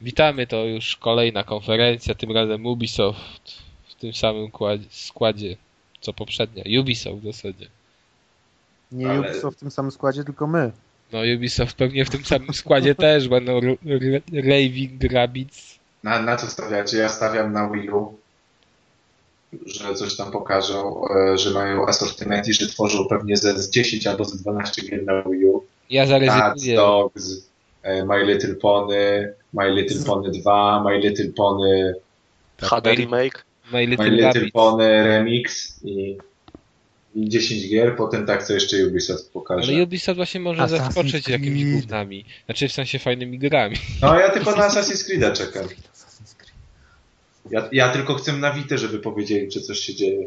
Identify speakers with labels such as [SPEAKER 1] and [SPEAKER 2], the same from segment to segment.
[SPEAKER 1] Witamy, to już kolejna konferencja, tym razem Ubisoft w tym samym kładzie, składzie co poprzednia. Ubisoft w zasadzie.
[SPEAKER 2] Nie
[SPEAKER 3] Ale-
[SPEAKER 2] Ubisoft w tym samym składzie, tylko my.
[SPEAKER 1] No Ubisoft pewnie w tym samym składzie też będą r- r- Raving Rabbids.
[SPEAKER 3] Na, na co stawiacie? Ja stawiam na Wii U, że coś tam pokażą, e, że mają asortyment i że tworzą pewnie ze z 10 albo ze 12 gier na Wii U.
[SPEAKER 1] Ja
[SPEAKER 3] Cats,
[SPEAKER 1] zarezygnuję.
[SPEAKER 3] Dogs, e, My Little Pony, My Little Pony 2, My Little Pony,
[SPEAKER 4] HD remake.
[SPEAKER 1] My
[SPEAKER 3] My
[SPEAKER 1] Little
[SPEAKER 3] Little
[SPEAKER 1] Rabbids.
[SPEAKER 3] Pony Remix i, i 10 gier, potem tak co jeszcze Ubisoft pokaże.
[SPEAKER 1] Ale Ubisoft właśnie może
[SPEAKER 2] Assassin's
[SPEAKER 1] zaskoczyć jakimiś
[SPEAKER 2] Creed.
[SPEAKER 1] gównami. Znaczy w sensie fajnymi grami.
[SPEAKER 3] No ja tylko na Assassin's Creed'a czekam. Ja, ja tylko chcę na Witę, żeby powiedzieli, czy coś się dzieje.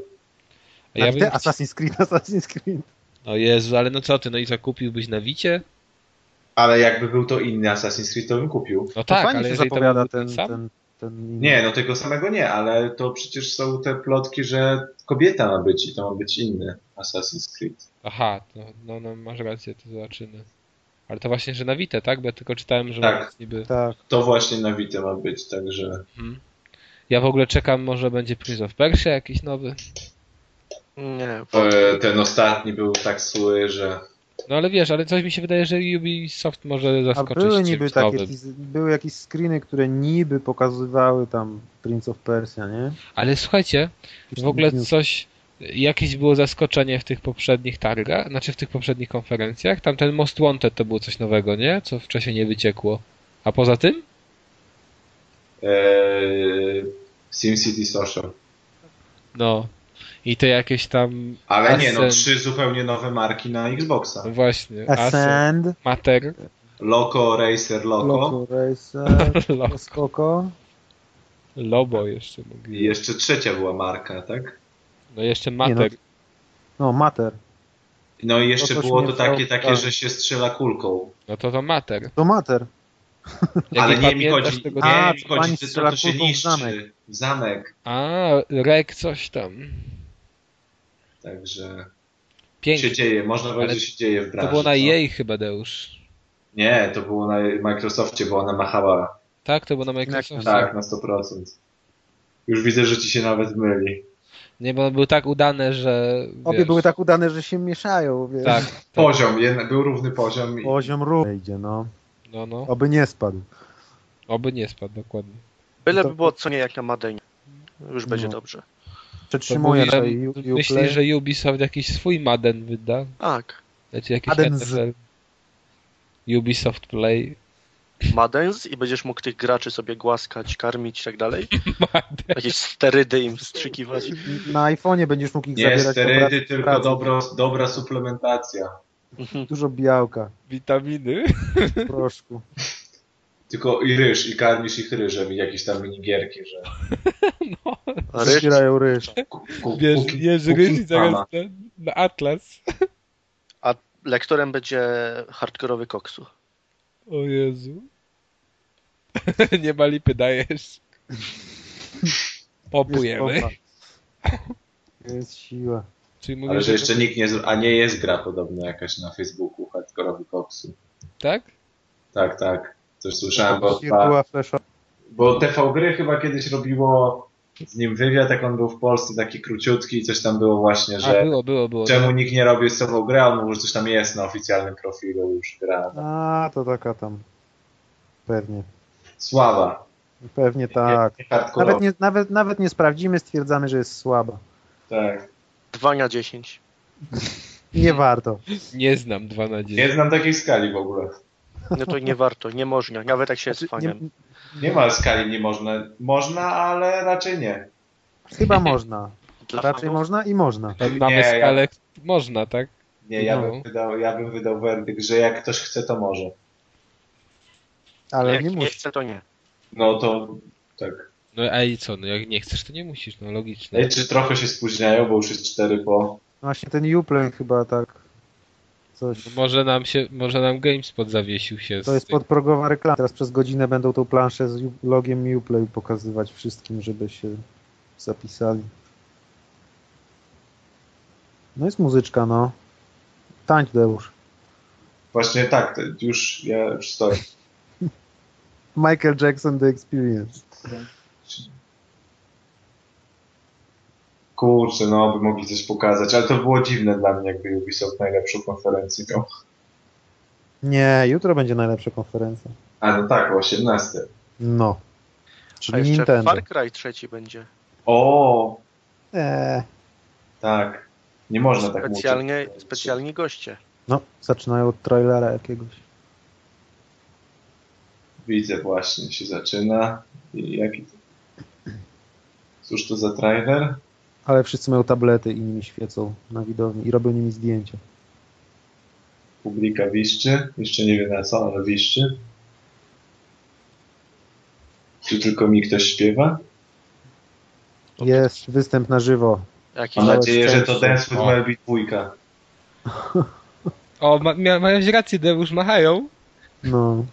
[SPEAKER 1] A ja
[SPEAKER 2] Tak,
[SPEAKER 1] bym...
[SPEAKER 2] te Assassin's Creed, Assassin's Creed.
[SPEAKER 1] O Jezu, ale no co ty, no i zakupiłbyś na Wicie?
[SPEAKER 3] Ale jakby był to inny Assassin's Creed, to bym kupił.
[SPEAKER 1] No
[SPEAKER 2] To
[SPEAKER 1] tak,
[SPEAKER 2] fajnie
[SPEAKER 1] ale
[SPEAKER 2] się
[SPEAKER 1] jeżeli to
[SPEAKER 2] zapowiada
[SPEAKER 1] był
[SPEAKER 2] ten,
[SPEAKER 1] sam,
[SPEAKER 2] ten, ten...
[SPEAKER 3] Nie, no tego samego nie, ale to przecież są te plotki, że kobieta ma być i to ma być inny Assassin's Creed.
[SPEAKER 1] Aha, no, no, no masz rację, to zobaczymy. Ale to właśnie, że na Witę, tak? Bo ja tylko czytałem, że
[SPEAKER 3] Tak.
[SPEAKER 1] tak. niby...
[SPEAKER 2] Tak.
[SPEAKER 3] To właśnie na Vita ma być, także
[SPEAKER 1] Mhm. Ja w ogóle czekam, może będzie Prince of Persia jakiś nowy.
[SPEAKER 2] No
[SPEAKER 4] Nie,
[SPEAKER 3] e, ten ostatni był tak sły, że
[SPEAKER 1] No ale wiesz, ale coś mi się wydaje, że Ubisoft może
[SPEAKER 2] A
[SPEAKER 1] zaskoczyć
[SPEAKER 2] były
[SPEAKER 1] czymś
[SPEAKER 2] niby takie,
[SPEAKER 1] nowym.
[SPEAKER 2] teas- były jakieś screeny, które niby pokazywały tam Prince of Persia, nie?
[SPEAKER 1] Ale słuchajcie,
[SPEAKER 2] Jakieś
[SPEAKER 1] w ogóle
[SPEAKER 2] tam news.
[SPEAKER 1] coś, jakieś było zaskoczenie w tych poprzednich targach, znaczy w tych poprzednich konferencjach. Tam ten Most Wanted to było coś nowego, nie? Co wcześniej nie wyciekło. A poza tym?
[SPEAKER 3] e, SimCity Social.
[SPEAKER 1] No. I te jakieś tam...
[SPEAKER 3] Ale nie, no
[SPEAKER 1] Ascent.
[SPEAKER 3] trzy zupełnie nowe marki na Xboxa.
[SPEAKER 1] No właśnie. Ascent.
[SPEAKER 2] Ascend,
[SPEAKER 1] Mater.
[SPEAKER 3] Loco, Racer, Loco.
[SPEAKER 2] Loco Racer,
[SPEAKER 1] Lo-
[SPEAKER 2] Skoko.
[SPEAKER 1] Lobo jeszcze mogli.
[SPEAKER 3] I jeszcze trzecia była marka, tak?
[SPEAKER 1] No jeszcze
[SPEAKER 2] Nie, no,
[SPEAKER 1] Mater.
[SPEAKER 2] no, Mater.
[SPEAKER 3] No i jeszcze
[SPEAKER 2] coś
[SPEAKER 3] było
[SPEAKER 2] mnie
[SPEAKER 3] to takie,
[SPEAKER 2] cały-
[SPEAKER 3] takie,
[SPEAKER 2] tak.
[SPEAKER 3] że się strzela kulką.
[SPEAKER 1] No to to Mater.
[SPEAKER 2] To Mater.
[SPEAKER 1] Jak
[SPEAKER 3] Ale nie mi
[SPEAKER 1] pamiętasz
[SPEAKER 3] chodzi,
[SPEAKER 1] tego-
[SPEAKER 2] A,
[SPEAKER 3] nie mi
[SPEAKER 2] co
[SPEAKER 3] chodzi,
[SPEAKER 2] pani
[SPEAKER 3] że to,
[SPEAKER 2] strzela
[SPEAKER 3] to się
[SPEAKER 2] kulką w
[SPEAKER 3] niszczy.
[SPEAKER 2] zamek.
[SPEAKER 3] W zamek.
[SPEAKER 1] A, Rek coś tam.
[SPEAKER 3] Także się
[SPEAKER 1] Pięknie.
[SPEAKER 3] dzieje, można powiedzieć,
[SPEAKER 1] Ale
[SPEAKER 3] że się dzieje w branży.
[SPEAKER 1] To było na
[SPEAKER 3] co?
[SPEAKER 1] jej chyba, Deusz.
[SPEAKER 3] Nie, to było na Microsoftie, bo ona machała.
[SPEAKER 1] Tak, to było na Microsoft.
[SPEAKER 3] Tak, na 100%. Już widzę, że ci się nawet myli.
[SPEAKER 1] Nie, bo były tak udane, że.
[SPEAKER 2] Obie
[SPEAKER 1] wiesz,
[SPEAKER 2] były tak udane, że się mieszają, wiesz.
[SPEAKER 1] Tak, tak.
[SPEAKER 3] Poziom, jeden, był równy poziom. I...
[SPEAKER 2] Poziom równy idzie, no.
[SPEAKER 1] No, no.
[SPEAKER 2] Oby nie spadł.
[SPEAKER 1] Oby nie spadł dokładnie.
[SPEAKER 4] byle
[SPEAKER 2] To-
[SPEAKER 4] by było co nie jak na Madenie. Już będzie
[SPEAKER 2] No.
[SPEAKER 4] dobrze.
[SPEAKER 2] Przetrzymuję
[SPEAKER 1] To
[SPEAKER 2] tutaj
[SPEAKER 1] mówiłem,
[SPEAKER 2] Uplay.
[SPEAKER 1] Myśli, że Ubisoft jakiś swój Madden wyda?
[SPEAKER 4] Tak.
[SPEAKER 1] Znaczy jakiś
[SPEAKER 2] Madden z-
[SPEAKER 1] NFL. Ubisoft Play.
[SPEAKER 4] Madens i będziesz mógł tych graczy sobie głaskać, karmić i tak dalej. Jakieś sterydy im wstrzykiwać.
[SPEAKER 2] Na iPhonie będziesz mógł ich
[SPEAKER 3] Nie
[SPEAKER 2] zabierać. do pracy-
[SPEAKER 3] sterydy, tylko
[SPEAKER 2] pracy.
[SPEAKER 3] dobro, dobra suplementacja.
[SPEAKER 2] Dużo białka
[SPEAKER 1] Witaminy.
[SPEAKER 2] w proszku.
[SPEAKER 3] Tylko i ryż, i karmisz ich ryżem, i jakieś tam minigierki, że
[SPEAKER 4] Ryż,
[SPEAKER 2] Zbierają ryż.
[SPEAKER 3] ku- ku-
[SPEAKER 1] Wiesz,
[SPEAKER 3] kuki-
[SPEAKER 1] jesz
[SPEAKER 3] kuki
[SPEAKER 1] ryż i
[SPEAKER 3] pana.
[SPEAKER 1] zaraz na, na Atlas.
[SPEAKER 4] a lektorem będzie hardkorowy koksu.
[SPEAKER 1] O Jezu. nie ma lipy, dajesz. Popujemy.
[SPEAKER 2] Jest pompa. Jest siła.
[SPEAKER 1] Czyli mówisz,
[SPEAKER 3] Ale że jeszcze nikt nie... zro- A nie jest gra podobno jakaś na Facebooku hardkorowy koksu.
[SPEAKER 1] Tak?
[SPEAKER 3] Tak, tak. Coś słyszałem, bo... chyba-
[SPEAKER 2] Wirtua flesza.
[SPEAKER 3] Bo TV Gry chyba kiedyś robiło z nim wywiad, jak on był w Polsce, taki króciutki i coś tam było właśnie,
[SPEAKER 1] A,
[SPEAKER 3] że
[SPEAKER 1] było, było, było.
[SPEAKER 3] czemu nikt nie robi z sobą gry, a on mówił, że coś tam jest na oficjalnym profilu już gra.
[SPEAKER 2] A, to taka tam. Pewnie.
[SPEAKER 3] Sława.
[SPEAKER 2] Pewnie tak.
[SPEAKER 3] Nie hardkorowa.
[SPEAKER 2] Nawet nie, nawet, nawet nie sprawdzimy, stwierdzamy, że jest słaba.
[SPEAKER 3] Tak.
[SPEAKER 4] 2 na 10.
[SPEAKER 2] Nie warto.
[SPEAKER 1] Nie znam 2 na 10.
[SPEAKER 3] Nie znam takiej skali w ogóle.
[SPEAKER 4] No to nie warto, nie można. Nawet jak się jest
[SPEAKER 2] Znaczy, Nie,
[SPEAKER 4] fanem.
[SPEAKER 3] Nie ma skali nie można. Można, ale raczej nie.
[SPEAKER 2] chyba można.
[SPEAKER 4] Dla
[SPEAKER 2] Raczej
[SPEAKER 4] fanów
[SPEAKER 2] można i można.
[SPEAKER 1] To mamy
[SPEAKER 3] ja-
[SPEAKER 1] skalę, można, tak?
[SPEAKER 3] Nie, ja
[SPEAKER 1] No.
[SPEAKER 3] bym wydał, ja bym wydał werdykt, że jak ktoś chce, to może.
[SPEAKER 2] Ale
[SPEAKER 4] jak
[SPEAKER 2] nie
[SPEAKER 4] nie
[SPEAKER 2] musi.
[SPEAKER 4] chce, to nie.
[SPEAKER 3] No to tak.
[SPEAKER 1] No ej, co, no jak nie chcesz, to nie musisz, no
[SPEAKER 3] No
[SPEAKER 1] logiczne.
[SPEAKER 3] i czy trochę się spóźniają, bo już jest 4 po.
[SPEAKER 2] Właśnie ten Uplay chyba tak. Coś.
[SPEAKER 4] No
[SPEAKER 1] No, Może nam się, może nam GameSpot zawiesił się
[SPEAKER 2] To
[SPEAKER 1] z
[SPEAKER 2] jest
[SPEAKER 1] tych,
[SPEAKER 2] podprogowa reklama. Teraz przez godzinę będą tą planszę z U- logiem Uplay pokazywać wszystkim, żeby się zapisali. No jest muzyczka, no. Tańcz, Deusz.
[SPEAKER 3] Właśnie tak, to już ja już stoję.
[SPEAKER 2] Michael Jackson The Experience.
[SPEAKER 3] Kurczę, no, by mogli coś pokazać, ale to było dziwne dla mnie, jakby Ubisoft najlepszą konferencję miał.
[SPEAKER 2] Nie, jutro będzie najlepsza konferencja.
[SPEAKER 3] A no tak, o 18.
[SPEAKER 2] No.
[SPEAKER 4] A
[SPEAKER 2] Czyli
[SPEAKER 4] jeszcze
[SPEAKER 2] Nintendo.
[SPEAKER 4] Far Cry trzeci będzie.
[SPEAKER 3] O,
[SPEAKER 2] Eee,
[SPEAKER 3] tak. Nie można tak mówić.
[SPEAKER 4] Specjalnie, specjalni goście.
[SPEAKER 2] no, zaczynają od trailera jakiegoś.
[SPEAKER 3] Widzę właśnie, się zaczyna. I jaki to... Cóż to za trailer?
[SPEAKER 2] Ale wszyscy mają tablety i nimi świecą na widowni i robią nimi zdjęcia.
[SPEAKER 3] Publika wiszczy. Jeszcze nie wiem na co, ale wiszczy. Czy tylko mi ktoś śpiewa?
[SPEAKER 2] Jest występ na żywo.
[SPEAKER 4] Jakiś
[SPEAKER 3] Mam
[SPEAKER 2] Ale
[SPEAKER 3] nadzieję, że to
[SPEAKER 2] szczęście.
[SPEAKER 3] Dance with
[SPEAKER 1] O.
[SPEAKER 3] Melby dwójka.
[SPEAKER 1] O, ma, mia, miałeś rację, Deusz machają.
[SPEAKER 2] No.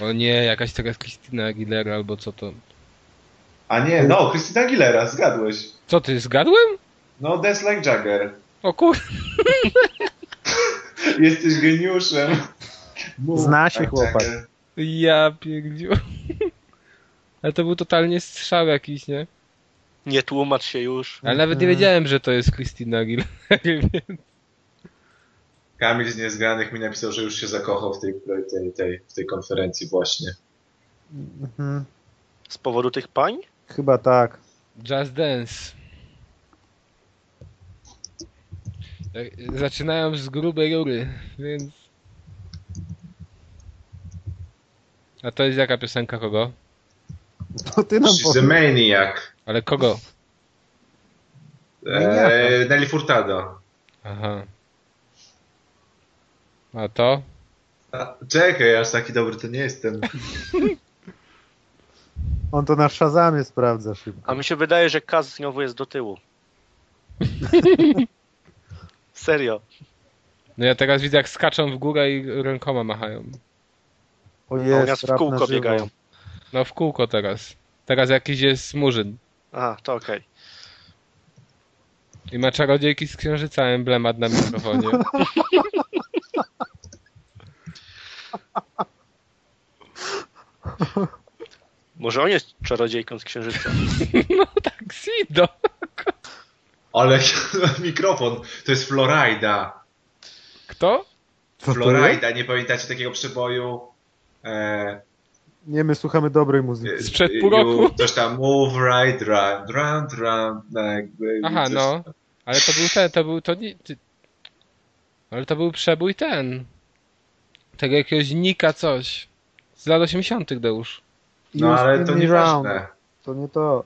[SPEAKER 1] O nie, jakaś teraz Christina Aguilera albo co to.
[SPEAKER 3] A nie, no, Christina Aguilera, zgadłeś.
[SPEAKER 1] Co ty, zgadłem?
[SPEAKER 3] No, Dance Like Jagger.
[SPEAKER 1] O kur...
[SPEAKER 3] Jesteś geniuszem. Mów,
[SPEAKER 2] Zna się
[SPEAKER 3] tak,
[SPEAKER 2] chłopak.
[SPEAKER 3] Jagger.
[SPEAKER 1] Ja pierdziu. Ale to był totalnie strzał jakiś, nie?
[SPEAKER 4] Nie tłumacz się już.
[SPEAKER 1] Ale nawet nie
[SPEAKER 2] Mhm.
[SPEAKER 1] wiedziałem, że to jest Christina Aguilera.
[SPEAKER 3] Kamil z Niezgranych mi napisał, że już się zakochał w tej, tej, tej, w tej konferencji właśnie.
[SPEAKER 2] Mhm.
[SPEAKER 4] Z powodu tych pań?
[SPEAKER 2] Chyba tak.
[SPEAKER 1] Just Dance. Tak, Zaczynałem z grubej rury, więc... A to jest jaka piosenka kogo?
[SPEAKER 2] To ty nam
[SPEAKER 3] She's a
[SPEAKER 2] powiedz.
[SPEAKER 3] maniac.
[SPEAKER 1] Ale kogo?
[SPEAKER 3] Eee, Nelly Furtado.
[SPEAKER 1] Aha. A to?
[SPEAKER 3] A, Czekaj, aż taki dobry to nie jestem.
[SPEAKER 2] On to na Shazamie sprawdza szybko.
[SPEAKER 4] A mi się wydaje, że Kaz znowu jest do tyłu. Serio.
[SPEAKER 1] No ja teraz widzę jak skaczą w górę i rękoma machają.
[SPEAKER 2] O
[SPEAKER 4] A u nas
[SPEAKER 2] jest,
[SPEAKER 4] w
[SPEAKER 2] rap na
[SPEAKER 4] kółko
[SPEAKER 2] żywo.
[SPEAKER 4] biegają.
[SPEAKER 1] No w kółko teraz. Teraz jakiś jest murzyn.
[SPEAKER 4] Aha, to okej.
[SPEAKER 1] I ma czarodziejki z księżyca emblemat na mikrofonie.
[SPEAKER 4] Może on jest czarodziejką z księżyca.
[SPEAKER 1] Xido!
[SPEAKER 3] Ale mikrofon, to jest Florida.
[SPEAKER 1] Kto?
[SPEAKER 2] Co to
[SPEAKER 3] Florida, nie pamiętacie takiego przeboju? Eee, y,
[SPEAKER 2] Nie, my słuchamy dobrej muzyki.
[SPEAKER 1] Sprzed
[SPEAKER 3] you-
[SPEAKER 1] pół roku.
[SPEAKER 3] Coś tam, move right, run, run, run. Jakby,
[SPEAKER 1] Aha,
[SPEAKER 3] tak, coś-
[SPEAKER 1] no. Ale to był ten, to był to nie. Ty... Ale to był przebój ten. Tego jakiegoś nika coś. Z lat 80. Deusz.
[SPEAKER 2] You
[SPEAKER 3] No ale
[SPEAKER 2] spin
[SPEAKER 3] to
[SPEAKER 2] me round.
[SPEAKER 3] nieważne.
[SPEAKER 2] To nie to.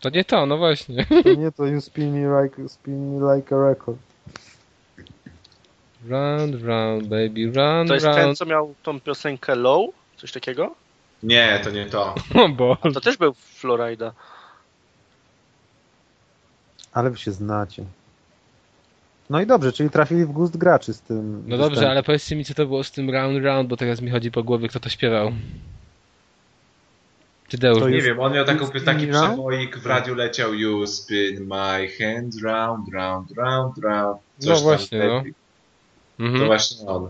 [SPEAKER 1] To nie to, no właśnie.
[SPEAKER 2] To nie to. You spin me like, spin me like a record.
[SPEAKER 1] Round, round, baby, round,
[SPEAKER 4] To jest ten,
[SPEAKER 1] round.
[SPEAKER 4] co miał tą piosenkę Low? Coś takiego?
[SPEAKER 3] Nie, to nie to.
[SPEAKER 1] O No bo.
[SPEAKER 4] A to też był Florida.
[SPEAKER 2] Ale wy się znacie. No i dobrze, czyli trafili w gust graczy z tym.
[SPEAKER 1] No
[SPEAKER 2] występem.
[SPEAKER 1] dobrze, ale powiedzcie mi co to było z tym round, round, bo teraz mi chodzi po głowie kto to śpiewał. Czy Deusz?
[SPEAKER 2] To
[SPEAKER 3] Nie
[SPEAKER 2] jest-
[SPEAKER 3] wiem, on miał taką,
[SPEAKER 2] spin
[SPEAKER 3] taki
[SPEAKER 2] round?
[SPEAKER 3] przeboik, w radiu leciał You spin my hand round, round, round, round. Coś
[SPEAKER 1] No
[SPEAKER 3] tam
[SPEAKER 1] właśnie, no.
[SPEAKER 3] lepiej. To
[SPEAKER 1] Mhm.
[SPEAKER 3] właśnie on.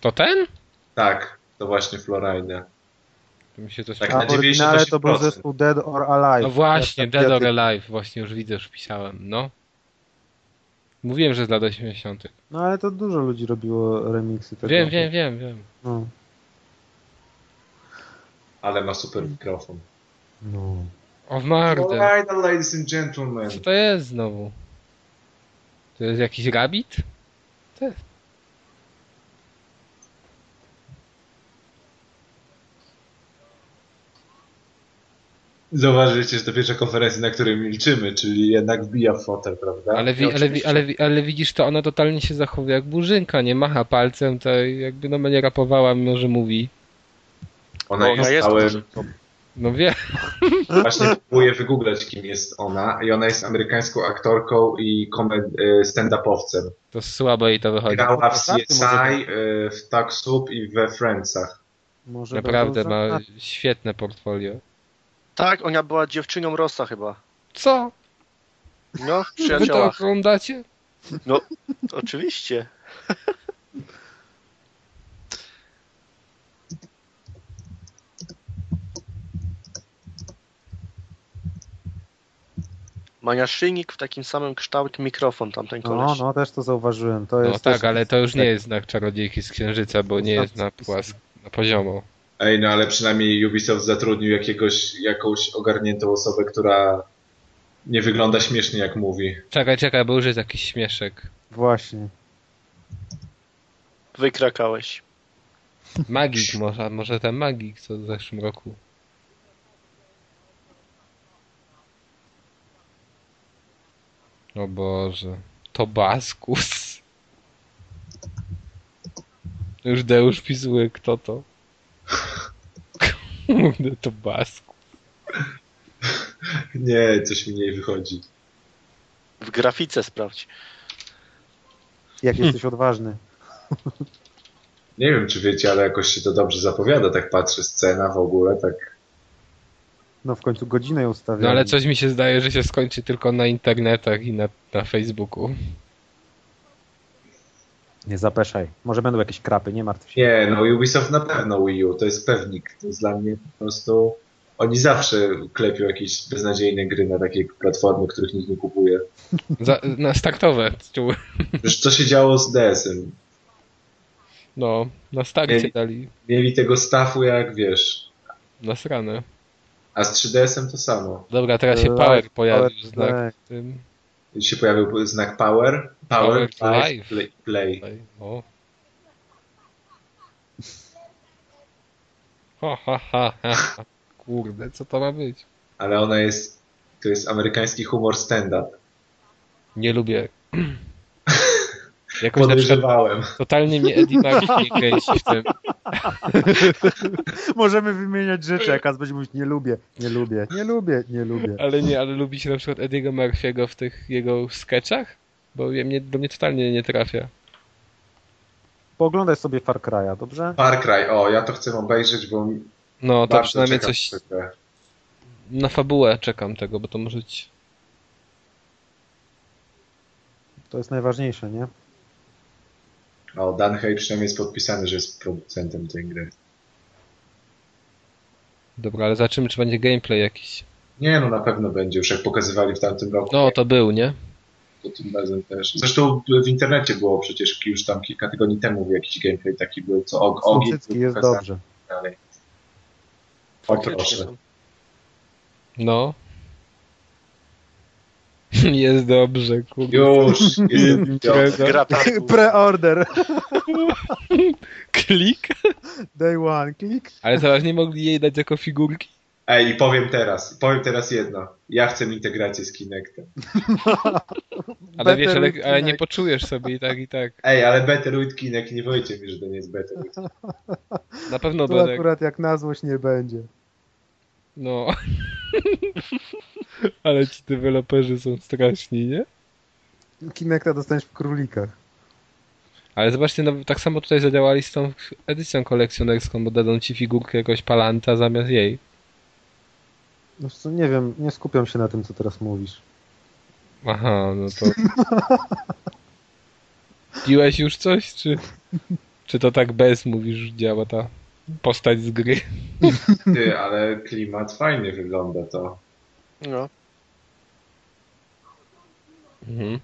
[SPEAKER 1] To ten?
[SPEAKER 3] Tak, to właśnie Florida.
[SPEAKER 1] To mi się to
[SPEAKER 3] Tak,
[SPEAKER 1] śpiewa.
[SPEAKER 2] A
[SPEAKER 3] na
[SPEAKER 2] w
[SPEAKER 3] 98%.
[SPEAKER 2] oryginale to był zespół Dead or Alive.
[SPEAKER 1] No właśnie,
[SPEAKER 2] Teraz
[SPEAKER 1] Dead
[SPEAKER 2] tak
[SPEAKER 1] or
[SPEAKER 2] ja-
[SPEAKER 1] Alive, właśnie już widzę, już pisałem, no. Mówiłem, że z lat 80.
[SPEAKER 2] No ale to dużo ludzi robiło remiksy tego.
[SPEAKER 1] Wiem, wiem, wiem, wiem.
[SPEAKER 2] No.
[SPEAKER 3] Ale ma super mikrofon.
[SPEAKER 2] no.
[SPEAKER 1] O w mordę.
[SPEAKER 3] Florida, ladies and gentlemen.
[SPEAKER 1] Co to jest znowu? To jest jakiś rabbit? To jest.
[SPEAKER 3] Zauważyliście, że to pierwsza konferencja, na której milczymy, czyli jednak wbija w fotel, prawda?
[SPEAKER 2] Tak,
[SPEAKER 1] Ale, wi, ale, wi,
[SPEAKER 4] oczywiście.
[SPEAKER 1] ale, wi, ale widzisz, to ona totalnie się zachowuje jak burzynka, nie macha palcem, to jakby no mnie rapowała, mimo że mówi.
[SPEAKER 3] Ona
[SPEAKER 4] Ona
[SPEAKER 3] jest,
[SPEAKER 4] jest
[SPEAKER 3] stałym...
[SPEAKER 4] muzyką.
[SPEAKER 1] No wie,
[SPEAKER 3] Właśnie próbuję wygooglać, kim jest ona i ona jest amerykańską aktorką i komed- e, stand-upowcem.
[SPEAKER 1] to słabo jej to znaczy, wychodzi.
[SPEAKER 3] Grała w
[SPEAKER 2] Naprawdę
[SPEAKER 3] CSI,
[SPEAKER 2] może
[SPEAKER 3] e, w Taksub i we Friendsach.
[SPEAKER 2] Może
[SPEAKER 1] Naprawdę no,
[SPEAKER 2] będą
[SPEAKER 1] ma
[SPEAKER 2] żadna-
[SPEAKER 1] świetne portfolio.
[SPEAKER 4] Tak, ona była dziewczynią Rosa chyba.
[SPEAKER 1] Co? Wy
[SPEAKER 4] No, w
[SPEAKER 1] to
[SPEAKER 4] przyjaciołach.
[SPEAKER 1] oglądacie?
[SPEAKER 4] No, oczywiście. Ma naszyjnik w takim samym kształcie mikrofon tamten
[SPEAKER 2] No,
[SPEAKER 4] koleś.
[SPEAKER 2] no, też to zauważyłem. To
[SPEAKER 1] No
[SPEAKER 2] jest
[SPEAKER 1] tak,
[SPEAKER 2] też...
[SPEAKER 1] ale to już nie jest znak czarodziejki z księżyca, bo nie jest na, płask, na poziomo.
[SPEAKER 3] Ej, no ale przynajmniej Ubisoft zatrudnił jakiegoś, jakąś ogarniętą osobę, która nie wygląda śmiesznie jak mówi.
[SPEAKER 1] Czekaj, czekaj, bo już jest jakiś śmieszek.
[SPEAKER 2] Właśnie.
[SPEAKER 4] Wykrakałeś.
[SPEAKER 1] Magik może, może ten magik, co w zeszłym roku. O Boże. Tobaskus. Już Deusz pisuje, kto to? Kurde, Tobaskus.
[SPEAKER 3] Nie, coś mi nie wychodzi.
[SPEAKER 4] W grafice sprawdź.
[SPEAKER 2] Jak
[SPEAKER 1] Hmm.
[SPEAKER 2] jesteś odważny.
[SPEAKER 3] Nie wiem, czy wiecie, ale jakoś się to dobrze zapowiada, tak patrzę, scena w ogóle, tak.
[SPEAKER 2] No w końcu godzinę ją stawiam.
[SPEAKER 1] No ale coś mi się zdaje, że się skończy tylko na internetach i na, na Facebooku.
[SPEAKER 2] Nie zapeszaj. Może będą jakieś krapy, nie martw się.
[SPEAKER 3] Nie, no Ubisoft na pewno Wii U, to jest pewnik. To jest dla mnie po prostu... Oni zawsze klepią jakieś beznadziejne gry na takiej platformy, których nikt nie kupuje.
[SPEAKER 1] Za, na startowe. ciuły.
[SPEAKER 3] Już co się działo z DS-em?
[SPEAKER 1] No, na starcie
[SPEAKER 3] Mieli-
[SPEAKER 1] dali.
[SPEAKER 3] Mieli tego stafu jak, wiesz,
[SPEAKER 1] Na sranę.
[SPEAKER 3] a z 3DS-em to samo.
[SPEAKER 1] Dobra, teraz się
[SPEAKER 2] Live,
[SPEAKER 1] Power pojawił
[SPEAKER 2] power play.
[SPEAKER 1] znak w tym.
[SPEAKER 3] I się pojawił znak Power, Power,
[SPEAKER 1] Power
[SPEAKER 3] power
[SPEAKER 1] Live.
[SPEAKER 3] Play, play.
[SPEAKER 1] Tutaj, O. Ha, ha, ha, ha, ha. Kurde, co to ma być?
[SPEAKER 3] Ale ona jest, to jest amerykański humor stand-up.
[SPEAKER 1] Nie lubię. Jakoś na przykład
[SPEAKER 3] Podejrzewałem.
[SPEAKER 1] totalnie mnie Eddie Murphy nie kręci w tym.
[SPEAKER 2] Możemy wymieniać rzeczy, jak Kaz będzie mówić nie lubię, nie lubię, nie lubię, nie lubię.
[SPEAKER 1] Ale nie, ale lubi się na przykład Eddiego Murphy'ego w tych jego sketchach? Bo ja- mnie, do mnie totalnie nie trafia.
[SPEAKER 2] Pooglądaj sobie Far Cry'a, dobrze?
[SPEAKER 3] Far Cry, o, ja to chcę obejrzeć, bo
[SPEAKER 1] No, to
[SPEAKER 3] bardzo
[SPEAKER 1] przynajmniej
[SPEAKER 3] czekam
[SPEAKER 1] coś
[SPEAKER 3] na tę grę.
[SPEAKER 1] na fabułę czekam tego, bo to może być...
[SPEAKER 2] To jest najważniejsze, nie?
[SPEAKER 3] O, Dan Hay przynajmniej jest podpisany, że jest producentem tej gry.
[SPEAKER 1] Dobra, ale zobaczymy, czy będzie gameplay jakiś.
[SPEAKER 3] Nie, no na pewno będzie, już jak pokazywali w tamtym roku,
[SPEAKER 1] No, to był, nie?
[SPEAKER 3] to tym razem też. Zresztą w internecie było przecież już tam kilka tygodni temu jakiś gameplay taki był, co og, ogień
[SPEAKER 2] Smocycki
[SPEAKER 3] był
[SPEAKER 2] jest
[SPEAKER 3] pokazany
[SPEAKER 2] dobrze.
[SPEAKER 3] i dalej. O Tak, proszę.
[SPEAKER 4] Faktycznie.
[SPEAKER 1] No. Jest dobrze, kurde.
[SPEAKER 3] Już, jestem idiotą.
[SPEAKER 1] Impreza.
[SPEAKER 4] Gra targu.
[SPEAKER 2] Pre-order,
[SPEAKER 1] Klik.
[SPEAKER 2] day one, klik.
[SPEAKER 1] Ale zaraz nie mogli jej dać jako figurki.
[SPEAKER 3] Ej, i powiem teraz, powiem teraz jedno. Ja chcę integrację z Kinectem.
[SPEAKER 1] Ale wiesz, ale,
[SPEAKER 2] Better
[SPEAKER 1] ale nie
[SPEAKER 2] Kinect.
[SPEAKER 1] poczujesz sobie i tak, i tak.
[SPEAKER 3] Ej, ale Better with Kinect, nie powiecie mi, że to nie jest Better with Kinect.
[SPEAKER 1] Na pewno
[SPEAKER 2] Tu
[SPEAKER 1] będę.
[SPEAKER 2] akurat jak na złość nie będzie.
[SPEAKER 1] No. Ale ci deweloperzy są straszni, nie?
[SPEAKER 2] Kinecta dostaniesz w królikach.
[SPEAKER 1] Ale zobaczcie, no, tak samo tutaj zadziałali z tą edycją kolekcjonerską, bo dadzą ci figurkę jakiegoś palanta zamiast jej.
[SPEAKER 2] No co, nie wiem, nie skupiam się na tym, co teraz mówisz.
[SPEAKER 1] Aha, no to. Piłeś już coś, czy. Czy to tak bez mówisz, działa ta postać z gry?
[SPEAKER 3] Ty, ale klimat fajnie wygląda to.
[SPEAKER 4] No.
[SPEAKER 1] Mhm.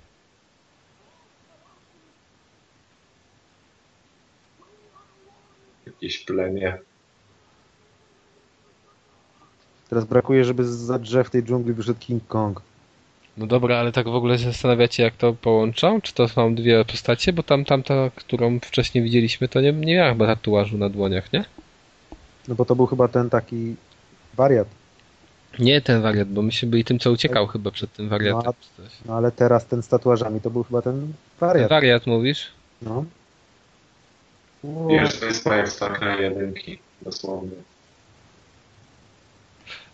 [SPEAKER 3] Jakieś plemię.
[SPEAKER 2] Teraz brakuje, żeby za drzew tej dżungli wyszedł King Kong.
[SPEAKER 1] No dobra, ale tak w ogóle się zastanawiacie, jak to połączą? Czy to są dwie postacie? Bo tam tamta, którą wcześniej widzieliśmy, to nie, nie miała chyba tatuażu na dłoniach, nie?
[SPEAKER 2] No bo to był chyba ten taki wariat.
[SPEAKER 1] Nie ten wariat, bo myśmy byli tym, co uciekał chyba przed tym wariatem.
[SPEAKER 2] No,
[SPEAKER 1] czy coś.
[SPEAKER 2] No ale teraz ten z tatuażami to był chyba ten
[SPEAKER 1] Ten
[SPEAKER 2] wariat.
[SPEAKER 1] wariat mówisz?
[SPEAKER 2] No. Wow.
[SPEAKER 3] Wiesz, to jest moja wstawka jedynki, dosłownie.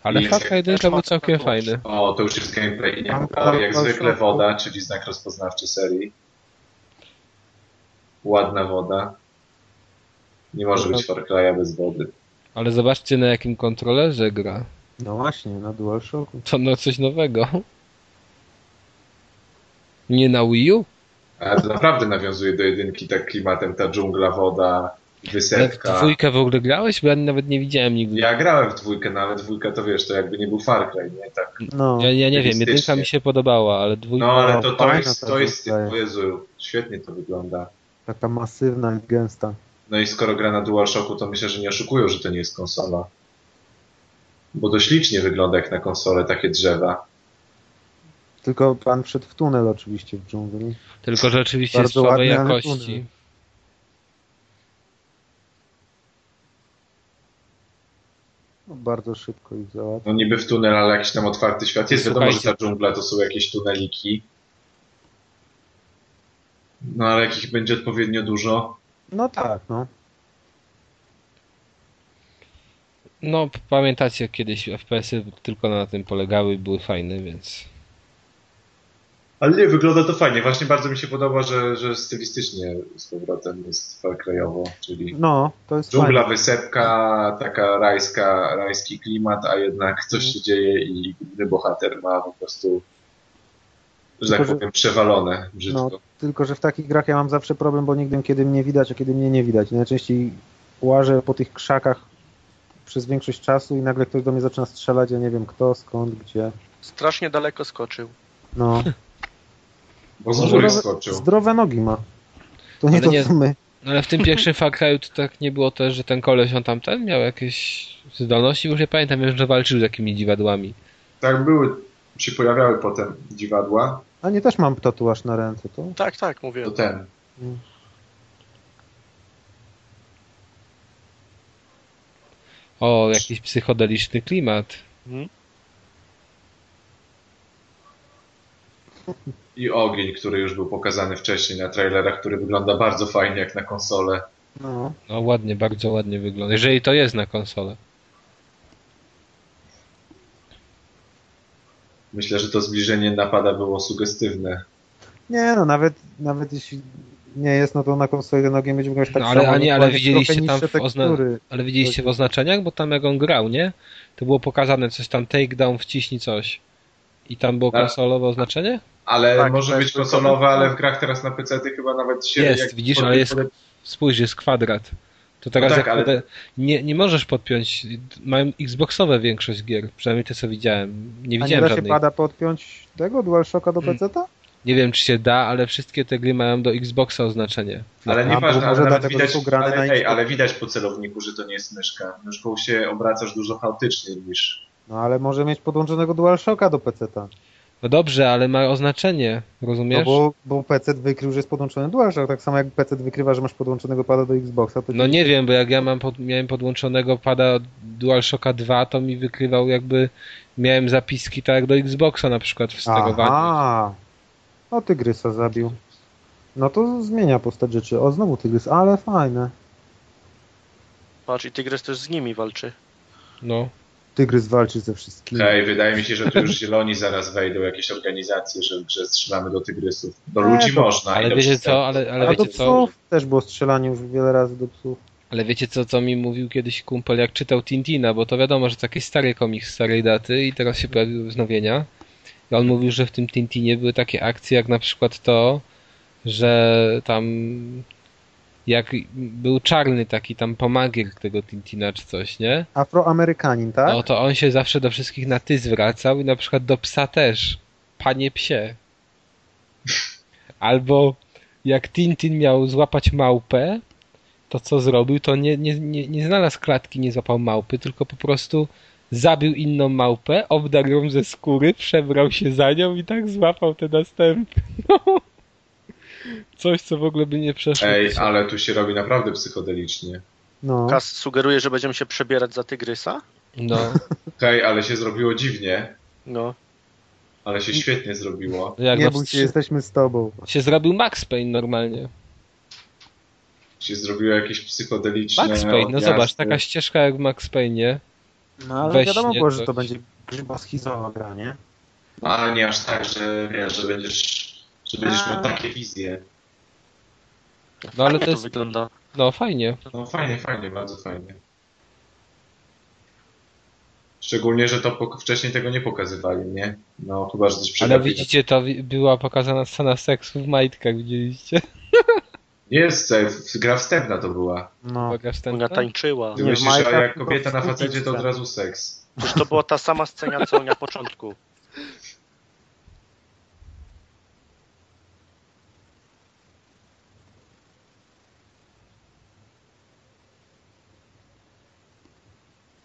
[SPEAKER 1] Ale
[SPEAKER 3] Nie,
[SPEAKER 1] Far
[SPEAKER 3] nie,
[SPEAKER 1] Cry 1 był całkiem fajny.
[SPEAKER 3] O, to już jest gameplay. Nie,
[SPEAKER 2] Mam
[SPEAKER 3] o, jak
[SPEAKER 2] tam
[SPEAKER 3] zwykle
[SPEAKER 2] koszulkę.
[SPEAKER 3] woda, czyli znak rozpoznawczy serii. Ładna woda. Nie może być Far Cry'a bez wody.
[SPEAKER 1] Ale zobaczcie, na jakim kontrolerze gra.
[SPEAKER 2] No właśnie, na DualShocku.
[SPEAKER 1] To no coś nowego. Nie na Wii U?
[SPEAKER 3] Ale to naprawdę nawiązuje do jedynki tak klimatem, ta dżungla, woda,
[SPEAKER 1] W
[SPEAKER 3] Wysetka.
[SPEAKER 1] dwójkę w ogóle grałeś? Bo ja nawet nie widziałem nigdy.
[SPEAKER 3] Ja grałem w dwójkę, no ale dwójka to wiesz, to jakby nie był Far Cry, nie? Tak.
[SPEAKER 2] No,
[SPEAKER 1] Ja, ja nie wiem,
[SPEAKER 3] Realistycznie.
[SPEAKER 1] jedynka mi się podobała, ale dwójka...
[SPEAKER 3] No ale to, to
[SPEAKER 2] fajna
[SPEAKER 3] jest,
[SPEAKER 2] ta
[SPEAKER 3] to jest,
[SPEAKER 2] dwójka
[SPEAKER 3] o
[SPEAKER 2] jest.
[SPEAKER 3] Jezu, świetnie to wygląda.
[SPEAKER 2] taka masywna i gęsta.
[SPEAKER 3] No i skoro gra na DualShocku, to myślę, że nie oszukują, że to nie jest konsola. Bo dość licznie wygląda jak na konsolę takie drzewa.
[SPEAKER 2] Tylko pan wszedł w tunel oczywiście w dżungli.
[SPEAKER 1] Tylko że rzeczywiście jest
[SPEAKER 2] Bardzo
[SPEAKER 1] słabej
[SPEAKER 2] ładny, ale
[SPEAKER 1] jakości.
[SPEAKER 2] trudny. No, bardzo szybko ich załatwił.
[SPEAKER 3] No niby w tunel, ale jakiś tam otwarty świat jest. Wiadomo, że
[SPEAKER 1] Słuchajcie.
[SPEAKER 3] ta dżungla to są jakieś tuneliki. No ale jakich będzie odpowiednio dużo.
[SPEAKER 2] No tak, no.
[SPEAKER 1] No, p- pamiętacie kiedyś FPS-y y, tylko na tym polegały i były fajne, więc...
[SPEAKER 3] Ale nie, wygląda to fajnie. Właśnie bardzo mi się podoba, że, że stylistycznie z powrotem jest Far Cry'owo, czyli
[SPEAKER 2] No, to jest
[SPEAKER 3] dżungla,
[SPEAKER 2] fajne.
[SPEAKER 3] wysepka, taka rajska, rajski klimat, a jednak coś się dzieje i główny bohater ma po prostu, że tak
[SPEAKER 2] Tylko, że-
[SPEAKER 3] powiem, przewalone brzydko.
[SPEAKER 2] No, tylko, że w takich grach ja mam zawsze problem, bo nigdy kiedy mnie widać, a kiedy mnie nie widać. Najczęściej łażę po tych krzakach przez większość czasu i nagle ktoś do mnie zaczyna strzelać, ja nie wiem kto, skąd, gdzie.
[SPEAKER 4] Strasznie daleko skoczył.
[SPEAKER 2] No,
[SPEAKER 3] Bo z góry
[SPEAKER 2] zdrowe,
[SPEAKER 3] skoczył.
[SPEAKER 2] zdrowe nogi ma. To nie
[SPEAKER 1] Ale
[SPEAKER 2] to,
[SPEAKER 1] nie-
[SPEAKER 2] co my.
[SPEAKER 1] No ale w tym pierwszym Far Cry'u to tak nie było też, że ten koleś on tamten miał jakieś zdolności, już nie pamiętam, wiem, że walczył z jakimiś dziwadłami.
[SPEAKER 3] Tak były, się pojawiały potem dziwadła,
[SPEAKER 2] A nie, też mam tatuaż na ręce, to
[SPEAKER 4] Tak, tak,
[SPEAKER 3] to
[SPEAKER 4] mówię.
[SPEAKER 3] ten.
[SPEAKER 1] O, jakiś psychodeliczny klimat.
[SPEAKER 3] I ogień, który już był pokazany wcześniej na trailerach, który wygląda bardzo fajnie jak na konsolę.
[SPEAKER 2] no.
[SPEAKER 1] No ładnie, bardzo ładnie wygląda. Jeżeli to jest na konsolę.
[SPEAKER 3] Myślę, że to zbliżenie napada było sugestywne.
[SPEAKER 2] Nie no, nawet, nawet jeśli nie jest, no to na konsoli nogiem będziemy grać tak
[SPEAKER 1] No, ale-
[SPEAKER 2] samo.
[SPEAKER 1] a nie,
[SPEAKER 2] no,
[SPEAKER 1] ale
[SPEAKER 2] trochę
[SPEAKER 1] widzieliście tam
[SPEAKER 2] niższe
[SPEAKER 1] w ozna-
[SPEAKER 2] tekstury.
[SPEAKER 1] Ale widzieliście w oznaczeniach, bo tam jak on grał, nie? To było pokazane coś tam, takedown, wciśnij coś. I tam było
[SPEAKER 3] Tak.
[SPEAKER 1] konsolowe oznaczenie?
[SPEAKER 3] Ale
[SPEAKER 4] Tak,
[SPEAKER 3] może
[SPEAKER 4] to
[SPEAKER 3] być
[SPEAKER 4] jest
[SPEAKER 3] konsolowe,
[SPEAKER 4] tylko-
[SPEAKER 3] ale w grach teraz na PC ty chyba nawet się...
[SPEAKER 1] Jest, widzisz, ale jest- Spójrz, jest kwadrat. To teraz
[SPEAKER 3] tak,
[SPEAKER 1] jak
[SPEAKER 3] ale-
[SPEAKER 1] pode- nie, nie możesz podpiąć. Mają Xboxowe większość gier, przynajmniej te co widziałem. Nie
[SPEAKER 2] A nie da
[SPEAKER 1] widziałem
[SPEAKER 2] się
[SPEAKER 1] żadnej.
[SPEAKER 2] pada podpiąć tego DualShocka do
[SPEAKER 1] Mm.
[SPEAKER 2] PC-ta?
[SPEAKER 1] Nie wiem czy się da, ale wszystkie te gry mają do Xboxa oznaczenie.
[SPEAKER 3] Ale
[SPEAKER 2] A, bo
[SPEAKER 3] nieważne,
[SPEAKER 2] No, może
[SPEAKER 3] ale, nawet
[SPEAKER 2] dlatego, że
[SPEAKER 3] widać,
[SPEAKER 2] są grane
[SPEAKER 3] ale,
[SPEAKER 2] na
[SPEAKER 3] ej,
[SPEAKER 2] Xbox.
[SPEAKER 3] ale widać po celowniku, że to nie jest myszka. Myszką się obracasz dużo chaotyczniej niż...
[SPEAKER 2] No ale może mieć podłączonego DualShocka do PC-ta.
[SPEAKER 1] No dobrze, ale ma oznaczenie,
[SPEAKER 2] No
[SPEAKER 1] rozumiesz?
[SPEAKER 2] bo, bo PC wykrył, że jest podłączony DualShock, tak samo jak PC wykrywa, że masz podłączonego pada do Xboxa, to
[SPEAKER 1] No nie wiem, bo jak ja mam pod, miałem podłączonego pada DualShocka 2, to mi wykrywał jakby miałem zapiski tak jak do Xboxa na przykład wstegowane.
[SPEAKER 2] Aha. O, tygrysa zabił. No to zmienia postać rzeczy. O, znowu tygrys, ale fajne.
[SPEAKER 4] Patrz, i Tygrys też z nimi walczy.
[SPEAKER 1] No.
[SPEAKER 2] Tygrys walczy ze wszystkimi.
[SPEAKER 3] Hej, wydaje mi się, że tu już zieloni zaraz wejdą, jakieś organizacje, że w grze strzelamy do tygrysów. Do
[SPEAKER 2] Nie,
[SPEAKER 3] ludzi
[SPEAKER 2] to-
[SPEAKER 3] można. i
[SPEAKER 1] Ale
[SPEAKER 3] do
[SPEAKER 1] wiecie
[SPEAKER 3] przystępnych.
[SPEAKER 1] co, ale, ale
[SPEAKER 2] A do
[SPEAKER 1] wiecie co?
[SPEAKER 2] psów też było strzelanie już wiele razy do psów.
[SPEAKER 1] Ale wiecie co, co mi mówił kiedyś kumpel, jak czytał Tintina, bo to wiadomo, że to jakiś stary komiks starej daty i teraz się pojawiły wznowienia. I on mówił, że w tym Tintinie były takie akcje, jak na przykład to, że tam jak był czarny taki tam pomagier tego Tintina czy coś, nie?
[SPEAKER 2] Afroamerykanin, tak?
[SPEAKER 1] No to on się zawsze do wszystkich na ty zwracał i na przykład do psa też. Panie psie. Albo jak Tintin miał złapać małpę, to co zrobił, to nie, nie, nie, nie znalazł klatki, nie złapał małpy, tylko po prostu zabił inną małpę, obdarł ją ze skóry, przebrał się za nią i tak złapał tę następną. Coś, co w ogóle by nie przeszło.
[SPEAKER 3] Ej, ale tu się robi naprawdę psychodelicznie.
[SPEAKER 2] No.
[SPEAKER 4] Kas sugeruje, że będziemy się przebierać za Tygrysa?
[SPEAKER 1] No,
[SPEAKER 3] Hej, ale się zrobiło dziwnie,
[SPEAKER 4] No.
[SPEAKER 3] ale się świetnie zrobiło.
[SPEAKER 1] jak
[SPEAKER 2] Nie
[SPEAKER 1] nie
[SPEAKER 2] bój się, jesteśmy z tobą.
[SPEAKER 1] się zrobił Max Payne normalnie.
[SPEAKER 3] Się zrobiło jakieś psychodeliczne.
[SPEAKER 1] Max Payne, no
[SPEAKER 3] odjazdy.
[SPEAKER 1] zobacz, taka ścieżka jak w Max Payne.
[SPEAKER 2] No ale
[SPEAKER 1] Weź
[SPEAKER 2] wiadomo
[SPEAKER 1] nie,
[SPEAKER 2] było, że
[SPEAKER 1] coś.
[SPEAKER 2] to będzie grzyba schizowa gra, nie?
[SPEAKER 3] Ale nie aż tak, że wiesz, że będziesz, że będziesz miał takie wizje.
[SPEAKER 1] No ale to
[SPEAKER 4] to
[SPEAKER 1] jest.
[SPEAKER 4] wygląda.
[SPEAKER 1] No fajnie.
[SPEAKER 3] No fajnie, fajnie, bardzo fajnie. Szczególnie, że to pok- wcześniej tego nie pokazywali, nie? No chyba, że coś
[SPEAKER 1] Ale
[SPEAKER 3] przegapili.
[SPEAKER 1] widzicie, to wi- była pokazana scena seksu w majtkach, widzieliście?
[SPEAKER 3] Nie jest save, gra wstępna to była.
[SPEAKER 2] No.
[SPEAKER 1] Uwaga wstępna.
[SPEAKER 4] Ona tańczyła.
[SPEAKER 3] Ty
[SPEAKER 2] Nie,
[SPEAKER 3] myślisz, że
[SPEAKER 2] Minecraft
[SPEAKER 3] jak kobieta na
[SPEAKER 2] to
[SPEAKER 3] facecie to od
[SPEAKER 2] wstępna.
[SPEAKER 3] razu seks.
[SPEAKER 4] Przecież to była ta sama scena, co na początku.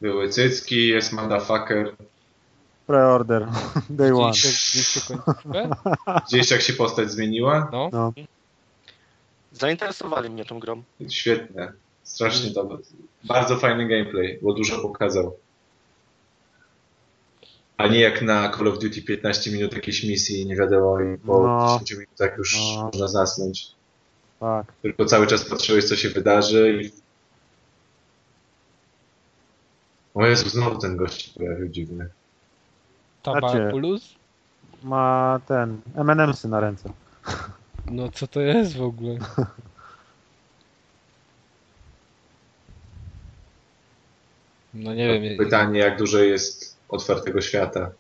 [SPEAKER 3] Były cycki, jest motherfucker.
[SPEAKER 2] Preorder. Day one.
[SPEAKER 1] Widzieliście, widzieliście końcówkę?
[SPEAKER 3] Gdzieś jak się postać zmieniła?
[SPEAKER 1] No.
[SPEAKER 2] No.
[SPEAKER 4] Zainteresowali mnie tą grą.
[SPEAKER 3] Świetne. Strasznie
[SPEAKER 2] Mm.
[SPEAKER 3] dobre. Bardzo fajny gameplay, bo dużo pokazał. A nie jak na Call of Duty 15 minut jakiejś misji, nie wiadomo, i po
[SPEAKER 2] No.
[SPEAKER 3] 10 minutach już
[SPEAKER 2] No.
[SPEAKER 3] można zasnąć.
[SPEAKER 2] Tak.
[SPEAKER 3] Tylko cały czas patrzyłeś, co się wydarzy i... O Jezu, znowu ten gość się pojawił dziwny.
[SPEAKER 1] Tabakulus?
[SPEAKER 2] Ma ten. M&M'sy na ręce.
[SPEAKER 1] No co to jest w ogóle? No nie wiem.
[SPEAKER 3] Pytanie, jak duże jest otwartego świata.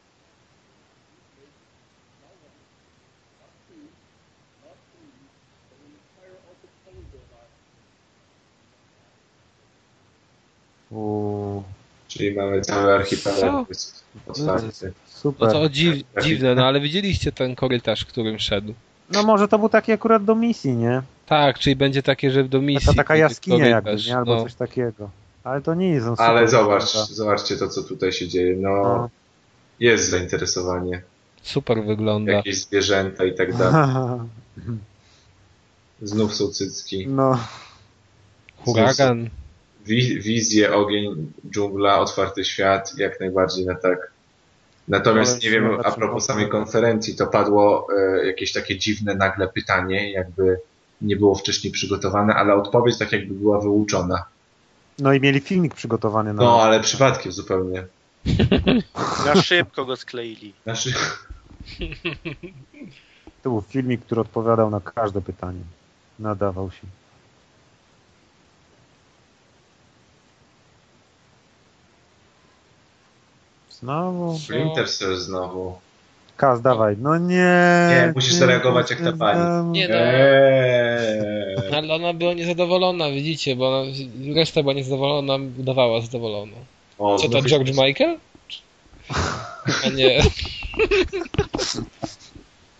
[SPEAKER 2] Uuu.
[SPEAKER 3] Czyli mamy cały
[SPEAKER 1] Co?
[SPEAKER 3] archipelag jest otwarty.
[SPEAKER 1] No
[SPEAKER 2] Super.
[SPEAKER 1] to dziw, dziwne, no ale widzieliście ten korytarz, którym szedł.
[SPEAKER 2] No może to był taki akurat do misji, nie?
[SPEAKER 1] Tak, czyli będzie takie, że do misji.
[SPEAKER 2] Taka, taka
[SPEAKER 1] będzie
[SPEAKER 2] jaskinia jakby,
[SPEAKER 1] korytarz,
[SPEAKER 2] nie? Albo
[SPEAKER 1] no.
[SPEAKER 2] coś takiego. Ale No, to nie jest on super
[SPEAKER 3] Ale zobacz,
[SPEAKER 2] wygląda.
[SPEAKER 3] zobaczcie to, co tutaj się dzieje. No,
[SPEAKER 2] No.
[SPEAKER 3] jest zainteresowanie.
[SPEAKER 1] Super wygląda.
[SPEAKER 3] Jakieś zwierzęta i tak dalej. Znów są cycki.
[SPEAKER 2] No,
[SPEAKER 1] Huragan.
[SPEAKER 3] Wi- wizje, ogień, dżungla, otwarty świat, jak najbardziej na tak. Natomiast
[SPEAKER 2] Ale
[SPEAKER 3] nie wiem,
[SPEAKER 2] zobaczymy.
[SPEAKER 3] a propos samej konferencji, to padło e, jakieś takie dziwne nagle pytanie, jakby nie było wcześniej przygotowane, ale odpowiedź tak jakby była wyuczona.
[SPEAKER 2] no i mieli filmik przygotowany na.
[SPEAKER 3] No, ale przypadkiem zupełnie.
[SPEAKER 4] Na szybko go skleili.
[SPEAKER 3] Znaczy,
[SPEAKER 1] No.
[SPEAKER 2] To był filmik, który odpowiadał na każde pytanie. Nadawał się. Znowu.
[SPEAKER 3] Splinter Cell znowu.
[SPEAKER 2] Kaz, dawaj. No nie.
[SPEAKER 3] Nie, musisz zareagować jak ta pani.
[SPEAKER 2] znowu.
[SPEAKER 1] Nie, no.
[SPEAKER 3] Eee.
[SPEAKER 1] Ale ona była niezadowolona, widzicie, bo ona, reszta była niezadowolona, ona udawała zadowolona.
[SPEAKER 3] O,
[SPEAKER 1] Co to,
[SPEAKER 3] znów
[SPEAKER 1] George
[SPEAKER 3] jest-
[SPEAKER 1] Michael? A nie.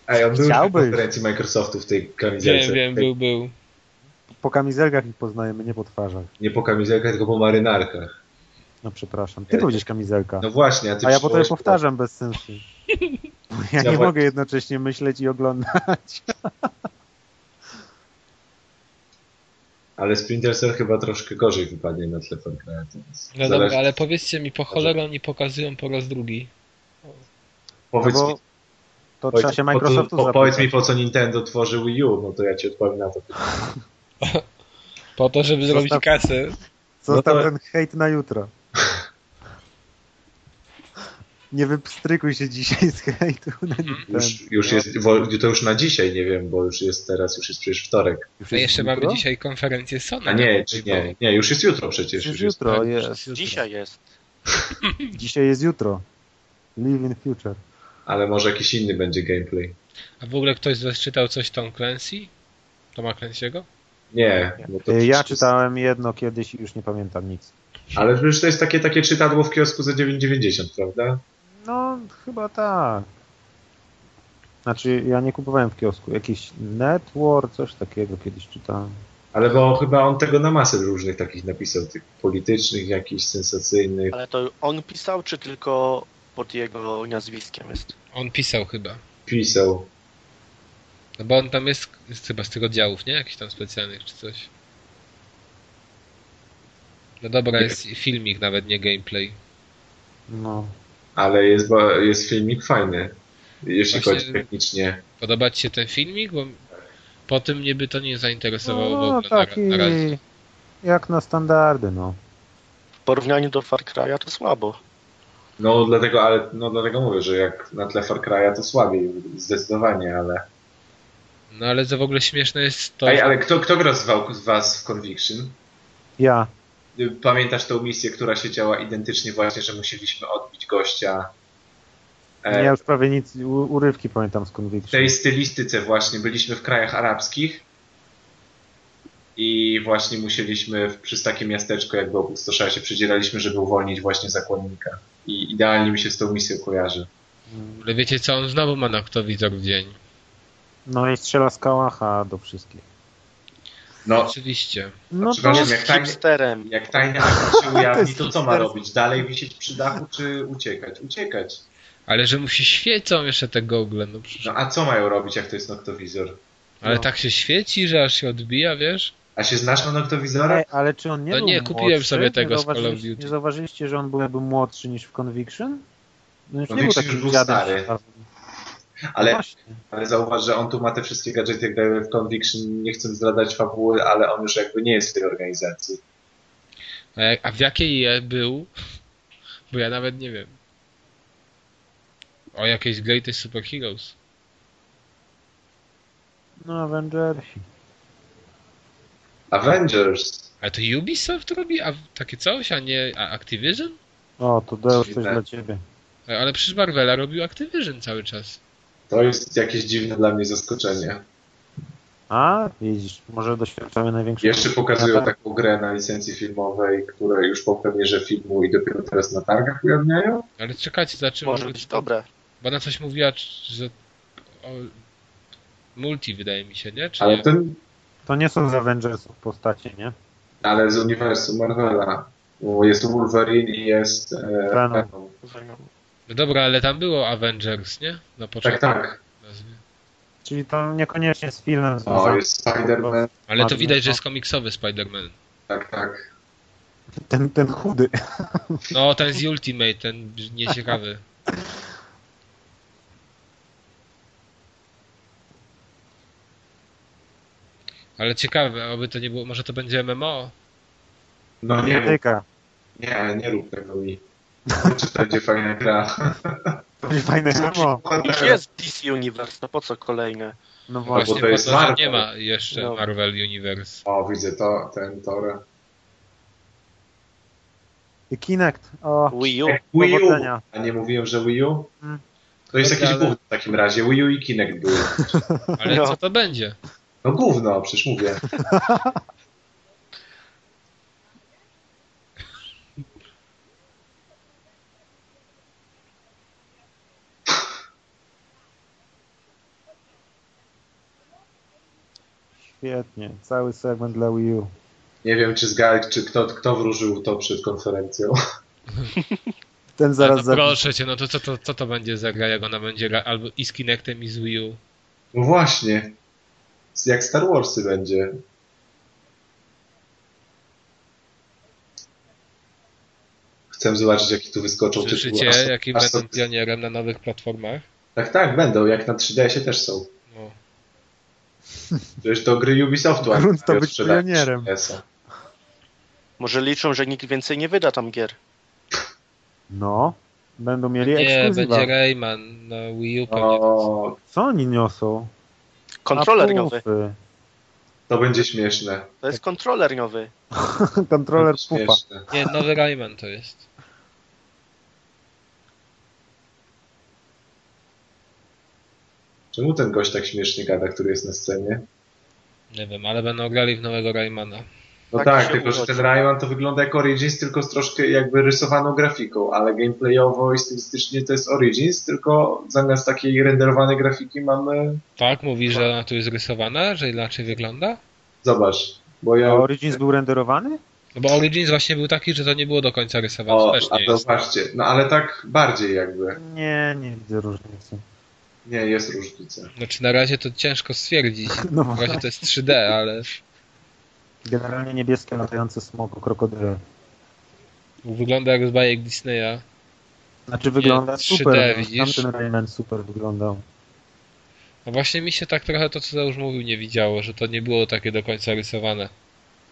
[SPEAKER 3] Ej, on był na
[SPEAKER 2] Chciałbyś.
[SPEAKER 3] konferencji Microsoftu w tej kamizelce.
[SPEAKER 1] Wiem, wiem, był, był.
[SPEAKER 2] Po kamizelkach ich poznajemy, nie po twarzach.
[SPEAKER 3] Nie po kamizelkach, tylko po marynarkach.
[SPEAKER 2] No przepraszam. Ty powiedziesz kamizelka.
[SPEAKER 3] No właśnie, a ty
[SPEAKER 2] A ja potem
[SPEAKER 3] przywołałeś-
[SPEAKER 2] powtarzam bez sensu. Ja
[SPEAKER 3] Ja
[SPEAKER 2] nie
[SPEAKER 3] wa-
[SPEAKER 2] mogę jednocześnie myśleć i oglądać.
[SPEAKER 3] Ale Splinter Cell chyba troszkę gorzej wypadnie na tle Fortnite. więc
[SPEAKER 1] No
[SPEAKER 3] zależy-
[SPEAKER 1] dobra, ale powiedzcie mi, po cholerę oni pokazują po raz drugi.
[SPEAKER 3] Powiedz,
[SPEAKER 2] No
[SPEAKER 3] mi,
[SPEAKER 2] bo to
[SPEAKER 3] powiedz,
[SPEAKER 2] trzeba się
[SPEAKER 3] po, co-
[SPEAKER 2] Microsoftu
[SPEAKER 3] po, powiedz mi,
[SPEAKER 2] zapytać. Tak.
[SPEAKER 3] po co Nintendo tworzy Wii U, no to ja ci odpowiem na to. pytanie.
[SPEAKER 1] Po to, żeby
[SPEAKER 2] Zostaw-
[SPEAKER 1] zrobić kasę.
[SPEAKER 3] no
[SPEAKER 2] Zostaw
[SPEAKER 3] to-
[SPEAKER 2] ten hejt na jutro. Nie wypstrykuj się dzisiaj z hejtu na Nintendo.
[SPEAKER 3] Już, już
[SPEAKER 2] No.
[SPEAKER 3] jest, wo- to już na dzisiaj, nie wiem, bo już jest teraz, No, już jest przecież wtorek.
[SPEAKER 2] Już
[SPEAKER 1] A
[SPEAKER 2] jest
[SPEAKER 1] jeszcze
[SPEAKER 2] jutro?
[SPEAKER 1] mamy dzisiaj konferencję Sony.
[SPEAKER 3] A nie, czy nie, nie, już jest jutro
[SPEAKER 2] Już
[SPEAKER 3] przecież.
[SPEAKER 2] jest
[SPEAKER 3] Już jest,
[SPEAKER 2] jutro,
[SPEAKER 1] tak, już
[SPEAKER 2] jest.
[SPEAKER 1] jutro.
[SPEAKER 4] Dzisiaj jest.
[SPEAKER 2] Dzisiaj jest jutro. Live in future.
[SPEAKER 3] ale może jakiś inny będzie gameplay.
[SPEAKER 1] A w ogóle ktoś z was czytał coś Tom Clancy? Toma Clancy'ego?
[SPEAKER 3] Nie, bo to
[SPEAKER 2] E,
[SPEAKER 3] przecież
[SPEAKER 2] Ja
[SPEAKER 3] jest-
[SPEAKER 2] czytałem jedno kiedyś i już nie pamiętam nic.
[SPEAKER 3] Ale przecież to jest takie, takie czytadło w kiosku za 9,90, prawda?
[SPEAKER 2] No, chyba tak. Znaczy, ja nie kupowałem w kiosku. Jakiś network, coś takiego kiedyś czytałem.
[SPEAKER 3] Ale bo chyba on tego na masę różnych takich napisał, tych politycznych, jakichś sensacyjnych.
[SPEAKER 4] Ale to on pisał, czy tylko pod jego nazwiskiem jest?
[SPEAKER 1] On pisał chyba.
[SPEAKER 3] Pisał.
[SPEAKER 1] No bo on tam jest, jest chyba z tych oddziałów, nie? Jakichś tam specjalnych czy coś. No dobra,
[SPEAKER 3] Nie.
[SPEAKER 1] jest filmik nawet, nie gameplay.
[SPEAKER 2] No.
[SPEAKER 3] Ale jest, ba- jest filmik fajny, jeśli
[SPEAKER 1] Właśnie-
[SPEAKER 3] chodzi technicznie.
[SPEAKER 1] Podoba ci się ten filmik? Bo po tym mnie by to nie zainteresowało w
[SPEAKER 2] No,
[SPEAKER 1] ogóle na ra-
[SPEAKER 2] taki
[SPEAKER 1] na razie.
[SPEAKER 2] jak na standardy, no.
[SPEAKER 4] W porównaniu do Far Cry'a to słabo.
[SPEAKER 3] No dlatego, ale, no dlatego mówię, że jak na tle Far Cry'a to słabiej, zdecydowanie, ale...
[SPEAKER 1] No ale co w ogóle śmieszne jest to,
[SPEAKER 3] Ej,
[SPEAKER 1] że-
[SPEAKER 3] ale kto, kto gra z, wa- z was w Conviction?
[SPEAKER 2] Ja.
[SPEAKER 3] Y, Pamiętasz tą misję, która się działa identycznie właśnie, że musieliśmy odbić gościa? E,
[SPEAKER 2] Ja już prawie nic, u, urywki pamiętam z
[SPEAKER 3] w
[SPEAKER 2] Conviction.
[SPEAKER 3] tej stylistyce właśnie byliśmy w krajach arabskich I właśnie musieliśmy w- przez takie miasteczko, jakby opustoszałe się, przedzieraliśmy, żeby uwolnić właśnie zakładnika. I idealnie mi się z tą misją kojarzy.
[SPEAKER 1] Ale wiecie co, on znowu ma noktowizor w dzień.
[SPEAKER 2] No i strzela z kałacha do wszystkich.
[SPEAKER 3] No,
[SPEAKER 1] Oczywiście.
[SPEAKER 2] No to
[SPEAKER 3] przepraszam,
[SPEAKER 2] jest...
[SPEAKER 4] Jest
[SPEAKER 3] jak tajny,
[SPEAKER 4] hipsterem.
[SPEAKER 3] jak tajny agent się ujawni,
[SPEAKER 2] To
[SPEAKER 3] to
[SPEAKER 2] jest
[SPEAKER 3] co ma robić? Dalej wisieć przy dachu, czy uciekać? Uciekać.
[SPEAKER 1] Ale że mu się świecą jeszcze te gogle, no przecież.
[SPEAKER 3] No a co mają robić, jak to jest noktowizor?
[SPEAKER 1] Ale
[SPEAKER 2] no.
[SPEAKER 1] tak się świeci, że aż się odbija, wiesz?
[SPEAKER 3] A się znasz na noktowizorach?
[SPEAKER 2] Ale, e, ale czy on nie
[SPEAKER 1] No
[SPEAKER 2] był
[SPEAKER 1] nie, kupiłem
[SPEAKER 2] młodszy?
[SPEAKER 1] sobie tego
[SPEAKER 2] nie
[SPEAKER 1] z Call of
[SPEAKER 2] zauważyliście-
[SPEAKER 1] Duty.
[SPEAKER 2] Nie zauważyliście, że on byłby młodszy niż w Conviction? No już nie był
[SPEAKER 3] Conviction
[SPEAKER 2] taki
[SPEAKER 3] już był
[SPEAKER 2] dziadem
[SPEAKER 3] stary.
[SPEAKER 2] przysparty.
[SPEAKER 3] Ale,
[SPEAKER 2] no Właśnie.
[SPEAKER 3] ale zauważ, że on tu ma te wszystkie gadżety, jak daje w Conviction, nie chcę zdradzać fabuły, ale on już jakby nie jest w tej organizacji.
[SPEAKER 1] A, jak, E, a w jakiej je był? Bo ja nawet nie wiem. O jakiejś Greatest Super Heroes.
[SPEAKER 2] No Avengersi.
[SPEAKER 3] Avengers!
[SPEAKER 1] Ale to Ubisoft robi a, takie coś, a nie a Activision?
[SPEAKER 2] O, to Deo coś
[SPEAKER 3] Czyli tak.
[SPEAKER 2] dla ciebie.
[SPEAKER 1] A- Ale przecież Marvela robił Activision cały czas.
[SPEAKER 3] To jest jakieś dziwne dla mnie zaskoczenie.
[SPEAKER 2] A, widzisz, może doświadczamy największego...
[SPEAKER 3] Jeszcze pokazują tak- taką grę na licencji filmowej, które już po premierze filmu i dopiero teraz na targach ujawniają?
[SPEAKER 1] Ale czekajcie, za czym
[SPEAKER 4] Może być dobre.
[SPEAKER 1] Bo ona coś mówiła, c- że. O, multi wydaje mi się, nie? Czy
[SPEAKER 3] Ale
[SPEAKER 1] nie?
[SPEAKER 3] to,
[SPEAKER 2] To nie są z Avengersów postacie, nie?
[SPEAKER 3] ale z uniwersum Marvela. Bo Jest Wolverine i jest e,
[SPEAKER 2] Venom.
[SPEAKER 3] Venom.
[SPEAKER 1] No dobra, ale tam było Avengers, nie? Na
[SPEAKER 3] Tak,
[SPEAKER 1] początku.
[SPEAKER 3] tak.
[SPEAKER 1] nazwy.
[SPEAKER 2] Czyli to niekoniecznie z filmem
[SPEAKER 3] O,
[SPEAKER 2] związane.
[SPEAKER 3] jest Spider-Man.
[SPEAKER 1] Ale to
[SPEAKER 2] Ładnie,
[SPEAKER 1] widać, że
[SPEAKER 2] no.
[SPEAKER 1] jest komiksowy Spider-Man.
[SPEAKER 3] Tak, tak.
[SPEAKER 2] Ten, ten chudy.
[SPEAKER 1] No, ten z Ultimate, ten nieciekawy. Ale ciekawe, aby to nie było, może to będzie MMO?
[SPEAKER 3] No nie, rób-
[SPEAKER 2] Tyka.
[SPEAKER 3] nie, nie rób tego mi. Czy to będzie fajna gra?
[SPEAKER 2] To jest fajne demo.
[SPEAKER 4] Już jest DC Universe, no po co kolejne?
[SPEAKER 2] No
[SPEAKER 1] Właśnie
[SPEAKER 2] właśnie.
[SPEAKER 3] to
[SPEAKER 1] po to,
[SPEAKER 3] jest
[SPEAKER 1] że
[SPEAKER 3] Marvel.
[SPEAKER 1] nie ma jeszcze
[SPEAKER 4] No.
[SPEAKER 1] Marvel Universe.
[SPEAKER 3] O, widzę to, ten Tor.
[SPEAKER 2] I Kinect. O,
[SPEAKER 4] No, Wii U.
[SPEAKER 3] Wii U!
[SPEAKER 2] Powodzenia.
[SPEAKER 3] A nie mówiłem, że Wii U?
[SPEAKER 2] Mm.
[SPEAKER 3] To jest
[SPEAKER 1] Dobra,
[SPEAKER 3] jakiś
[SPEAKER 1] ale-
[SPEAKER 3] gówno w takim razie. Wii U i Kinect były.
[SPEAKER 1] Ale
[SPEAKER 4] No.
[SPEAKER 1] co to będzie?
[SPEAKER 3] No gówno, przecież mówię.
[SPEAKER 2] świetnie. Cały segment dla Wii U.
[SPEAKER 3] Nie wiem, czy zgadł, czy kto, kto wróżył to przed konferencją.
[SPEAKER 2] Ten zaraz
[SPEAKER 1] no,
[SPEAKER 2] zabił.
[SPEAKER 1] proszę cię, no to co to, co to będzie za gra, jak ona będzie gra, albo i z Kinectem i z Wii U?
[SPEAKER 3] No właśnie. Jak Star Warsy będzie. Chcę zobaczyć, jaki tu wyskoczą
[SPEAKER 1] Słyszycie,
[SPEAKER 3] Aż-
[SPEAKER 1] jakim
[SPEAKER 3] aż-
[SPEAKER 1] będą pionierem na nowych platformach?
[SPEAKER 3] Tak, tak, będą. Jak na 3DS-ie też są.
[SPEAKER 1] No.
[SPEAKER 3] Przecież to gry Ubisoftu. a nie
[SPEAKER 2] Grunt to
[SPEAKER 3] mają
[SPEAKER 2] być
[SPEAKER 3] sprzedaż
[SPEAKER 2] pionierem.
[SPEAKER 3] 3DS-a.
[SPEAKER 4] Może liczą, że nikt więcej nie wyda tam gier.
[SPEAKER 2] No. Będą mieli
[SPEAKER 1] Nie,
[SPEAKER 2] ekskluzywa.
[SPEAKER 1] będzie Rayman na Wii U pewnie.
[SPEAKER 3] O,
[SPEAKER 2] Co oni niosą?
[SPEAKER 4] Kontroler nowy.
[SPEAKER 2] Apufy.
[SPEAKER 3] to będzie śmieszne.
[SPEAKER 4] To jest kontroler nowy.
[SPEAKER 2] Kontroler
[SPEAKER 3] Będzie
[SPEAKER 2] pupa.
[SPEAKER 3] śmieszne.
[SPEAKER 1] Nie, nowy Rayman to jest.
[SPEAKER 3] Czemu ten gość tak śmiesznie gada, który jest na scenie?
[SPEAKER 1] Nie wiem, ale będą grali w nowego Raymana.
[SPEAKER 3] No tak,
[SPEAKER 4] Tak się
[SPEAKER 3] tylko że
[SPEAKER 4] urodzi.
[SPEAKER 3] ten Rayman to wygląda jak Origins, tylko z troszkę jakby rysowaną grafiką, ale gameplayowo i stylistycznie to jest Origins, tylko zamiast takiej renderowanej grafiki mamy...
[SPEAKER 1] Tak, mówi, że ona tu jest rysowana, że inaczej wygląda?
[SPEAKER 3] Zobacz, bo
[SPEAKER 2] A
[SPEAKER 3] ja...
[SPEAKER 2] Origins był renderowany?
[SPEAKER 1] No bo Origins właśnie był taki, że to nie było do końca rysowane.
[SPEAKER 3] O,
[SPEAKER 1] też
[SPEAKER 3] a
[SPEAKER 1] nie
[SPEAKER 3] to
[SPEAKER 1] jest.
[SPEAKER 3] zobaczcie, no ale tak bardziej jakby.
[SPEAKER 2] Nie, nie widzę różnicy.
[SPEAKER 3] Nie, jest różnica.
[SPEAKER 1] Znaczy na razie to ciężko stwierdzić.
[SPEAKER 2] No
[SPEAKER 1] Na razie
[SPEAKER 2] właśnie.
[SPEAKER 1] to jest 3D, ale
[SPEAKER 2] Generalnie niebieskie latające smoko, krokodyle.
[SPEAKER 1] wygląda jak z bajek Disneya.
[SPEAKER 2] Znaczy wygląda
[SPEAKER 1] Nie, 3D
[SPEAKER 2] super. no,
[SPEAKER 1] widzisz?
[SPEAKER 2] Tamten Rayman super wyglądał.
[SPEAKER 1] No właśnie mi się tak trochę to, co już mówił, nie widziało, że to nie było takie do końca rysowane.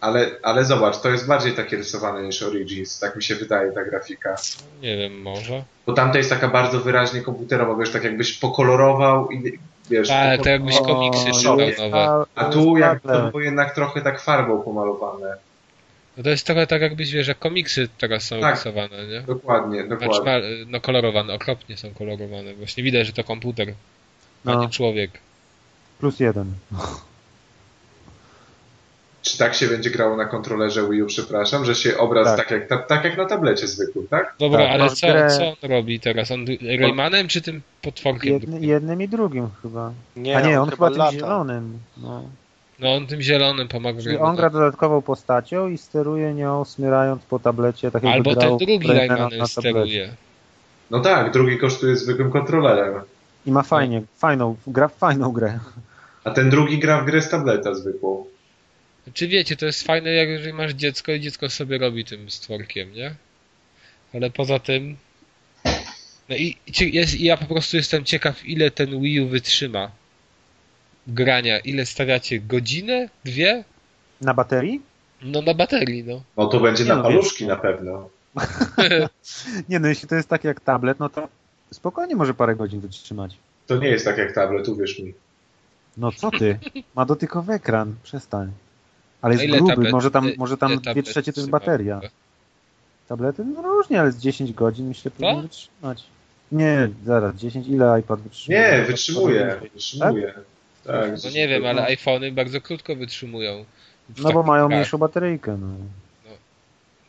[SPEAKER 3] Ale, ale zobacz, to jest bardziej takie rysowane niż Origins, tak mi się wydaje ta grafika.
[SPEAKER 1] Nie wiem, może.
[SPEAKER 3] Bo tamta jest taka bardzo wyraźnie komputerowa, bo już tak jakbyś pokolorował i wiesz... no,
[SPEAKER 1] Ale to jakbyś komiksy szukał
[SPEAKER 3] jest.
[SPEAKER 1] nowe.
[SPEAKER 3] A tu jak to było jednak trochę tak farbą pomalowane.
[SPEAKER 1] No to jest trochę tak, jakbyś wiesz, jak komiksy teraz są
[SPEAKER 3] Tak.
[SPEAKER 1] rysowane, nie?
[SPEAKER 3] Dokładnie,
[SPEAKER 1] Znaczy,
[SPEAKER 3] dokładnie.
[SPEAKER 1] ma, no kolorowane, okropnie są kolorowane. Właśnie widać, że to komputer, a
[SPEAKER 2] No,
[SPEAKER 1] nie człowiek.
[SPEAKER 2] plus jeden.
[SPEAKER 3] Czy tak się będzie grało na kontrolerze Wii U, przepraszam, że się obraz tak,
[SPEAKER 2] Tak.
[SPEAKER 3] jak, ta, tak jak na tablecie zwykłym, tak?
[SPEAKER 1] Dobra,
[SPEAKER 2] Tak,
[SPEAKER 1] ale
[SPEAKER 4] masz
[SPEAKER 1] co,
[SPEAKER 2] grę-
[SPEAKER 1] co on robi teraz? On Raymanem czy tym potworkiem?
[SPEAKER 2] Jedny, jednym i drugim chyba.
[SPEAKER 4] Nie,
[SPEAKER 2] A nie, on, chyba,
[SPEAKER 4] lata.
[SPEAKER 2] tym zielonym. No.
[SPEAKER 1] No on tym zielonym pomaga.
[SPEAKER 2] Czyli
[SPEAKER 1] Raymanem.
[SPEAKER 2] on gra dodatkową postacią i steruje nią, smyrając po tablecie, tak jakby
[SPEAKER 1] Albo ten
[SPEAKER 2] grał
[SPEAKER 1] drugi
[SPEAKER 2] Raymanem
[SPEAKER 1] Raymanem
[SPEAKER 2] na tablecie.
[SPEAKER 1] steruje.
[SPEAKER 3] No tak, drugi kosztuje zwykłym kontrolerem,
[SPEAKER 2] I ma fajnie, fajną, gra w fajną grę.
[SPEAKER 3] a ten drugi gra w grę z tableta zwykłą.
[SPEAKER 1] Czy wiecie, to jest fajne, jak jeżeli masz dziecko i dziecko sobie robi tym stworkiem, nie? Ale poza tym. No i, i cie- jest, i ja po prostu jestem ciekaw, ile ten Wii U wytrzyma grania. Ile stawiacie? Godzinę? Dwie?
[SPEAKER 2] Na baterii?
[SPEAKER 1] No na baterii, no.
[SPEAKER 3] No to będzie
[SPEAKER 2] Nie
[SPEAKER 3] na
[SPEAKER 2] no,
[SPEAKER 3] paluszki na pewno.
[SPEAKER 2] Nie no, jeśli to jest tak jak tablet, no to spokojnie może parę godzin wytrzymać.
[SPEAKER 3] To nie jest tak jak tablet, uwierz mi.
[SPEAKER 2] No co ty? Ma dotykowy ekran, przestań. Ale
[SPEAKER 1] A
[SPEAKER 2] jest
[SPEAKER 1] ile
[SPEAKER 2] gruby,
[SPEAKER 1] tablet-
[SPEAKER 2] może tam,
[SPEAKER 1] ile-
[SPEAKER 2] może
[SPEAKER 1] ile
[SPEAKER 2] tam dwie
[SPEAKER 1] tablet
[SPEAKER 2] trzecie to jest
[SPEAKER 1] trzyma?
[SPEAKER 2] bateria. Tablety? No różnie, ale z 10 godzin myślę powinien wytrzymać. Nie, zaraz, 10 ile iPad wytrzymuje?
[SPEAKER 3] Nie, wytrzymuje, wytrzymuje. Tak?
[SPEAKER 1] No nie wiem, ale iPhony bardzo krótko wytrzymują. W
[SPEAKER 2] No bo
[SPEAKER 1] takich
[SPEAKER 2] mają
[SPEAKER 1] grach.
[SPEAKER 2] mniejszą bateryjkę, no.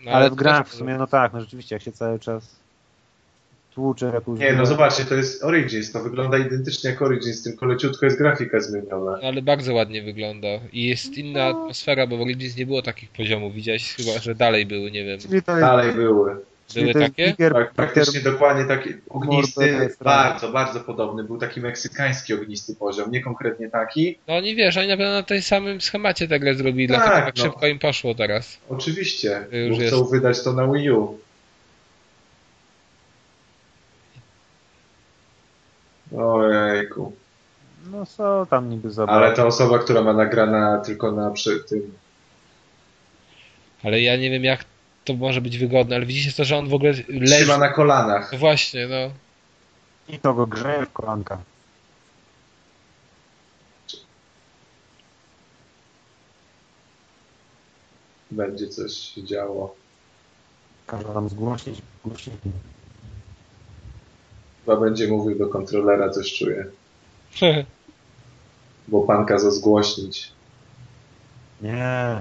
[SPEAKER 1] No,
[SPEAKER 2] Ale w grach
[SPEAKER 1] też-
[SPEAKER 2] w sumie, no tak, no rzeczywiście, jak się cały czas tłucze jak już...
[SPEAKER 3] Nie, no zobaczcie, to jest Origins, to wygląda identycznie jak Origins, tylko leciutko jest grafika zmieniona.
[SPEAKER 1] No, ale bardzo ładnie wygląda. I jest inna
[SPEAKER 2] No.
[SPEAKER 1] atmosfera, bo w Origins nie było takich poziomów. Widziałeś chyba, że dalej były, nie wiem.
[SPEAKER 2] Czyli to jest,
[SPEAKER 3] Dalej były.
[SPEAKER 2] czyli
[SPEAKER 1] Były
[SPEAKER 2] to jest
[SPEAKER 1] takie?
[SPEAKER 2] Bigger,
[SPEAKER 3] Tak,
[SPEAKER 2] bigger,
[SPEAKER 3] praktycznie dokładnie taki
[SPEAKER 2] Mortal
[SPEAKER 3] ognisty,
[SPEAKER 2] Kombat.
[SPEAKER 3] bardzo, bardzo podobny. Był taki meksykański ognisty poziom, nie konkretnie taki.
[SPEAKER 1] No oni wiesz, oni na pewno na tej samym schemacie tę grę zrobili,
[SPEAKER 3] Tak,
[SPEAKER 1] dlatego tak
[SPEAKER 3] no.
[SPEAKER 1] szybko im poszło teraz.
[SPEAKER 3] Oczywiście,
[SPEAKER 1] To już
[SPEAKER 3] bo chcą
[SPEAKER 1] jest.
[SPEAKER 3] wydać to na Wii U. Ojejku.
[SPEAKER 2] no są tam niby zabawy.
[SPEAKER 3] Ale ta osoba, która ma nagrana tylko na przy tym.
[SPEAKER 1] Ale ja nie wiem jak to może być wygodne, ale widzicie to, że on w ogóle leży.
[SPEAKER 3] Trzyma na kolanach.
[SPEAKER 1] No właśnie, no.
[SPEAKER 2] I to go grzeje w kolanka.
[SPEAKER 3] Będzie coś się działo.
[SPEAKER 2] Każe nam zgłosić głośniki.
[SPEAKER 3] Chyba będzie mówił do kontrolera, coś czuję. Bo pan kazał zgłośnić.
[SPEAKER 2] Nie.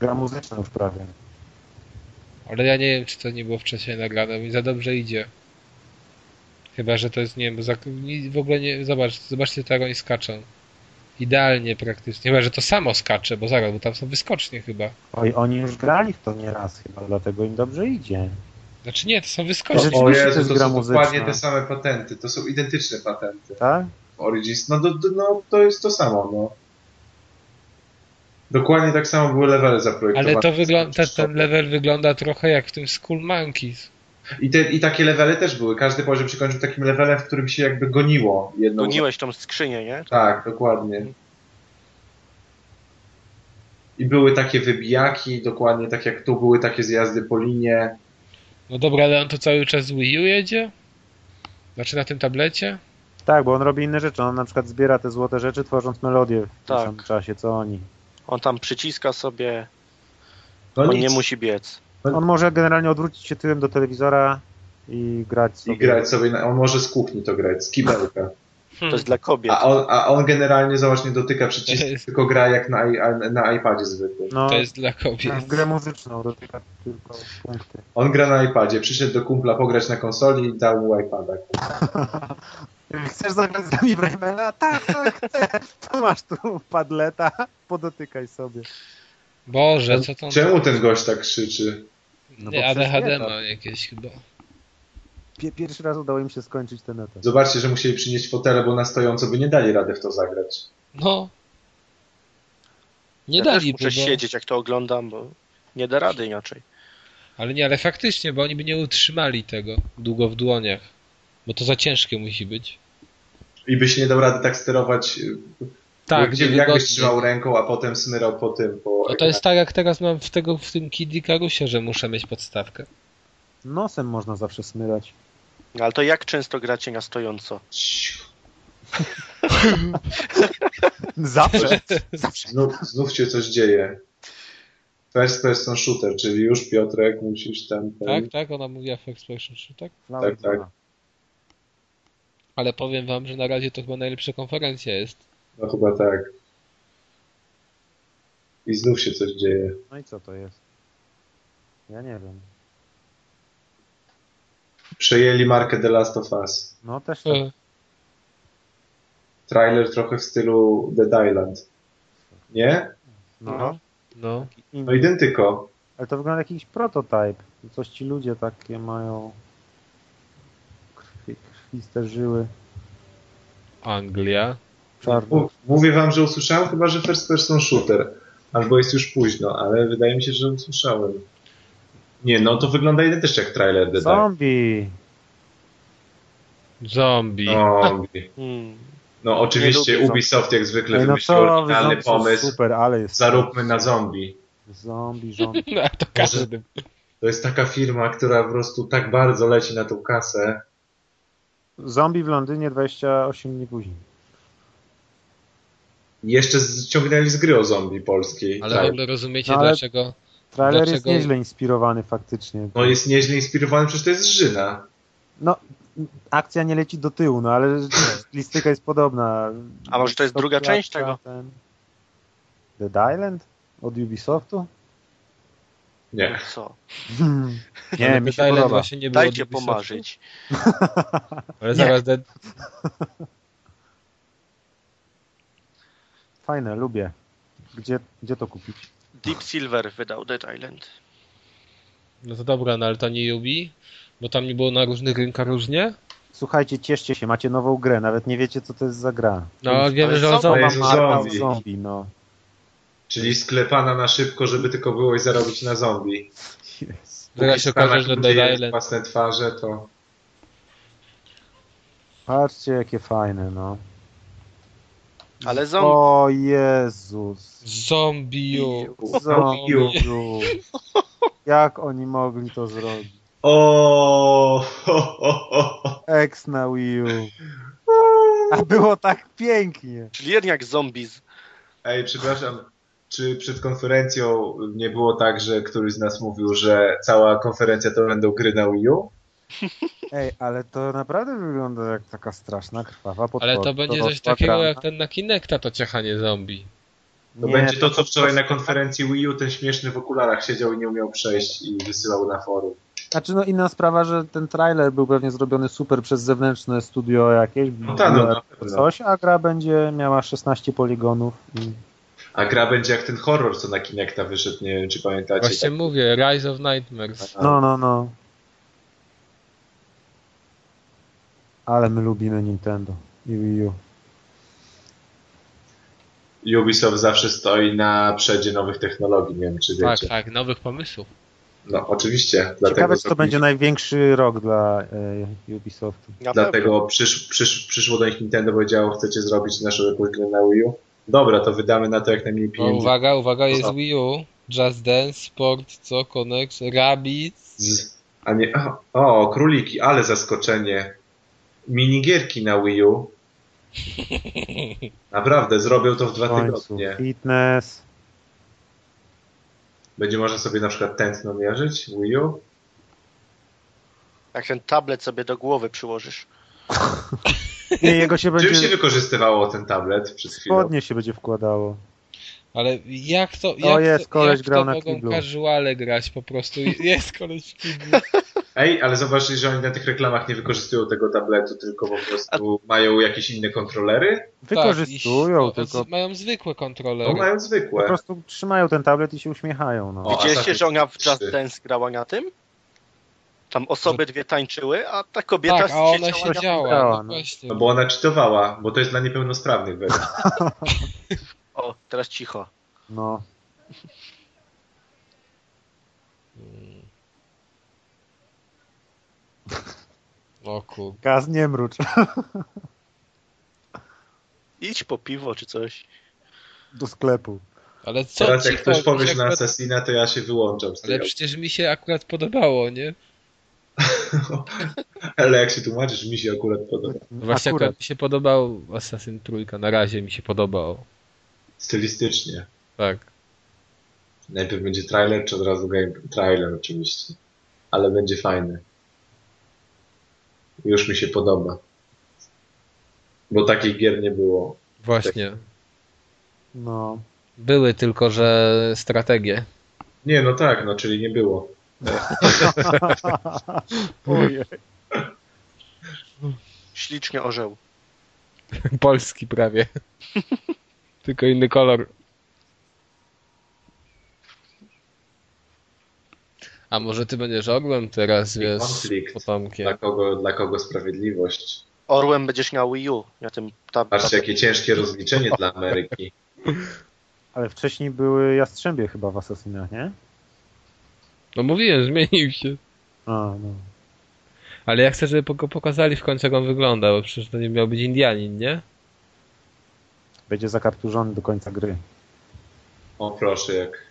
[SPEAKER 2] Gra muzyczna już prawie.
[SPEAKER 1] Ale ja nie wiem, czy to nie było wcześniej nagrane, mi za dobrze idzie. Chyba, że to jest, nie wiem, za, ni- w ogóle nie, zobacz, zobaczcie tak oni skaczą. Idealnie praktycznie, chyba, że to samo skacze, bo zaraz, bo tam są wyskocznie chyba.
[SPEAKER 2] Oj, oni już grali w to nieraz chyba, dlatego im dobrze idzie.
[SPEAKER 1] Znaczy nie, to są
[SPEAKER 2] To-
[SPEAKER 1] wyskocznie.
[SPEAKER 2] Rzeczywiście
[SPEAKER 3] O Jezu,
[SPEAKER 2] jest
[SPEAKER 3] to
[SPEAKER 2] gra
[SPEAKER 3] są dokładnie
[SPEAKER 2] muzyczna.
[SPEAKER 3] te same patenty. To są identyczne patenty.
[SPEAKER 2] Tak?
[SPEAKER 3] Origins, no, do, do, no to jest to samo, no. Dokładnie tak samo były levele zaprojektowane.
[SPEAKER 1] Ale to wygląda, ten
[SPEAKER 3] Przyszło.
[SPEAKER 1] level wygląda trochę jak w tym Skull Monkeys.
[SPEAKER 3] I, te, I takie levele też były. Każdy poziom się kończył takim levelem, w którym się jakby goniło jedną.
[SPEAKER 4] Goniłeś tą skrzynię, nie?
[SPEAKER 3] Tak, dokładnie. I były takie wybijaki, dokładnie tak jak tu były takie zjazdy po linie.
[SPEAKER 1] No dobra, ale on to cały czas z Wii U jedzie? Znaczy na tym tablecie?
[SPEAKER 2] Tak, bo on robi inne rzeczy. On na przykład zbiera te złote rzeczy, tworząc melodię w tym
[SPEAKER 4] Tak.
[SPEAKER 2] samym czasie, co oni.
[SPEAKER 4] On tam przyciska sobie,
[SPEAKER 3] No
[SPEAKER 4] on
[SPEAKER 3] nic.
[SPEAKER 4] nie musi biec.
[SPEAKER 2] On może generalnie odwrócić się tyłem do telewizora i grać sobie.
[SPEAKER 3] I grać sobie, na, on może z kuchni to grać, z kibelka.
[SPEAKER 4] To
[SPEAKER 2] Hmm.
[SPEAKER 4] jest dla kobiet.
[SPEAKER 3] A on, a on generalnie zobacz, nie dotyka
[SPEAKER 1] To
[SPEAKER 3] przycisku,
[SPEAKER 1] jest-
[SPEAKER 3] tylko gra jak na, i- na iPadzie zwykłym.
[SPEAKER 2] No,
[SPEAKER 1] To jest dla kobiet.
[SPEAKER 2] w grę muzyczną dotyka tylko punkty.
[SPEAKER 3] On gra na iPadzie, przyszedł do kumpla pograć na konsoli i dał mu iPada.
[SPEAKER 2] Chcesz zagrać z nami w Raymana? Tak, tak, chcę. To masz tu padleta, podotykaj sobie.
[SPEAKER 1] Boże, co to...
[SPEAKER 3] Czemu ten gość tak krzyczy?
[SPEAKER 2] No
[SPEAKER 1] Nie,
[SPEAKER 2] bo
[SPEAKER 1] ADHD
[SPEAKER 2] przecież nie,
[SPEAKER 1] ma jakieś chyba.
[SPEAKER 2] Pie- Pierwszy raz udało im się skończyć ten etap.
[SPEAKER 3] Zobaczcie, że musieli przynieść fotele, bo na stojąco by nie dali rady w to zagrać.
[SPEAKER 1] No. Nie
[SPEAKER 4] ja też
[SPEAKER 1] dali
[SPEAKER 4] muszę
[SPEAKER 1] bo...
[SPEAKER 4] siedzieć, jak to oglądam, bo nie da rady inaczej.
[SPEAKER 1] Ale nie, ale faktycznie, bo oni by nie utrzymali tego długo w dłoniach. Bo to za ciężkie musi być.
[SPEAKER 3] I byś nie dał rady tak sterować, tak, gdzie jakbyś trzymał ręką, a potem smyrał po tym. Po
[SPEAKER 1] No to jest tak, jak teraz mam w, tego, w tym Kid Icarusie, że muszę mieć podstawkę.
[SPEAKER 2] Nosem można zawsze smyrać.
[SPEAKER 4] No, Ale to jak często gracie na stojąco?
[SPEAKER 1] Tak,
[SPEAKER 2] Zawsze.
[SPEAKER 3] Znów, znów się coś dzieje. First person shooter, czyli już Piotrek musisz tam... ten-
[SPEAKER 1] Tak, tak, ona mówiła w Expression tak?
[SPEAKER 2] Flauta.
[SPEAKER 3] Tak, tak.
[SPEAKER 1] Ale powiem wam, że na razie to chyba najlepsza konferencja jest.
[SPEAKER 3] No chyba tak. I znów się coś dzieje.
[SPEAKER 2] No i co to jest? Ja nie wiem.
[SPEAKER 3] Przejęli markę The Last of Us.
[SPEAKER 2] No też tak.
[SPEAKER 1] E,
[SPEAKER 3] Trailer trochę w stylu The Island. Nie?
[SPEAKER 2] No.
[SPEAKER 1] No.
[SPEAKER 3] No identyko.
[SPEAKER 2] Ale to wygląda jak jakiś prototyp. Coś ci ludzie takie mają krwi, krwiste żyły.
[SPEAKER 1] Anglia.
[SPEAKER 2] Czarne.
[SPEAKER 3] Mów- Mówię wam, że usłyszałem, chyba że first person shooter. Albo jest już późno, ale wydaje mi się, że usłyszałem. Nie, no to wygląda identycznie jak trailer The Island.
[SPEAKER 2] Zombie!
[SPEAKER 1] Zombie.
[SPEAKER 3] No,
[SPEAKER 4] Hmm.
[SPEAKER 3] no
[SPEAKER 4] Nie
[SPEAKER 3] oczywiście
[SPEAKER 4] lubię
[SPEAKER 3] Ubisoft jak zwykle
[SPEAKER 2] Ej, no
[SPEAKER 3] wymyślił
[SPEAKER 2] co,
[SPEAKER 3] oryginalny
[SPEAKER 2] zombie są
[SPEAKER 3] pomysł.
[SPEAKER 2] super, ale jest
[SPEAKER 3] Zaróbmy na zombie.
[SPEAKER 2] Zombie, zombie.
[SPEAKER 1] No, a to każdy.
[SPEAKER 3] To jest taka firma, która po prostu tak bardzo leci na tą kasę.
[SPEAKER 2] Zombie w Londynie 28 dni później.
[SPEAKER 3] Jeszcze ściągnęli z gry o zombie polskiej.
[SPEAKER 1] Ale w
[SPEAKER 3] tak.
[SPEAKER 1] ogóle rozumiecie
[SPEAKER 2] No, ale-
[SPEAKER 1] dlaczego?
[SPEAKER 2] Trailer jest
[SPEAKER 1] Dlaczego-
[SPEAKER 2] nieźle inspirowany faktycznie.
[SPEAKER 3] No jest nieźle inspirowany, przecież to jest Żyna.
[SPEAKER 2] No, akcja nie leci do tyłu, no ale listyka jest podobna.
[SPEAKER 4] A może to jest druga
[SPEAKER 2] Stopklatka,
[SPEAKER 4] część tego?
[SPEAKER 2] ten- The Island? Od Ubisoftu?
[SPEAKER 3] Nie.
[SPEAKER 4] no Co?
[SPEAKER 2] nie, mi się
[SPEAKER 1] Island
[SPEAKER 2] podoba.
[SPEAKER 1] właśnie nie było
[SPEAKER 4] Dajcie
[SPEAKER 1] Ubisoftu,
[SPEAKER 4] pomarzyć.
[SPEAKER 1] Ale zaraz Dead...
[SPEAKER 2] Fajne, lubię. Gdzie, gdzie to kupić?
[SPEAKER 4] Deep Silver wydał Dead Island.
[SPEAKER 1] No to dobra, no ale to nie Ubi, bo tam nie było na różnych rynkach różnie.
[SPEAKER 2] Słuchajcie, cieszcie się, macie nową grę, nawet nie wiecie co to jest za gra.
[SPEAKER 1] No wiemy,
[SPEAKER 4] ale
[SPEAKER 1] że on
[SPEAKER 4] co?
[SPEAKER 1] zombie.
[SPEAKER 3] jest
[SPEAKER 2] Mam Marvel
[SPEAKER 3] zombie.
[SPEAKER 2] zombie, no.
[SPEAKER 3] Czyli sklepana na szybko, żeby tylko było i zarobić na zombie.
[SPEAKER 2] Yes.
[SPEAKER 1] Zaraz się okaże, że Dead Island.
[SPEAKER 3] własne twarze, to
[SPEAKER 2] Patrzcie jakie fajne, no.
[SPEAKER 4] Ale
[SPEAKER 1] No.
[SPEAKER 4] zombie.
[SPEAKER 2] O Jezus.
[SPEAKER 1] Zombiu.
[SPEAKER 2] Zombiu. Jak oni mogli to zrobić?
[SPEAKER 3] o, ho, ho, ho, ho.
[SPEAKER 2] Ex na Wii U. A było tak pięknie.
[SPEAKER 4] Czyli jednak zombies.
[SPEAKER 3] Ej, przepraszam, czy przed konferencją nie było tak, że któryś z nas mówił, że cała konferencja to będą gry na Wii U?
[SPEAKER 2] Ej, ale to naprawdę wygląda jak taka straszna, krwawa potwora.
[SPEAKER 1] Ale to będzie coś
[SPEAKER 2] dorosła
[SPEAKER 1] takiego
[SPEAKER 2] gra.
[SPEAKER 1] jak ten na Kinecta to ciechanie zombie.
[SPEAKER 3] To
[SPEAKER 2] Nie,
[SPEAKER 3] No będzie to, co wczoraj na konferencji Wii U ten śmieszny w okularach siedział i nie umiał przejść i wysyłał na forum.
[SPEAKER 2] Znaczy, no inna sprawa, że ten trailer był pewnie zrobiony super przez zewnętrzne studio jakieś,
[SPEAKER 3] No tak, no na pewno.
[SPEAKER 2] coś, a gra będzie miała 16 poligonów. I...
[SPEAKER 3] A gra będzie jak ten horror, co na Kinecta wyszedł, nie wiem czy pamiętacie.
[SPEAKER 1] Właśnie mówię, Rise of Nightmares.
[SPEAKER 3] A,
[SPEAKER 2] No, no, no. Ale my lubimy Nintendo i Wii U.
[SPEAKER 3] Tak. Ubisoft zawsze stoi na przedzie nowych technologii, nie wiem czy
[SPEAKER 1] Tak,
[SPEAKER 3] wiecie.
[SPEAKER 1] tak, nowych pomysłów.
[SPEAKER 3] No oczywiście, dlatego,
[SPEAKER 2] Ciekawe, czy to będzie największy rok dla e, Ubisoftu.
[SPEAKER 4] Na pewno.
[SPEAKER 3] dlatego przysz, przysz, przyszło do nich Nintendo powiedziało, chcecie zrobić naszą jakąś grę na Wii U? Dobra, to wydamy na to jak najmniej
[SPEAKER 1] No,
[SPEAKER 3] pieniędzy.
[SPEAKER 1] uwaga, uwaga, jest
[SPEAKER 3] Aha.
[SPEAKER 1] Wii U, Just Dance, Sport, co, Connect, Rabbids.
[SPEAKER 3] Z, a nie, o, o, króliki, ale zaskoczenie. Minigierki na Wii U. Naprawdę, zrobią to w
[SPEAKER 2] W
[SPEAKER 3] dwa
[SPEAKER 2] końcu.
[SPEAKER 3] tygodnie.
[SPEAKER 2] Fitness.
[SPEAKER 3] Będzie można sobie na przykład tętno mierzyć Wii U.
[SPEAKER 4] Jak ten tablet sobie do głowy przyłożysz.
[SPEAKER 2] Nie, jego się
[SPEAKER 3] Czym się
[SPEAKER 2] będzie...
[SPEAKER 3] wykorzystywało ten tablet przed chwilą?
[SPEAKER 2] Spodnie się będzie wkładało.
[SPEAKER 1] Ale jak to. Jak
[SPEAKER 2] jest,
[SPEAKER 1] to,
[SPEAKER 2] koleś
[SPEAKER 1] jak
[SPEAKER 2] grał
[SPEAKER 1] to
[SPEAKER 2] na
[SPEAKER 1] mogą
[SPEAKER 2] kiblu. Tak,
[SPEAKER 1] casuale grać po prostu. Jest koleś w kiblu. Tak,
[SPEAKER 3] Ej, ale zobaczcie, że oni na tych reklamach nie wykorzystują tego tabletu, tylko po prostu mają jakieś inne kontrolery?
[SPEAKER 2] Wykorzystują,
[SPEAKER 1] tak, i-
[SPEAKER 2] tylko
[SPEAKER 1] z- Mają zwykłe
[SPEAKER 3] No
[SPEAKER 1] kontrolery.
[SPEAKER 3] mają
[SPEAKER 2] Tak. po
[SPEAKER 3] zwykłe.
[SPEAKER 2] prostu trzymają ten tablet i się uśmiechają. No.
[SPEAKER 3] O,
[SPEAKER 4] Widzieliście,
[SPEAKER 3] Assassin's
[SPEAKER 4] że ona w
[SPEAKER 3] Creed
[SPEAKER 4] Just
[SPEAKER 3] trzy.
[SPEAKER 4] Dance grała na tym? Tam osoby dwie tańczyły, a ta kobieta
[SPEAKER 1] Tak, a ona
[SPEAKER 4] siedziała na-
[SPEAKER 1] siedziała.
[SPEAKER 2] grała,
[SPEAKER 1] No
[SPEAKER 2] no.
[SPEAKER 1] właśnie.
[SPEAKER 3] No bo ona czytowała, bo to jest dla niepełnosprawnych według.
[SPEAKER 4] O, teraz cicho.
[SPEAKER 2] no.
[SPEAKER 1] O kur...
[SPEAKER 2] Gaz nie mrucz.
[SPEAKER 4] Idź po piwo czy coś.
[SPEAKER 2] Do sklepu.
[SPEAKER 1] Ale co
[SPEAKER 3] Teraz jak
[SPEAKER 1] cicho,
[SPEAKER 3] ktoś powiesz
[SPEAKER 1] jak-
[SPEAKER 3] na Assassina, to ja się wyłączam z
[SPEAKER 1] Ale
[SPEAKER 3] tej
[SPEAKER 1] przecież mi się akurat podobało, nie?
[SPEAKER 3] Ale jak się tłumaczysz, mi się akurat podoba.
[SPEAKER 1] No Właśnie akurat.
[SPEAKER 2] Akurat.
[SPEAKER 1] mi się podobał Assassin Trójka, na razie mi się podobał.
[SPEAKER 3] Stylistycznie.
[SPEAKER 1] Tak.
[SPEAKER 3] Najpierw będzie trailer, czy od razu game... Trailer oczywiście. Ale będzie fajny. Już mi się podoba. Bo takich gier nie było.
[SPEAKER 1] Właśnie.
[SPEAKER 2] No.
[SPEAKER 1] Były tylko, że strategie.
[SPEAKER 3] Nie, no tak, no czyli nie było.
[SPEAKER 2] Ojej.
[SPEAKER 4] Ślicznie orzeł.
[SPEAKER 1] Polski prawie. tylko inny kolor. A może ty będziesz orłem teraz, wiesz,
[SPEAKER 3] konflikt. Tak.
[SPEAKER 1] potomkiem.
[SPEAKER 3] Dla kogo, dla kogo sprawiedliwość?
[SPEAKER 4] Orłem będziesz miał Wii U. Ja tym tam.
[SPEAKER 3] Patrzcie, jakie ciężkie rozliczenie dla Ameryki.
[SPEAKER 2] Ale wcześniej były jastrzębie chyba w Assassinach, nie?
[SPEAKER 1] No mówiłem, zmienił się.
[SPEAKER 2] A, no.
[SPEAKER 1] Ale ja chcę, żeby pok- pokazali w końcu, jak on wygląda, bo przecież to nie miał być Indianin, nie?
[SPEAKER 2] Będzie zakarturzony do końca gry.
[SPEAKER 3] O proszę, jak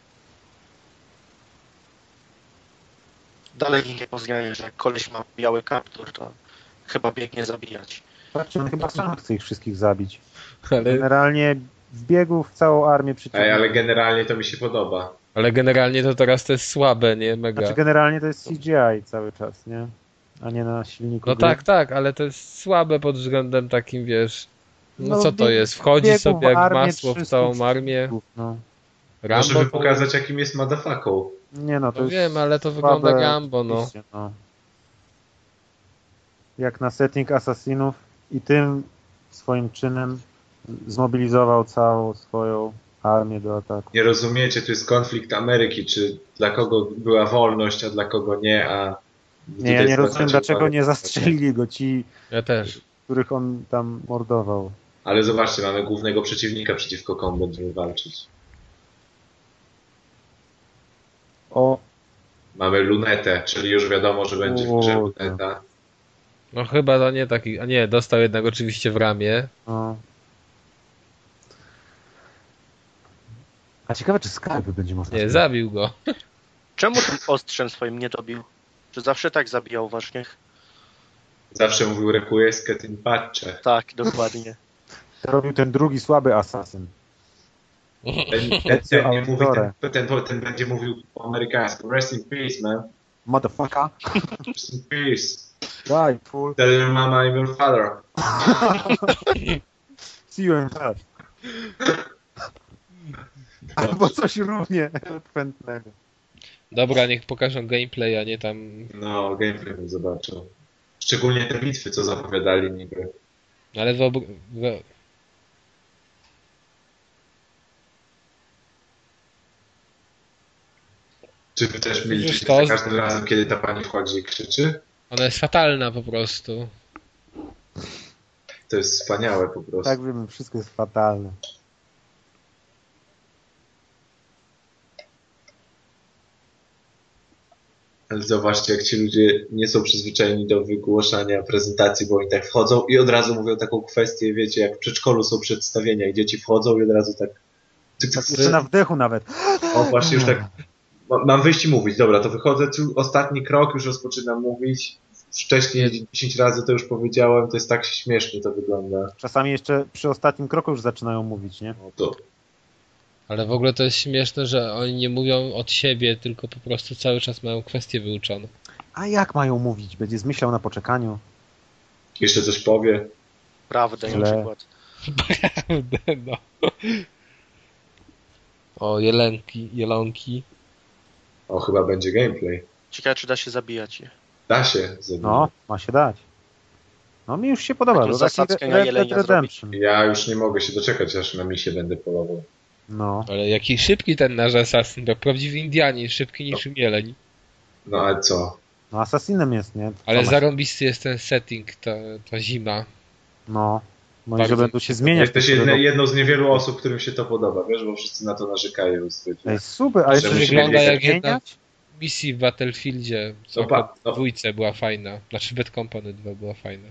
[SPEAKER 4] Dalej nie poznaję, że jak koleś ma biały kaptur, to chyba biegnie zabijać.
[SPEAKER 2] Patrzcie, on chyba sam chce ich wszystkich zabić.
[SPEAKER 1] Ale,
[SPEAKER 2] Generalnie wbiegł w całą armię
[SPEAKER 3] Ej,
[SPEAKER 2] przeciwnika.
[SPEAKER 3] ale generalnie to mi się podoba.
[SPEAKER 1] ale generalnie to teraz to jest słabe, nie? Mega.
[SPEAKER 2] Znaczy generalnie to jest CGI cały czas, nie? A nie na silniku
[SPEAKER 1] No
[SPEAKER 2] gry.
[SPEAKER 1] tak, tak, ale to jest słabe pod względem takim, wiesz... No
[SPEAKER 2] No,
[SPEAKER 1] co to
[SPEAKER 2] bieg-
[SPEAKER 1] jest? Wchodzi
[SPEAKER 2] biegł w
[SPEAKER 1] sobie jak
[SPEAKER 2] armię
[SPEAKER 1] masło w całą
[SPEAKER 2] 300
[SPEAKER 1] armię.
[SPEAKER 2] No.
[SPEAKER 3] No, żeby
[SPEAKER 1] Rambo?
[SPEAKER 3] pokazać, jakim jest madafaką.
[SPEAKER 2] Nie no, to
[SPEAKER 1] No
[SPEAKER 2] jest
[SPEAKER 1] wiem, ale to
[SPEAKER 2] słabe
[SPEAKER 1] wygląda Rambo, no.
[SPEAKER 2] oczywiście, no. Jak na setting asasinów i tym swoim czynem zmobilizował całą swoją armię do ataku.
[SPEAKER 3] Nie rozumiecie, tu jest konflikt Ameryki, czy dla kogo była wolność, a dla kogo nie, a... znaczy
[SPEAKER 2] Nie, ja nie rozumiem, dlaczego nie zastrzelili go ci,
[SPEAKER 1] Ja też.
[SPEAKER 2] których on tam mordował.
[SPEAKER 3] Ale zobaczcie, mamy głównego przeciwnika, przeciwko komu będziemy walczyć.
[SPEAKER 2] O,
[SPEAKER 3] Mamy lunetę, czyli już wiadomo, że będzie w grze
[SPEAKER 2] Kurde.
[SPEAKER 3] luneta.
[SPEAKER 1] No chyba to nie taki... A nie, dostał jednak oczywiście w ramię.
[SPEAKER 2] no. A ciekawe, czy skarby będzie można
[SPEAKER 1] Nie,
[SPEAKER 2] sprzedać.
[SPEAKER 1] zabił go.
[SPEAKER 4] Czemu tym ostrzem swoim nie dobił? Czy zawsze tak zabijał właśnie?
[SPEAKER 3] Zawsze mówił requiescat in pace.
[SPEAKER 4] Tak, dokładnie.
[SPEAKER 2] To robił ten drugi słaby asasyn.
[SPEAKER 3] Ten, ten, ten, nie mówi,
[SPEAKER 2] Autorę.
[SPEAKER 3] ten, ten, ten będzie mówił po amerykańsku. Rest in peace, man.
[SPEAKER 2] Motherfucker,
[SPEAKER 3] Rest in peace.
[SPEAKER 2] die fool,
[SPEAKER 3] Tell your mama I'm your father.
[SPEAKER 2] see you in hell.
[SPEAKER 1] No.
[SPEAKER 2] Albo coś równie elokwentnego.
[SPEAKER 1] Dobra, niech pokażą gameplay, a nie tam...
[SPEAKER 3] No, gameplay bym zobaczył. Szczególnie te bitwy, co zapowiadali niby.
[SPEAKER 1] Ale wyobr- wy...
[SPEAKER 3] Czy wy też milczycie
[SPEAKER 1] to-
[SPEAKER 3] za każdym razem, kiedy ta pani wchodzi i krzyczy?
[SPEAKER 1] Ona jest fatalna po prostu.
[SPEAKER 3] To jest wspaniałe po prostu.
[SPEAKER 2] Tak wiemy, wszystko jest fatalne. Tak,
[SPEAKER 3] Ale zobaczcie, jak ci ludzie nie są przyzwyczajeni do wygłaszania prezentacji, bo oni tak wchodzą i od razu mówią taką kwestię, wiecie, jak w przedszkolu są przedstawienia i dzieci wchodzą i od razu tak... cyk, cyk,
[SPEAKER 2] Tak
[SPEAKER 3] cyk.
[SPEAKER 2] jeszcze na wdechu nawet.
[SPEAKER 3] O, właśnie już tak... ma- Mam wyjść i mówić, dobra, to wychodzę, tu ostatni krok, już rozpoczynam mówić. Wcześniej 10 razy to już powiedziałem, to jest tak śmiesznie to wygląda.
[SPEAKER 2] Czasami jeszcze przy ostatnim kroku już zaczynają mówić, nie?
[SPEAKER 3] No to
[SPEAKER 1] Ale w ogóle to jest śmieszne, że oni nie mówią od siebie, tylko po prostu cały czas mają kwestie wyuczone.
[SPEAKER 2] A jak mają mówić? Będzie zmyślał na poczekaniu.
[SPEAKER 3] jeszcze coś powie.
[SPEAKER 4] Prawdę na
[SPEAKER 2] Źle.
[SPEAKER 4] przykład.
[SPEAKER 1] no. O, jelenki, jelonki.
[SPEAKER 3] O, chyba będzie gameplay.
[SPEAKER 4] Ciekawe, czy da się zabijać je.
[SPEAKER 3] Da się zrobić.
[SPEAKER 2] No, ma się dać. No mi już się podoba.
[SPEAKER 4] Taką
[SPEAKER 2] To taki
[SPEAKER 4] zasadzkę
[SPEAKER 2] Red
[SPEAKER 4] na
[SPEAKER 2] Red Dead
[SPEAKER 4] jelenia
[SPEAKER 2] Redemption.
[SPEAKER 3] Ja już nie mogę się doczekać, aż na misie będę polował.
[SPEAKER 2] No.
[SPEAKER 1] Ale jaki szybki ten nasz asasyn, to prawdziwy Indianin, szybki niż mieleń.
[SPEAKER 3] No ale co?
[SPEAKER 2] No asasinem jest, nie? To
[SPEAKER 1] Ale
[SPEAKER 2] ma-
[SPEAKER 1] zarąbisty jest ten setting, ta, ta zima.
[SPEAKER 2] No. No i
[SPEAKER 1] Bardzo-
[SPEAKER 2] że będą się zmieniać.
[SPEAKER 3] Jesteś jedne, jedną z niewielu osób, którym się to podoba, wiesz, bo wszyscy na to narzekają. zwykle.
[SPEAKER 2] Ej, super, ale
[SPEAKER 3] Że
[SPEAKER 2] jeszcze
[SPEAKER 3] musi
[SPEAKER 2] wygląda
[SPEAKER 3] mieć
[SPEAKER 1] jak
[SPEAKER 2] jak
[SPEAKER 1] jedna-
[SPEAKER 2] zmieniać?
[SPEAKER 1] Misji w Battlefieldzie, co
[SPEAKER 3] No pa-
[SPEAKER 1] no, dwójce była fajna, znaczy Bad Company 2 była fajna.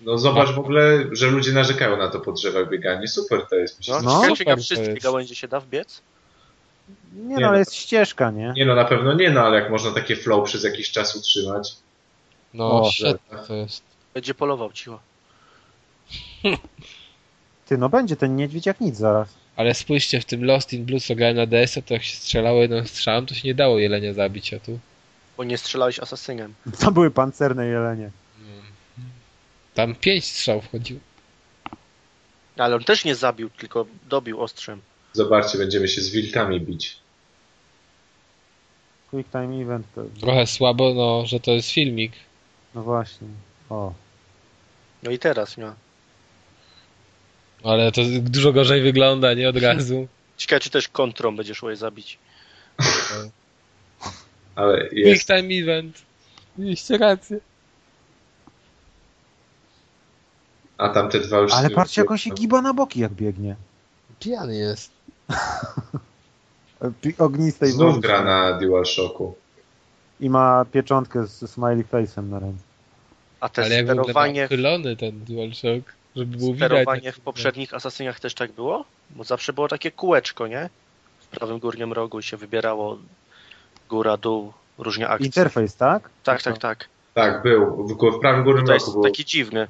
[SPEAKER 3] No zobacz w ogóle, że ludzie narzekają na to po drzewach bieganie. Super to jest. mi się
[SPEAKER 4] No,
[SPEAKER 2] No,
[SPEAKER 4] no ciekawe, czy na
[SPEAKER 1] super to
[SPEAKER 4] wszystkie
[SPEAKER 1] jest.
[SPEAKER 4] gałęzie się da wbiec?
[SPEAKER 2] Nie,
[SPEAKER 3] Nie,
[SPEAKER 2] no,
[SPEAKER 3] no.
[SPEAKER 2] ale jest ścieżka, nie?
[SPEAKER 3] Nie no, na pewno nie, no ale jak można takie flow przez jakiś czas utrzymać.
[SPEAKER 1] No,
[SPEAKER 2] O,
[SPEAKER 1] świetne to jest.
[SPEAKER 4] Będzie polował cicho.
[SPEAKER 2] Ty, no będzie ten niedźwiedź jak nic zaraz.
[SPEAKER 1] Ale spójrzcie, w tym Lost in Blue, co grałem na DS-a, to jak się strzelało jedną strzałem, to się nie dało jelenia zabić, a tu...
[SPEAKER 4] Bo nie strzelałeś asasynem.
[SPEAKER 2] To były pancerne jelenie.
[SPEAKER 1] Tam pięć strzał wchodził.
[SPEAKER 4] No, Ale on też nie zabił, tylko dobił ostrzem.
[SPEAKER 3] Zobaczcie, będziemy się z wilkami bić.
[SPEAKER 2] Quick time event pewnie.
[SPEAKER 1] Trochę słabo, no, że to jest filmik.
[SPEAKER 2] No właśnie. O.
[SPEAKER 4] No i teraz, no.
[SPEAKER 1] Ale to dużo gorzej wygląda, nie od razu.
[SPEAKER 4] Ciekawe, czy też kontrą będziesz je zabić.
[SPEAKER 3] Ale
[SPEAKER 1] Big
[SPEAKER 3] jest.
[SPEAKER 1] time event. Mieliście rację.
[SPEAKER 3] A tamte dwa już
[SPEAKER 2] Ale
[SPEAKER 3] nie-
[SPEAKER 2] patrzcie, jak on się giba na boki, jak biegnie.
[SPEAKER 1] Pijany jest.
[SPEAKER 2] E, pi- Ognistej
[SPEAKER 3] Znów
[SPEAKER 2] woli.
[SPEAKER 3] gra na DualShocku.
[SPEAKER 2] I ma pieczątkę z smiley face'em na ręce.
[SPEAKER 4] A te
[SPEAKER 1] Ale jak w ogóle ma
[SPEAKER 4] sterowanie,
[SPEAKER 1] uchylony ten DualShock, żeby było widać.
[SPEAKER 4] sterowanie w poprzednich asasynach też tak było? Bo zawsze było takie kółeczko, nie? W prawym górnym rogu się wybierało góra, dół, różne akcje.
[SPEAKER 2] Interfejs, tak?
[SPEAKER 4] Tak, tak, tak.
[SPEAKER 3] Tak, był. W, w prawym górnym
[SPEAKER 4] To
[SPEAKER 3] rogu
[SPEAKER 4] jest
[SPEAKER 3] był.
[SPEAKER 4] taki dziwny.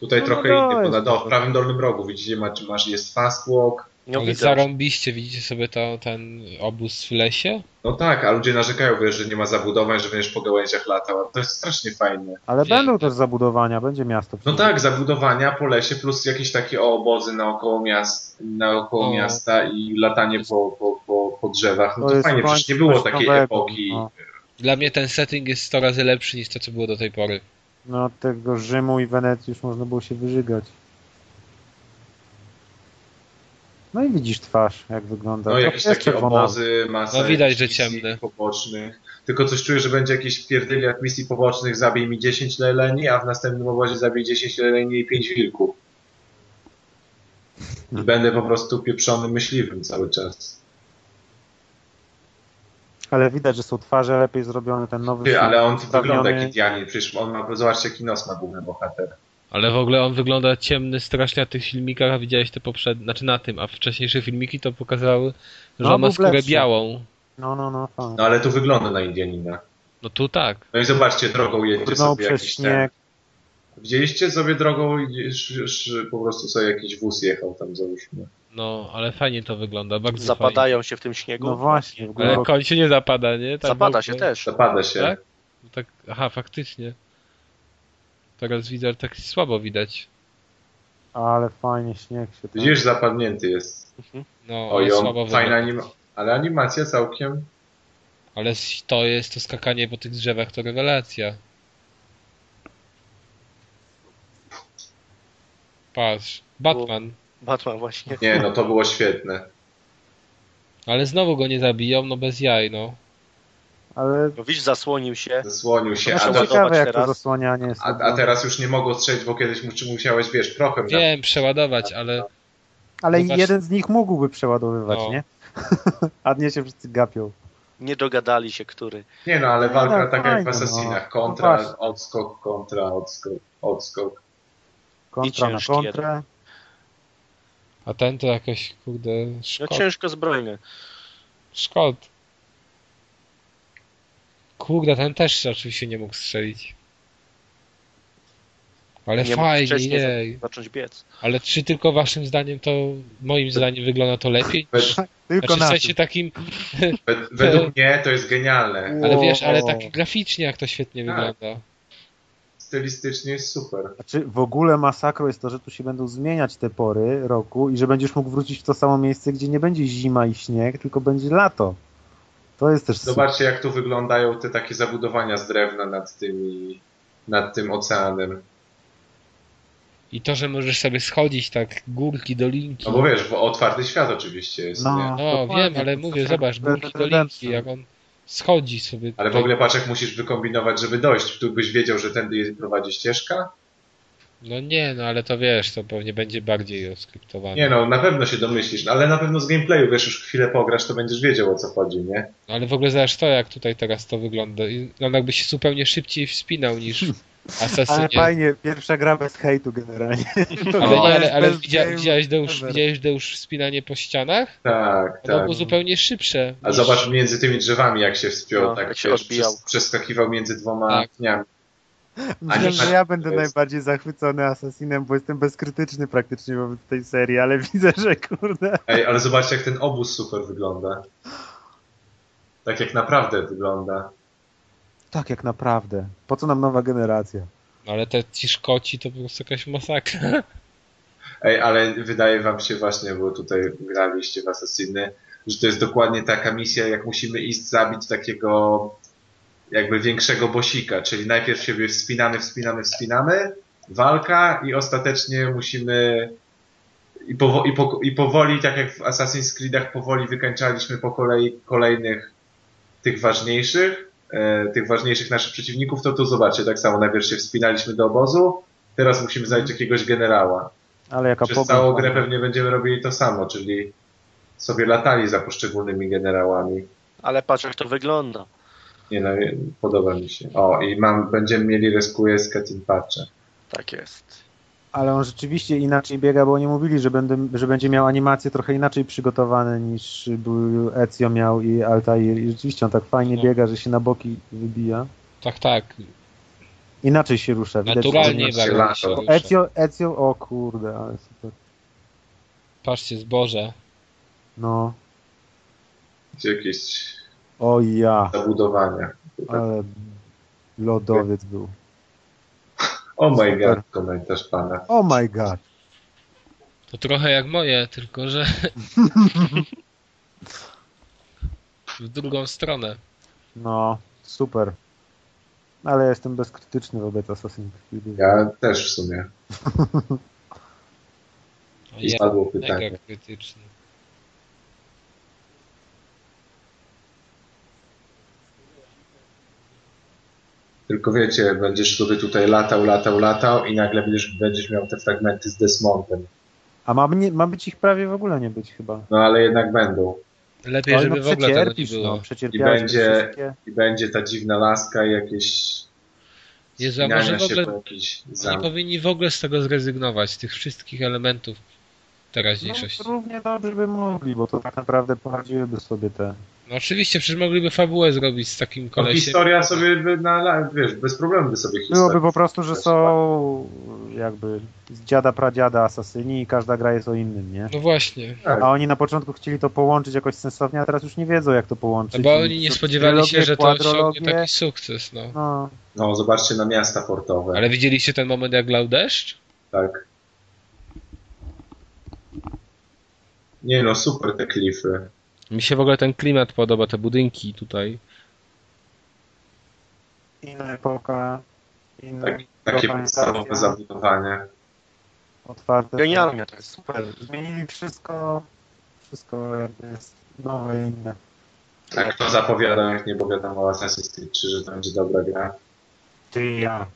[SPEAKER 3] Tutaj
[SPEAKER 2] No,
[SPEAKER 3] trochę
[SPEAKER 2] no,
[SPEAKER 3] inny, bo
[SPEAKER 2] jest
[SPEAKER 3] na do, w
[SPEAKER 2] to.
[SPEAKER 3] prawym dolnym rogu widzicie, masz, masz jest fast walk.
[SPEAKER 4] No
[SPEAKER 1] Ale
[SPEAKER 4] widzę.
[SPEAKER 1] zarąbiście, widzicie sobie to, ten obóz w lesie?
[SPEAKER 3] No tak, a ludzie narzekają, wiesz, że nie ma zabudowań, że będziesz po gałęziach latał. a To jest strasznie fajne.
[SPEAKER 2] Ale
[SPEAKER 1] Piękne.
[SPEAKER 2] będą też zabudowania, będzie miasto.
[SPEAKER 3] No tak, zabudowania po lesie plus jakieś takie obozy naokoło, miast, naokoło
[SPEAKER 1] O.
[SPEAKER 3] miasta i latanie po, po, po, po drzewach. No to,
[SPEAKER 2] No. To jest
[SPEAKER 3] fajnie,
[SPEAKER 2] koń-
[SPEAKER 3] przecież nie było
[SPEAKER 2] coś
[SPEAKER 3] takiej
[SPEAKER 2] nowego,
[SPEAKER 3] epoki.
[SPEAKER 2] no.
[SPEAKER 1] Dla mnie ten setting jest 100 razy lepszy niż to, co było do tej pory.
[SPEAKER 2] No tego Rzymu i Wenecji już można było się wyżygać. No i widzisz twarz, jak wygląda.
[SPEAKER 3] No
[SPEAKER 2] To
[SPEAKER 3] jakieś
[SPEAKER 2] jest
[SPEAKER 3] takie
[SPEAKER 2] czerwona.
[SPEAKER 3] obozy, masa
[SPEAKER 1] No widać,
[SPEAKER 3] jakichś
[SPEAKER 1] że
[SPEAKER 3] misji
[SPEAKER 1] ciemne.
[SPEAKER 3] pobocznych. Tylko coś czuję, że będzie jakiś pierdyliak misji pobocznych, zabij mi 10 leleni, a w następnym obozie zabij 10 leleni i 5 wilków.
[SPEAKER 2] Hmm.
[SPEAKER 3] I będę po prostu pieprzonym myśliwym cały czas.
[SPEAKER 2] Ale widać, że są twarze lepiej zrobione, ten nowy
[SPEAKER 3] Ty,
[SPEAKER 2] film
[SPEAKER 3] ale on
[SPEAKER 2] wstawiony.
[SPEAKER 3] wygląda jak Indianin, przecież on ma, zobaczcie jaki nos ma główny bohater.
[SPEAKER 1] Ale w ogóle on wygląda ciemny strasznie na tych filmikach, a widziałeś te poprzednie, znaczy na tym, a wcześniejsze filmiki to pokazały, że
[SPEAKER 2] No,
[SPEAKER 1] on ma
[SPEAKER 2] był
[SPEAKER 1] skórę
[SPEAKER 2] lepszy.
[SPEAKER 1] białą.
[SPEAKER 2] No, no, no, fajnie.
[SPEAKER 3] No ale tu wygląda na Indianina.
[SPEAKER 1] No tu tak.
[SPEAKER 3] No i zobaczcie, drogą jedzie
[SPEAKER 2] Brnął
[SPEAKER 3] sobie
[SPEAKER 2] przez
[SPEAKER 3] jakiś ten.
[SPEAKER 2] śnieg.
[SPEAKER 3] Widzieliście sobie drogą, i sz, sz, po prostu sobie jakiś wóz jechał tam załóżmy.
[SPEAKER 1] No, ale fajnie to wygląda, bardzo fajnie.
[SPEAKER 4] Zapadają się w tym śniegu.
[SPEAKER 2] No właśnie, w
[SPEAKER 1] Ale
[SPEAKER 2] górę.
[SPEAKER 1] koń się nie zapada, nie? Tak
[SPEAKER 4] Zapada
[SPEAKER 1] było-
[SPEAKER 4] się też.
[SPEAKER 3] Zapada się.
[SPEAKER 1] Tak? No tak? Aha, faktycznie. Teraz widzę, ale tak słabo widać.
[SPEAKER 2] Ale fajnie śnieg się tam.
[SPEAKER 3] Widzisz, zapadnięty jest.
[SPEAKER 1] No, ale
[SPEAKER 3] Oj,
[SPEAKER 1] słabo
[SPEAKER 3] on, fajna
[SPEAKER 1] wygląda.
[SPEAKER 3] anima- ale animacja całkiem.
[SPEAKER 1] Ale s- to jest, to skakanie po tych drzewach to rewelacja. Patrz, Batman.
[SPEAKER 4] Batman właśnie.
[SPEAKER 3] Nie, no to było świetne.
[SPEAKER 1] Ale znowu go nie zabiją, no bez jaj, no.
[SPEAKER 2] Ale
[SPEAKER 4] No widzisz, zasłonił się.
[SPEAKER 3] Zasłonił się,
[SPEAKER 4] Proszę
[SPEAKER 3] a,
[SPEAKER 2] to
[SPEAKER 4] zobacz
[SPEAKER 3] do,
[SPEAKER 2] ciekawe, jak
[SPEAKER 4] teraz.
[SPEAKER 2] to zasłanianie jest.
[SPEAKER 3] a, a teraz już nie mogło strzelić, bo kiedyś mu- musiałeś, wiesz, prochem. na-
[SPEAKER 1] Wiem, przeładować, ale
[SPEAKER 2] Ale
[SPEAKER 1] Zobacz-
[SPEAKER 2] jeden z nich mógłby przeładowywać,
[SPEAKER 1] No.
[SPEAKER 2] nie? A nie się wszyscy gapią.
[SPEAKER 4] Nie dogadali się, który.
[SPEAKER 3] Nie no, ale
[SPEAKER 2] No,
[SPEAKER 3] walka
[SPEAKER 2] no,
[SPEAKER 3] tak jak w
[SPEAKER 2] fajnie,
[SPEAKER 3] Assassinach.
[SPEAKER 2] no. No
[SPEAKER 3] Kontra,
[SPEAKER 2] właśnie.
[SPEAKER 3] odskok, kontra, odskok, odskok.
[SPEAKER 2] Kontra na
[SPEAKER 4] ciężki
[SPEAKER 2] kontrę.
[SPEAKER 1] a ten to jakoś, kurde,
[SPEAKER 4] No
[SPEAKER 1] szkod.
[SPEAKER 4] ciężko zbrojny.
[SPEAKER 1] szkod. Kurde, ten też oczywiście nie mógł strzelić. Ale
[SPEAKER 4] Nie mógł
[SPEAKER 1] fajnie,
[SPEAKER 4] wcześniej za-
[SPEAKER 1] jej.
[SPEAKER 4] Zacząć biec.
[SPEAKER 1] Ale czy tylko waszym zdaniem to, moim zdaniem wygląda to lepiej?
[SPEAKER 3] Wed-
[SPEAKER 2] Tylko
[SPEAKER 1] Znaczy w
[SPEAKER 2] na
[SPEAKER 1] sensie takim,
[SPEAKER 3] wed- według mnie to jest genialne.
[SPEAKER 1] ale wiesz, ale
[SPEAKER 2] Wow.
[SPEAKER 1] tak graficznie jak to świetnie
[SPEAKER 3] Tak.
[SPEAKER 1] wygląda.
[SPEAKER 3] Stylistycznie jest super.
[SPEAKER 2] Znaczy w ogóle masakro jest to, że tu się będą zmieniać te pory roku i że będziesz mógł wrócić w to samo miejsce, gdzie nie będzie zima i śnieg, tylko będzie lato. To jest też super.
[SPEAKER 3] Zobaczcie, jak tu wyglądają te takie zabudowania z drewna nad tymi, nad tym oceanem.
[SPEAKER 1] I to, że możesz sobie schodzić tak górki, dolinki.
[SPEAKER 3] No bo wiesz, w otwarty świat oczywiście jest,
[SPEAKER 2] No.
[SPEAKER 3] nie?
[SPEAKER 1] No,
[SPEAKER 2] Dokładnie,
[SPEAKER 1] wiem, ale
[SPEAKER 2] to
[SPEAKER 1] mówię,
[SPEAKER 2] tak
[SPEAKER 1] zobacz,
[SPEAKER 2] Red
[SPEAKER 1] górki,
[SPEAKER 2] Dead
[SPEAKER 1] dolinki,
[SPEAKER 2] Redemption.
[SPEAKER 1] jak on schodzi sobie. tak-
[SPEAKER 3] Ale w
[SPEAKER 1] tutaj.
[SPEAKER 4] Tak.
[SPEAKER 3] ogóle Paczek musisz wykombinować, żeby dojść. Tu byś wiedział, że tędy jest- prowadzi ścieżka?
[SPEAKER 1] No nie, no ale to wiesz, to pewnie będzie bardziej oskryptowane.
[SPEAKER 3] Nie no, na pewno się domyślisz, ale na pewno z gameplayu wiesz, już chwilę pograsz, to będziesz wiedział o co chodzi, nie?
[SPEAKER 1] No, ale w ogóle zobacz to, jak tutaj teraz to wygląda. I Wygląda jakby się zupełnie szybciej wspinał niż
[SPEAKER 3] Hmm.
[SPEAKER 2] Ale
[SPEAKER 1] Assassinie.
[SPEAKER 2] fajnie, pierwsza gra bez hejtu generalnie.
[SPEAKER 1] Ale, nie, ale, ale
[SPEAKER 2] Bez
[SPEAKER 1] widzia,
[SPEAKER 2] game
[SPEAKER 1] widziałeś, Deusz,
[SPEAKER 2] ever.
[SPEAKER 1] widziałeś Deusz wspinanie po ścianach?
[SPEAKER 3] Tak,
[SPEAKER 1] Ono
[SPEAKER 4] No
[SPEAKER 3] tak.
[SPEAKER 1] było zupełnie szybsze.
[SPEAKER 3] A
[SPEAKER 1] niż-
[SPEAKER 3] zobacz między tymi drzewami, jak się wspiął,
[SPEAKER 4] No,
[SPEAKER 3] tak
[SPEAKER 4] jak się
[SPEAKER 3] wiesz,
[SPEAKER 4] odbijał.
[SPEAKER 3] przes- przeskakiwał między dwoma
[SPEAKER 1] Tak.
[SPEAKER 3] dniami.
[SPEAKER 2] Myślę,
[SPEAKER 3] tak,
[SPEAKER 2] że ja będę
[SPEAKER 3] to jest-
[SPEAKER 2] najbardziej zachwycony Assassinem, bo jestem bezkrytyczny praktycznie wobec tej serii, ale widzę, że kurde.
[SPEAKER 3] Ej, ale zobaczcie, jak ten obóz super wygląda. Tak jak naprawdę wygląda.
[SPEAKER 2] Tak, jak naprawdę. Po co nam nowa generacja?
[SPEAKER 1] No, ale te ci szkoci to po prostu jakaś masakra.
[SPEAKER 3] Ej, ale wydaje wam się właśnie, bo tutaj graliście w Assassiny, że to jest dokładnie taka misja, jak musimy iść zabić takiego jakby większego bosika, czyli najpierw siebie wspinamy, wspinamy, wspinamy, walka i ostatecznie musimy i, powo- i, po- i powoli, tak jak w Assassin's Creedach, powoli wykańczaliśmy po kolei kolejnych tych ważniejszych, e, tych ważniejszych naszych przeciwników, to tu zobaczcie, tak samo najpierw się wspinaliśmy do obozu, teraz musimy zająć jakiegoś generała.
[SPEAKER 2] Ale jaka
[SPEAKER 3] Przez
[SPEAKER 2] pogoń,
[SPEAKER 3] całą
[SPEAKER 2] panie.
[SPEAKER 3] grę pewnie będziemy robili to samo, czyli sobie latali za poszczególnymi generałami.
[SPEAKER 4] Ale patrz jak to wygląda.
[SPEAKER 3] Nie no, podoba mi się. O, i mam, będziemy mieli rescue z Katim Patchem.
[SPEAKER 4] Tak jest.
[SPEAKER 2] Ale on rzeczywiście inaczej biega, bo oni mówili, że, będę, że będzie miał animacje trochę inaczej przygotowane niż był Ezio miał i Altair. I rzeczywiście on tak fajnie
[SPEAKER 1] No.
[SPEAKER 2] biega, że się na boki wybija.
[SPEAKER 1] Tak, tak.
[SPEAKER 2] Inaczej się rusza. widać, że-
[SPEAKER 1] Naturalnie
[SPEAKER 3] że-
[SPEAKER 1] bardzo się
[SPEAKER 3] że-
[SPEAKER 1] rusza.
[SPEAKER 2] Ezio, Ezio, o kurde, ale super.
[SPEAKER 1] Patrzcie, zboże.
[SPEAKER 2] No,
[SPEAKER 3] Jakieś
[SPEAKER 2] o ja,
[SPEAKER 3] zabudowania.
[SPEAKER 2] ale lodowiec był.
[SPEAKER 3] Oh my
[SPEAKER 2] Super.
[SPEAKER 3] god, komentarz pana.
[SPEAKER 2] Oh my god.
[SPEAKER 1] To trochę jak moje, tylko że w drugą stronę.
[SPEAKER 2] No, super. Ale ja jestem bezkrytyczny wobec Assassin's Creed.
[SPEAKER 3] Ja też w sumie.
[SPEAKER 1] O,
[SPEAKER 3] I tak.
[SPEAKER 1] ja tak
[SPEAKER 3] padło pytanie.
[SPEAKER 1] mega krytyczny.
[SPEAKER 3] Tylko wiecie, będziesz sobie tutaj latał, latał, latał i nagle będziesz, będziesz miał te fragmenty z Desmondem.
[SPEAKER 2] A ma, nie, ma być ich prawie w ogóle nie być chyba.
[SPEAKER 3] No ale jednak będą.
[SPEAKER 1] Lepiej,
[SPEAKER 2] Ale
[SPEAKER 1] żeby
[SPEAKER 2] no
[SPEAKER 1] w ogóle tego nie
[SPEAKER 2] przecierpisz,
[SPEAKER 1] było.
[SPEAKER 2] No, przecierpiałeś
[SPEAKER 3] I będzie-
[SPEAKER 2] te wszystkie.
[SPEAKER 3] I będzie ta dziwna laska i jakieś
[SPEAKER 1] Jezu, a może
[SPEAKER 3] zmiania
[SPEAKER 1] w
[SPEAKER 3] się
[SPEAKER 1] ogóle
[SPEAKER 3] po jakiś
[SPEAKER 1] Oni
[SPEAKER 3] zamku.
[SPEAKER 1] powinni w ogóle z tego zrezygnować, z tych wszystkich elementów teraźniejszości.
[SPEAKER 2] No, równie dobrze by mogli, bo to tak naprawdę poradziłyby sobie te. No
[SPEAKER 1] No oczywiście, przecież mogliby fabułę zrobić z takim
[SPEAKER 3] No,
[SPEAKER 1] kolesiem.
[SPEAKER 3] historia sobie by na, la- wiesz, bez problemu by sobie historia.
[SPEAKER 2] Byłoby po prostu, że są jakby z dziada pradziada asasyni i każda gra jest o innym, nie?
[SPEAKER 1] No właśnie,
[SPEAKER 3] Tak.
[SPEAKER 2] A oni na początku chcieli to połączyć jakoś sensownie, a teraz już nie wiedzą jak to
[SPEAKER 1] no
[SPEAKER 2] połączyć.
[SPEAKER 1] bo
[SPEAKER 2] I
[SPEAKER 1] oni nie
[SPEAKER 2] są
[SPEAKER 1] spodziewali się,
[SPEAKER 2] trylogie,
[SPEAKER 1] że to osiągnie
[SPEAKER 2] kwadrologie.
[SPEAKER 1] taki sukces, no.
[SPEAKER 2] No,
[SPEAKER 3] No, zobaczcie na miasta portowe.
[SPEAKER 1] Ale widzieliście ten moment, jak lał deszcz?
[SPEAKER 3] Tak. Nie no, super te klify.
[SPEAKER 1] Mi się w ogóle ten klimat podoba, te budynki tutaj.
[SPEAKER 2] inna epoka, inna
[SPEAKER 3] Tak, Takie
[SPEAKER 2] lokalizacja,
[SPEAKER 3] podstawowe zabudowanie.
[SPEAKER 2] otwarte.
[SPEAKER 4] Genialnie to jest super.
[SPEAKER 2] Tak. Zmienili wszystko, wszystko jakby jest nowe, inne.
[SPEAKER 3] A kto zapowiada, jak nie bo wiadomo o Assassin's Creed 3, że to będzie dobra gra.
[SPEAKER 2] Ty ja.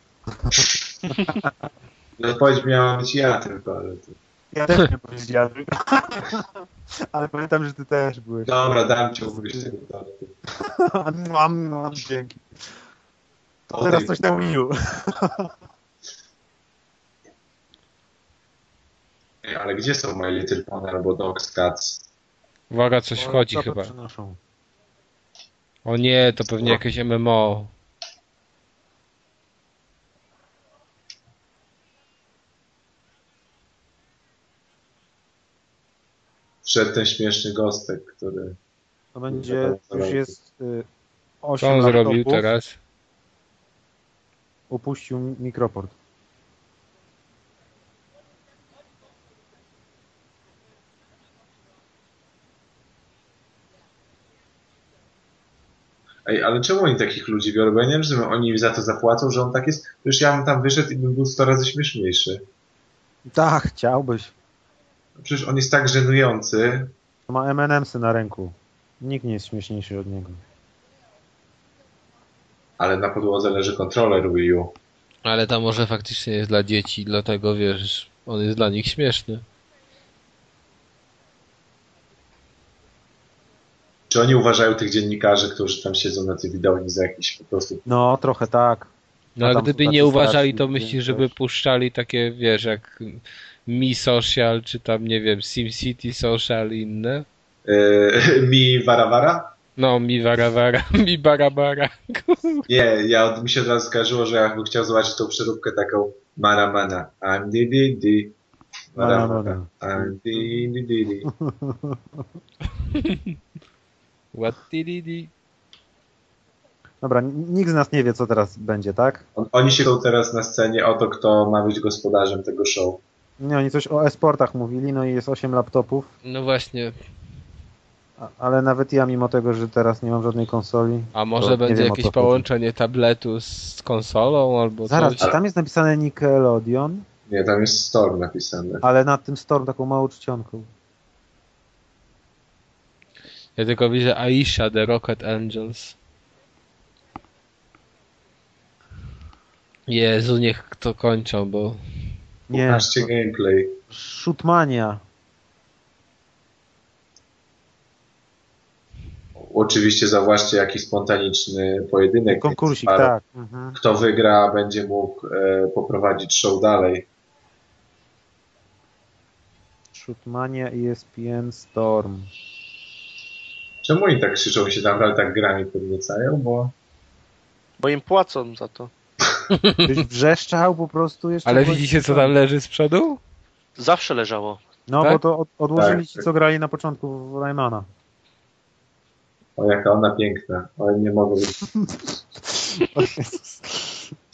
[SPEAKER 3] Odpowiedź miała być ja tylko, ale... To...
[SPEAKER 2] Ja też nie powiedziałem. Ale pamiętam, że ty też byłeś.
[SPEAKER 3] Dobra, dam ci ugryźć tego tortu.
[SPEAKER 2] Mam, mam, dzięki. To
[SPEAKER 3] Okej.
[SPEAKER 2] teraz coś na Wii U.
[SPEAKER 3] Ej, Ale gdzie są My Little Pony albo Dogs Cats?
[SPEAKER 1] Uwaga, coś
[SPEAKER 3] No,
[SPEAKER 1] wchodzi
[SPEAKER 2] Co to
[SPEAKER 1] chyba.
[SPEAKER 2] przynoszą?
[SPEAKER 1] O nie, to pewnie
[SPEAKER 3] Co?
[SPEAKER 1] jakieś MMO.
[SPEAKER 3] Wszedł ten śmieszny gostek, który...
[SPEAKER 2] To będzie, już jest y, 8
[SPEAKER 1] Co on
[SPEAKER 2] laptopów.
[SPEAKER 1] zrobił teraz?
[SPEAKER 2] Opuścił mikroport.
[SPEAKER 3] Ej, ale czemu oni takich ludzi biorą? Bo ja nie wiem, że oni za to zapłacą, że on tak jest. Przecież ja bym tam wyszedł i bym był 100 razy śmieszniejszy.
[SPEAKER 2] Tak, chciałbyś.
[SPEAKER 3] Przecież on jest tak żenujący.
[SPEAKER 2] Ma M&M'sy na ręku. Nikt nie jest śmieszniejszy od niego.
[SPEAKER 3] Ale na podłodze leży kontroler Wii U.
[SPEAKER 1] Ale to może faktycznie jest dla dzieci, dlatego wiesz, on jest dla nich śmieszny.
[SPEAKER 3] Czy oni uważają tych dziennikarzy, którzy tam siedzą na tej widowni za jakichś po prostu...
[SPEAKER 2] No, trochę tak.
[SPEAKER 1] No
[SPEAKER 2] A
[SPEAKER 1] a
[SPEAKER 2] tam
[SPEAKER 1] gdyby
[SPEAKER 2] są
[SPEAKER 1] nie
[SPEAKER 2] tacy
[SPEAKER 1] uważali,
[SPEAKER 2] starsi,
[SPEAKER 1] to
[SPEAKER 2] nie?
[SPEAKER 1] myślisz, żeby
[SPEAKER 2] Też.
[SPEAKER 1] puszczali takie, wiesz, jak Mi Social, czy tam, nie wiem, SimCity Social i inne?
[SPEAKER 3] Yy, mi Warawara?
[SPEAKER 1] No, Mi Varavara, Mi Barabara.
[SPEAKER 3] Nie, ja, mi się od razu skojarzyło, że ja bym chciał zobaczyć tą przeróbkę taką Maramana. I'm di di di. No, Maramana. I'm di di di di.
[SPEAKER 1] What did
[SPEAKER 2] Dobra, n- nikt z nas nie wie, co teraz będzie, tak?
[SPEAKER 3] On, oni się są teraz na scenie o to, kto ma być gospodarzem tego show.
[SPEAKER 2] Nie, oni coś o e-sportach mówili, no i jest 8 laptopów,
[SPEAKER 1] No właśnie,
[SPEAKER 2] a- ale nawet ja mimo tego, że teraz nie mam żadnej konsoli.
[SPEAKER 1] a może
[SPEAKER 2] to nie
[SPEAKER 1] będzie
[SPEAKER 2] wiem, o co
[SPEAKER 1] jakieś
[SPEAKER 2] chodzi.
[SPEAKER 1] połączenie tabletu z konsolą albo
[SPEAKER 2] Zaraz,
[SPEAKER 1] coś?
[SPEAKER 2] czy tam jest napisane Nickelodeon,
[SPEAKER 3] Nie, tam jest Storm napisane.
[SPEAKER 2] ale nad tym Storm taką małą czcionką.
[SPEAKER 1] Ja tylko widzę Aisha, The Rocket Angels. Jezu, niech to kończą, bo
[SPEAKER 2] Nie,
[SPEAKER 3] Pokażcie gameplay.
[SPEAKER 2] Shootmania.
[SPEAKER 3] Oczywiście zawłaszcie jakiś spontaniczny pojedynek.
[SPEAKER 2] Konkursik,
[SPEAKER 3] Ale
[SPEAKER 2] tak. Mhm.
[SPEAKER 3] Kto wygra, będzie mógł e, poprowadzić show dalej.
[SPEAKER 2] Shootmania E ESPN Storm.
[SPEAKER 3] Czemu oni tak krzyczą się naprawdę tak grami podniecają? Bo
[SPEAKER 4] Bo im płacą za to.
[SPEAKER 2] Byś wrzeszczał po prostu jeszcze.
[SPEAKER 1] Ale
[SPEAKER 2] głośniej.
[SPEAKER 1] widzicie, co tam leży z przodu?
[SPEAKER 4] Zawsze leżało.
[SPEAKER 2] No
[SPEAKER 1] tak?
[SPEAKER 2] bo to od, odłożyli
[SPEAKER 3] Tak,
[SPEAKER 2] ci,
[SPEAKER 3] tak.
[SPEAKER 2] co grali na początku w Raymana.
[SPEAKER 3] o jaka ona piękna. Ale nie mogę.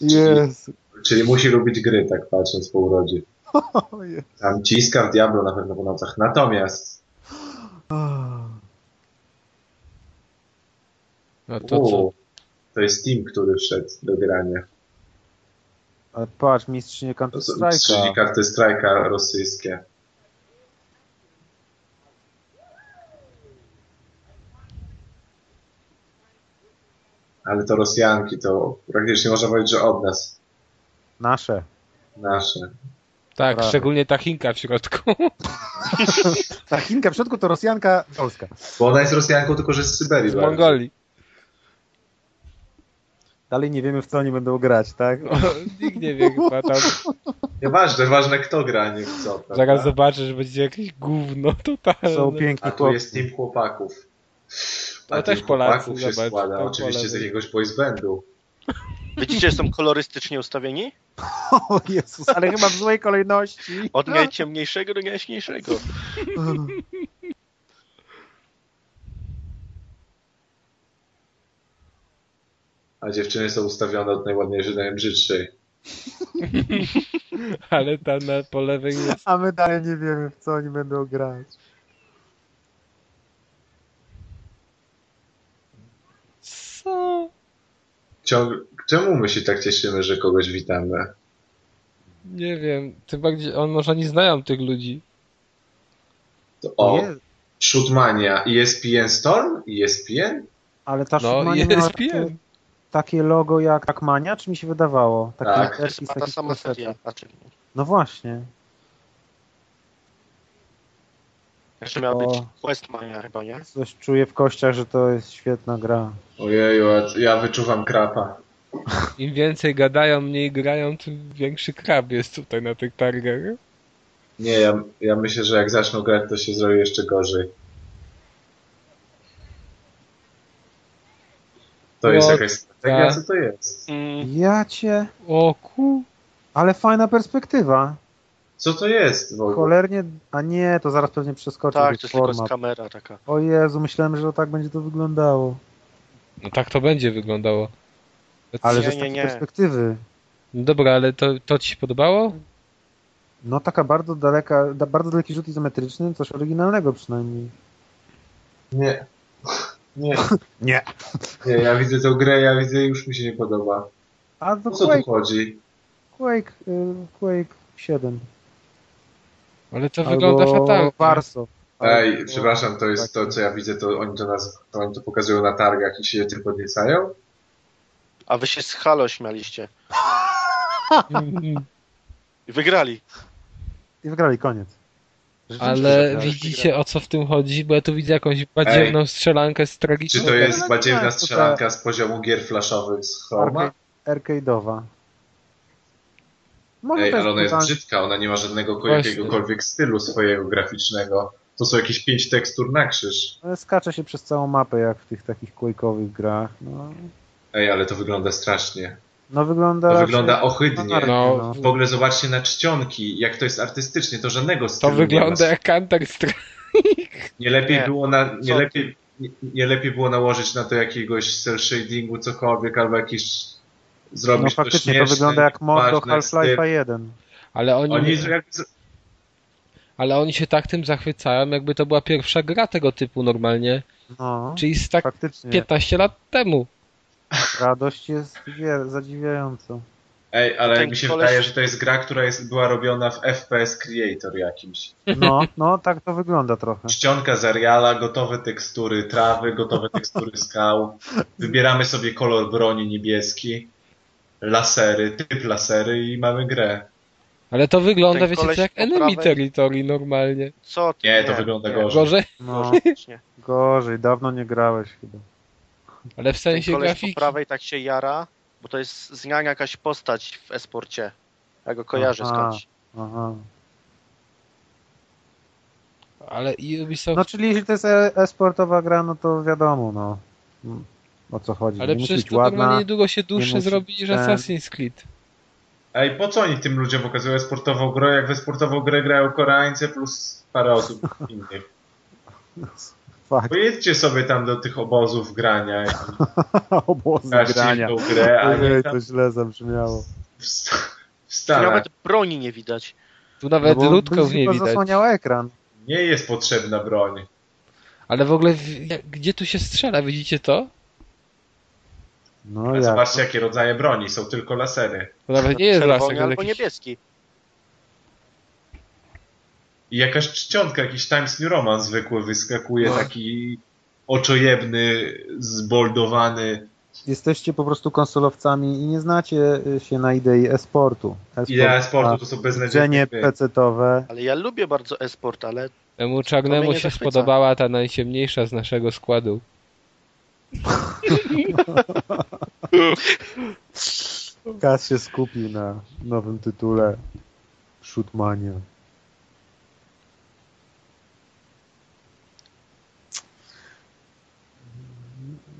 [SPEAKER 2] Jezu.
[SPEAKER 3] Czyli musi lubić gry, tak patrząc po urodzie.
[SPEAKER 2] o Jezu.
[SPEAKER 3] Tam ciska w Diablo na pewno po nocach. Natomiast
[SPEAKER 2] Ah.
[SPEAKER 1] No to co?
[SPEAKER 3] to, to jest team, który wszedł do grania.
[SPEAKER 2] Ale patrz, mistrzynie
[SPEAKER 3] To
[SPEAKER 2] Counter
[SPEAKER 3] są trzy
[SPEAKER 2] Strike'a.
[SPEAKER 3] karty strajka rosyjskie. Ale to Rosjanki, to praktycznie można powiedzieć, że od nas,
[SPEAKER 2] Nasze.
[SPEAKER 3] nasze.
[SPEAKER 1] Tak,
[SPEAKER 2] Prawie.
[SPEAKER 1] szczególnie ta Chinka w środku.
[SPEAKER 2] Ta Tak, Chinka w środku to Rosjanka Polska.
[SPEAKER 3] Bo ona jest Rosjanką, tylko że z Syberii.
[SPEAKER 1] Z
[SPEAKER 3] bardzo.
[SPEAKER 1] Mongolii.
[SPEAKER 2] Dalej nie wiemy w co oni będą grać, tak?
[SPEAKER 1] No, nikt nie wie chyba tam.
[SPEAKER 3] Nieważne, ważne kto gra, nie w co. prawda?
[SPEAKER 1] Zaraz zobaczę, że będzie jakieś gówno
[SPEAKER 2] Są
[SPEAKER 1] totalne.
[SPEAKER 2] piękni
[SPEAKER 3] A tu
[SPEAKER 2] chłopcy.
[SPEAKER 3] jest team chłopaków.
[SPEAKER 1] To
[SPEAKER 3] A
[SPEAKER 1] No też
[SPEAKER 3] team
[SPEAKER 1] Polacy,
[SPEAKER 3] chłopaków się
[SPEAKER 1] zobacz,
[SPEAKER 3] składa,
[SPEAKER 1] to
[SPEAKER 3] oczywiście z
[SPEAKER 1] Polacy.
[SPEAKER 3] jakiegoś boys bandu.
[SPEAKER 4] Widzicie, że są kolorystycznie ustawieni?
[SPEAKER 2] O Jezus, ale chyba w złej kolejności.
[SPEAKER 4] Od najciemniejszego do najjaśniejszego.
[SPEAKER 3] A dziewczyny są ustawione od najładniejszej do najbrzydszej.
[SPEAKER 1] Ale ta na, po lewej jest.
[SPEAKER 2] A my dalej nie wiemy w co oni będą grać.
[SPEAKER 1] Co?
[SPEAKER 3] Ciąg... Czemu my się tak cieszymy, że kogoś witamy?
[SPEAKER 1] Nie wiem. Tym bardziej, on może nie znają tych ludzi.
[SPEAKER 3] To, o,
[SPEAKER 2] Nie,
[SPEAKER 3] Shootmania, ESPN Storm? ESPN?
[SPEAKER 2] ale ta
[SPEAKER 1] No,
[SPEAKER 2] Shootmania miała
[SPEAKER 1] ESPN.
[SPEAKER 2] takie, takie logo jak Pac-Mania, czy mi się wydawało? Takie
[SPEAKER 3] Tak.
[SPEAKER 2] literki
[SPEAKER 4] To jest
[SPEAKER 2] z
[SPEAKER 4] chyba ta
[SPEAKER 2] takich
[SPEAKER 4] sama
[SPEAKER 2] kreseczek.
[SPEAKER 4] seria. Znaczy,
[SPEAKER 2] No właśnie.
[SPEAKER 4] jeszcze miała być
[SPEAKER 2] O.
[SPEAKER 4] Questmania chyba, nie?
[SPEAKER 2] Coś czuję w kościach, że to jest świetna gra.
[SPEAKER 3] Ojeju, ja, ja wyczuwam krapa.
[SPEAKER 1] Im więcej gadają, mniej grają, tym większy krab jest tutaj na tych targach.
[SPEAKER 3] Nie, ja, ja myślę, że jak zaczną grać, to się zrobi jeszcze gorzej. To jest
[SPEAKER 1] No,
[SPEAKER 3] jakaś strategia?
[SPEAKER 1] tak.
[SPEAKER 3] Co to jest?
[SPEAKER 4] Mm,
[SPEAKER 2] Ja cię...
[SPEAKER 1] O ku...
[SPEAKER 2] Ale fajna perspektywa.
[SPEAKER 3] Co to jest w ogóle?
[SPEAKER 2] Cholernie... A nie, to zaraz pewnie przeskoczy
[SPEAKER 4] tak,
[SPEAKER 2] jakiś
[SPEAKER 4] to jest tylko z
[SPEAKER 2] format.
[SPEAKER 4] kamera taka.
[SPEAKER 2] O Jezu, myślałem, że tak będzie to wyglądało.
[SPEAKER 1] No tak to będzie wyglądało.
[SPEAKER 2] Ale
[SPEAKER 4] Nie,
[SPEAKER 2] że z
[SPEAKER 4] nie,
[SPEAKER 2] takiej
[SPEAKER 4] nie.
[SPEAKER 2] perspektywy.
[SPEAKER 1] No dobra, ale to, to ci się podobało?
[SPEAKER 2] No taka bardzo daleka, da, bardzo daleki rzut izometryczny, coś oryginalnego przynajmniej.
[SPEAKER 3] Nie. Nie,
[SPEAKER 2] Nie.
[SPEAKER 3] nie, ja widzę tą grę, ja widzę już mi się nie podoba.
[SPEAKER 2] A to
[SPEAKER 3] O co tu
[SPEAKER 2] Quake,
[SPEAKER 3] chodzi?
[SPEAKER 2] Quake, y, Quake 7.
[SPEAKER 1] Ale to
[SPEAKER 2] Albo
[SPEAKER 1] wygląda fatalnie.
[SPEAKER 2] Warsaw.
[SPEAKER 3] Ej,
[SPEAKER 2] Albo-
[SPEAKER 3] przepraszam, to jest to, co ja widzę, to oni to, nas, to, oni to pokazują na targach i się tym podniecają?
[SPEAKER 4] A wy się z Halo śmialiście.
[SPEAKER 1] Mm,
[SPEAKER 4] I wygrali.
[SPEAKER 2] I wygrali, koniec.
[SPEAKER 1] Ale widzicie o co w tym chodzi, bo ja tu widzę jakąś badziewną strzelankę z
[SPEAKER 3] Czy
[SPEAKER 1] tragiczną.
[SPEAKER 3] to jest
[SPEAKER 2] tak,
[SPEAKER 3] badziewna
[SPEAKER 2] tak, to
[SPEAKER 3] strzelanka z poziomu gier flashowych z Chroma?
[SPEAKER 2] Arcade, arcade'owa. Może
[SPEAKER 3] Ej,
[SPEAKER 2] też
[SPEAKER 3] ale ona jest
[SPEAKER 2] brutalnie-
[SPEAKER 3] brzydka, ona nie ma żadnego ko-
[SPEAKER 1] Właśnie.
[SPEAKER 3] jakiegokolwiek stylu swojego graficznego. To są jakieś pięć tekstur na krzyż.
[SPEAKER 2] ale skacze się przez całą mapę, jak w tych takich Quake'owych grach. No,
[SPEAKER 3] Ej, ale to wygląda strasznie.
[SPEAKER 2] no wygląda
[SPEAKER 3] To
[SPEAKER 2] raczej-
[SPEAKER 3] wygląda ohydnie.
[SPEAKER 2] anarchię,
[SPEAKER 1] No.
[SPEAKER 3] W ogóle zobaczcie na czcionki, jak to jest artystycznie, to żadnego stylu
[SPEAKER 1] To
[SPEAKER 3] nie
[SPEAKER 1] wygląda
[SPEAKER 3] ma.
[SPEAKER 1] jak Counter Strike.
[SPEAKER 3] Nie lepiej
[SPEAKER 4] Nie.
[SPEAKER 3] było na, nie
[SPEAKER 4] Co?
[SPEAKER 3] lepiej, nie, nie lepiej było nałożyć na to jakiegoś cel shadingu, cokolwiek, albo jakiś
[SPEAKER 2] No
[SPEAKER 3] zrobić
[SPEAKER 2] faktycznie to
[SPEAKER 3] śmieszny,
[SPEAKER 2] wygląda jak mod do
[SPEAKER 3] ważny styl.
[SPEAKER 2] Half-Life'a 1.
[SPEAKER 1] Ale oni.
[SPEAKER 3] Oni z- jak, z-
[SPEAKER 1] ale oni się tak tym zachwycają, jakby to była pierwsza gra tego typu normalnie,
[SPEAKER 2] No,
[SPEAKER 1] czyli z tak
[SPEAKER 2] faktycznie.
[SPEAKER 1] 15 lat temu.
[SPEAKER 2] Radość jest wie- zadziwiająca.
[SPEAKER 3] Ej, ale
[SPEAKER 4] Ten
[SPEAKER 3] mi się
[SPEAKER 4] koleś-
[SPEAKER 3] wydaje, że to jest gra, która jest, była robiona w FPS Creator jakimś.
[SPEAKER 2] No, no, tak to wygląda trochę.
[SPEAKER 3] Czcionka z Ariala, gotowe tekstury trawy, gotowe tekstury skał. Wybieramy sobie kolor broni niebieski, lasery, typ lasery i mamy grę.
[SPEAKER 1] Ale to wygląda,
[SPEAKER 4] Ten
[SPEAKER 1] wiecie,
[SPEAKER 4] koleś
[SPEAKER 1] co, jak
[SPEAKER 4] po
[SPEAKER 1] Enemy
[SPEAKER 4] prawej-
[SPEAKER 1] Territory normalnie.
[SPEAKER 4] Co ty?
[SPEAKER 3] Nie, to wygląda gorzej.
[SPEAKER 1] Gorzej,
[SPEAKER 2] No,
[SPEAKER 4] Gorzej, nie.
[SPEAKER 2] gorzej, dawno nie grałeś chyba.
[SPEAKER 1] ale w
[SPEAKER 4] Ten
[SPEAKER 1] sensie
[SPEAKER 4] koleś
[SPEAKER 1] grafiki.
[SPEAKER 4] po prawej tak się jara, bo to jest z nią jakaś postać w esporcie. Ja go kojarzę
[SPEAKER 2] Aha.
[SPEAKER 4] skądś.
[SPEAKER 3] Tak.
[SPEAKER 2] Aha.
[SPEAKER 1] Ale i Ubisoft
[SPEAKER 2] No czyli jeśli to jest e- e-sportowa gra, no to wiadomo, no. Mm, O co chodzi.
[SPEAKER 1] Ale
[SPEAKER 2] nie musi
[SPEAKER 1] przecież
[SPEAKER 2] być
[SPEAKER 1] to normalnie
[SPEAKER 2] ładna.
[SPEAKER 1] niedługo się dłuższe
[SPEAKER 2] musi-
[SPEAKER 1] zrobi niż
[SPEAKER 2] ten-
[SPEAKER 1] Assassin's Creed.
[SPEAKER 3] Ej, po co oni tym ludziom pokazują sportową grę, jak we sportową grę grają Koreańcy plus parę osób innych.
[SPEAKER 2] Fakt,
[SPEAKER 3] Pojedźcie sobie tam do tych obozów grania i
[SPEAKER 2] obóz
[SPEAKER 3] grać
[SPEAKER 2] grania.
[SPEAKER 3] tą grę, a nie
[SPEAKER 2] Ojej,
[SPEAKER 3] tam
[SPEAKER 2] to źle zabrzmiało.
[SPEAKER 3] w, st- w Stanach.
[SPEAKER 4] Nawet broni nie widać.
[SPEAKER 1] Tu nawet
[SPEAKER 4] No
[SPEAKER 2] No bo
[SPEAKER 1] ludków
[SPEAKER 2] byś
[SPEAKER 1] nie
[SPEAKER 2] tylko
[SPEAKER 1] widać.
[SPEAKER 2] zasłaniał ekran.
[SPEAKER 3] Nie jest potrzebna broń.
[SPEAKER 1] Ale w ogóle w... gdzie tu się strzela, widzicie to?
[SPEAKER 2] No
[SPEAKER 3] A
[SPEAKER 2] jak?
[SPEAKER 3] Zobaczcie, jakie rodzaje broni, są tylko lasery.
[SPEAKER 1] To nawet nie jest
[SPEAKER 4] Czerwony
[SPEAKER 1] lasek, ale
[SPEAKER 4] albo
[SPEAKER 1] jakiś...
[SPEAKER 4] niebieski.
[SPEAKER 3] I jakaś czcionka, jakiś Times New Roman zwykły wyskakuje,
[SPEAKER 1] No.
[SPEAKER 3] taki oczojebny, zboldowany.
[SPEAKER 2] Jesteście po prostu konsolowcami i nie znacie y, się na idei e-sportu. E-sport,
[SPEAKER 3] Idea
[SPEAKER 2] a
[SPEAKER 3] sportu to są beznadziejne
[SPEAKER 2] Grzenie
[SPEAKER 3] gry.
[SPEAKER 2] PC-towe.
[SPEAKER 4] Ale ja lubię bardzo esport, ale
[SPEAKER 1] Temu
[SPEAKER 4] To mnie
[SPEAKER 1] czarnemu
[SPEAKER 4] nie
[SPEAKER 1] się
[SPEAKER 4] zachwyca.
[SPEAKER 1] spodobała ta najciemniejsza z naszego składu.
[SPEAKER 2] Kas się skupił na nowym tytule Shootmania.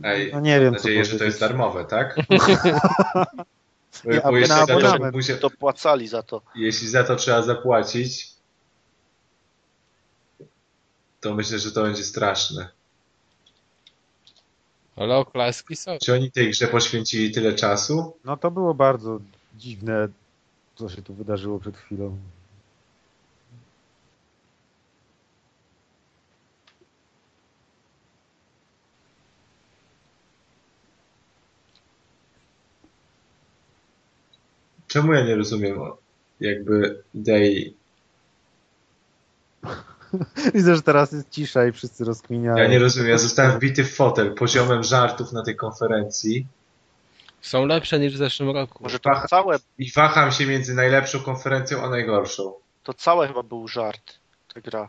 [SPEAKER 3] Ej,
[SPEAKER 2] No nie wiem, co
[SPEAKER 3] mam nadzieję, że to
[SPEAKER 2] powiedzieć.
[SPEAKER 3] jest darmowe, tak? Bo
[SPEAKER 2] Nie, a
[SPEAKER 3] jeśli,
[SPEAKER 2] na
[SPEAKER 3] za to, że
[SPEAKER 2] abonament.
[SPEAKER 3] mu się,
[SPEAKER 4] dopłacali za to.
[SPEAKER 3] jeśli za to trzeba zapłacić, to myślę, że to będzie straszne.
[SPEAKER 1] Ale oklaski są.
[SPEAKER 3] Czy oni tej grze poświęcili tyle czasu?
[SPEAKER 2] No to było bardzo dziwne, co się tu wydarzyło przed chwilą.
[SPEAKER 3] Czemu ja nie rozumiem o- jakby idei?
[SPEAKER 2] Widzę, że teraz jest cisza i wszyscy rozkminiają.
[SPEAKER 3] Ja nie rozumiem, ja zostałem wbity w fotel poziomem żartów na tej konferencji.
[SPEAKER 1] Są lepsze niż w zeszłym roku.
[SPEAKER 4] Może to
[SPEAKER 3] Aha.
[SPEAKER 4] całe,
[SPEAKER 3] I waham się między najlepszą konferencją a najgorszą.
[SPEAKER 4] to całe chyba był żart, ta gra.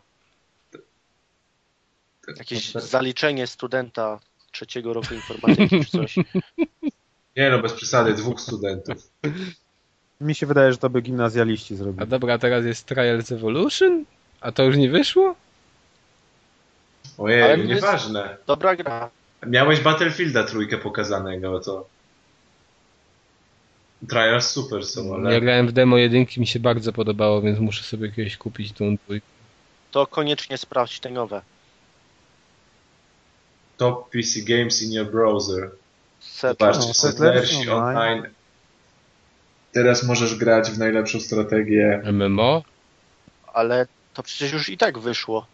[SPEAKER 4] Jakieś zaliczenie studenta trzeciego roku informatyki czy coś.
[SPEAKER 3] Nie no, bez przesady, dwóch studentów.
[SPEAKER 2] Mi się wydaje, że to by gimnazjaliści
[SPEAKER 1] A
[SPEAKER 2] zrobili.
[SPEAKER 1] dobra, teraz jest Trials Evolution? A to już nie wyszło?
[SPEAKER 3] Ojej,
[SPEAKER 4] Ale my-
[SPEAKER 3] nieważne.
[SPEAKER 4] Dobra gra.
[SPEAKER 3] Miałeś Battlefielda trójkę pokazanego, no to... Trials super są,
[SPEAKER 1] Ja
[SPEAKER 3] ale...
[SPEAKER 1] grałem w demo jedynki, mi się bardzo podobało, więc muszę sobie kiedyś kupić tą dwójkę.
[SPEAKER 4] To koniecznie sprawdź te nowe.
[SPEAKER 3] Top PC games in your browser.
[SPEAKER 4] Settler.
[SPEAKER 3] Zobaczcie,
[SPEAKER 2] No,
[SPEAKER 3] Settlersi
[SPEAKER 2] Settlersi online.
[SPEAKER 3] online. Teraz możesz grać w najlepszą strategię.
[SPEAKER 1] MMO?
[SPEAKER 4] Ale to przecież już i tak wyszło.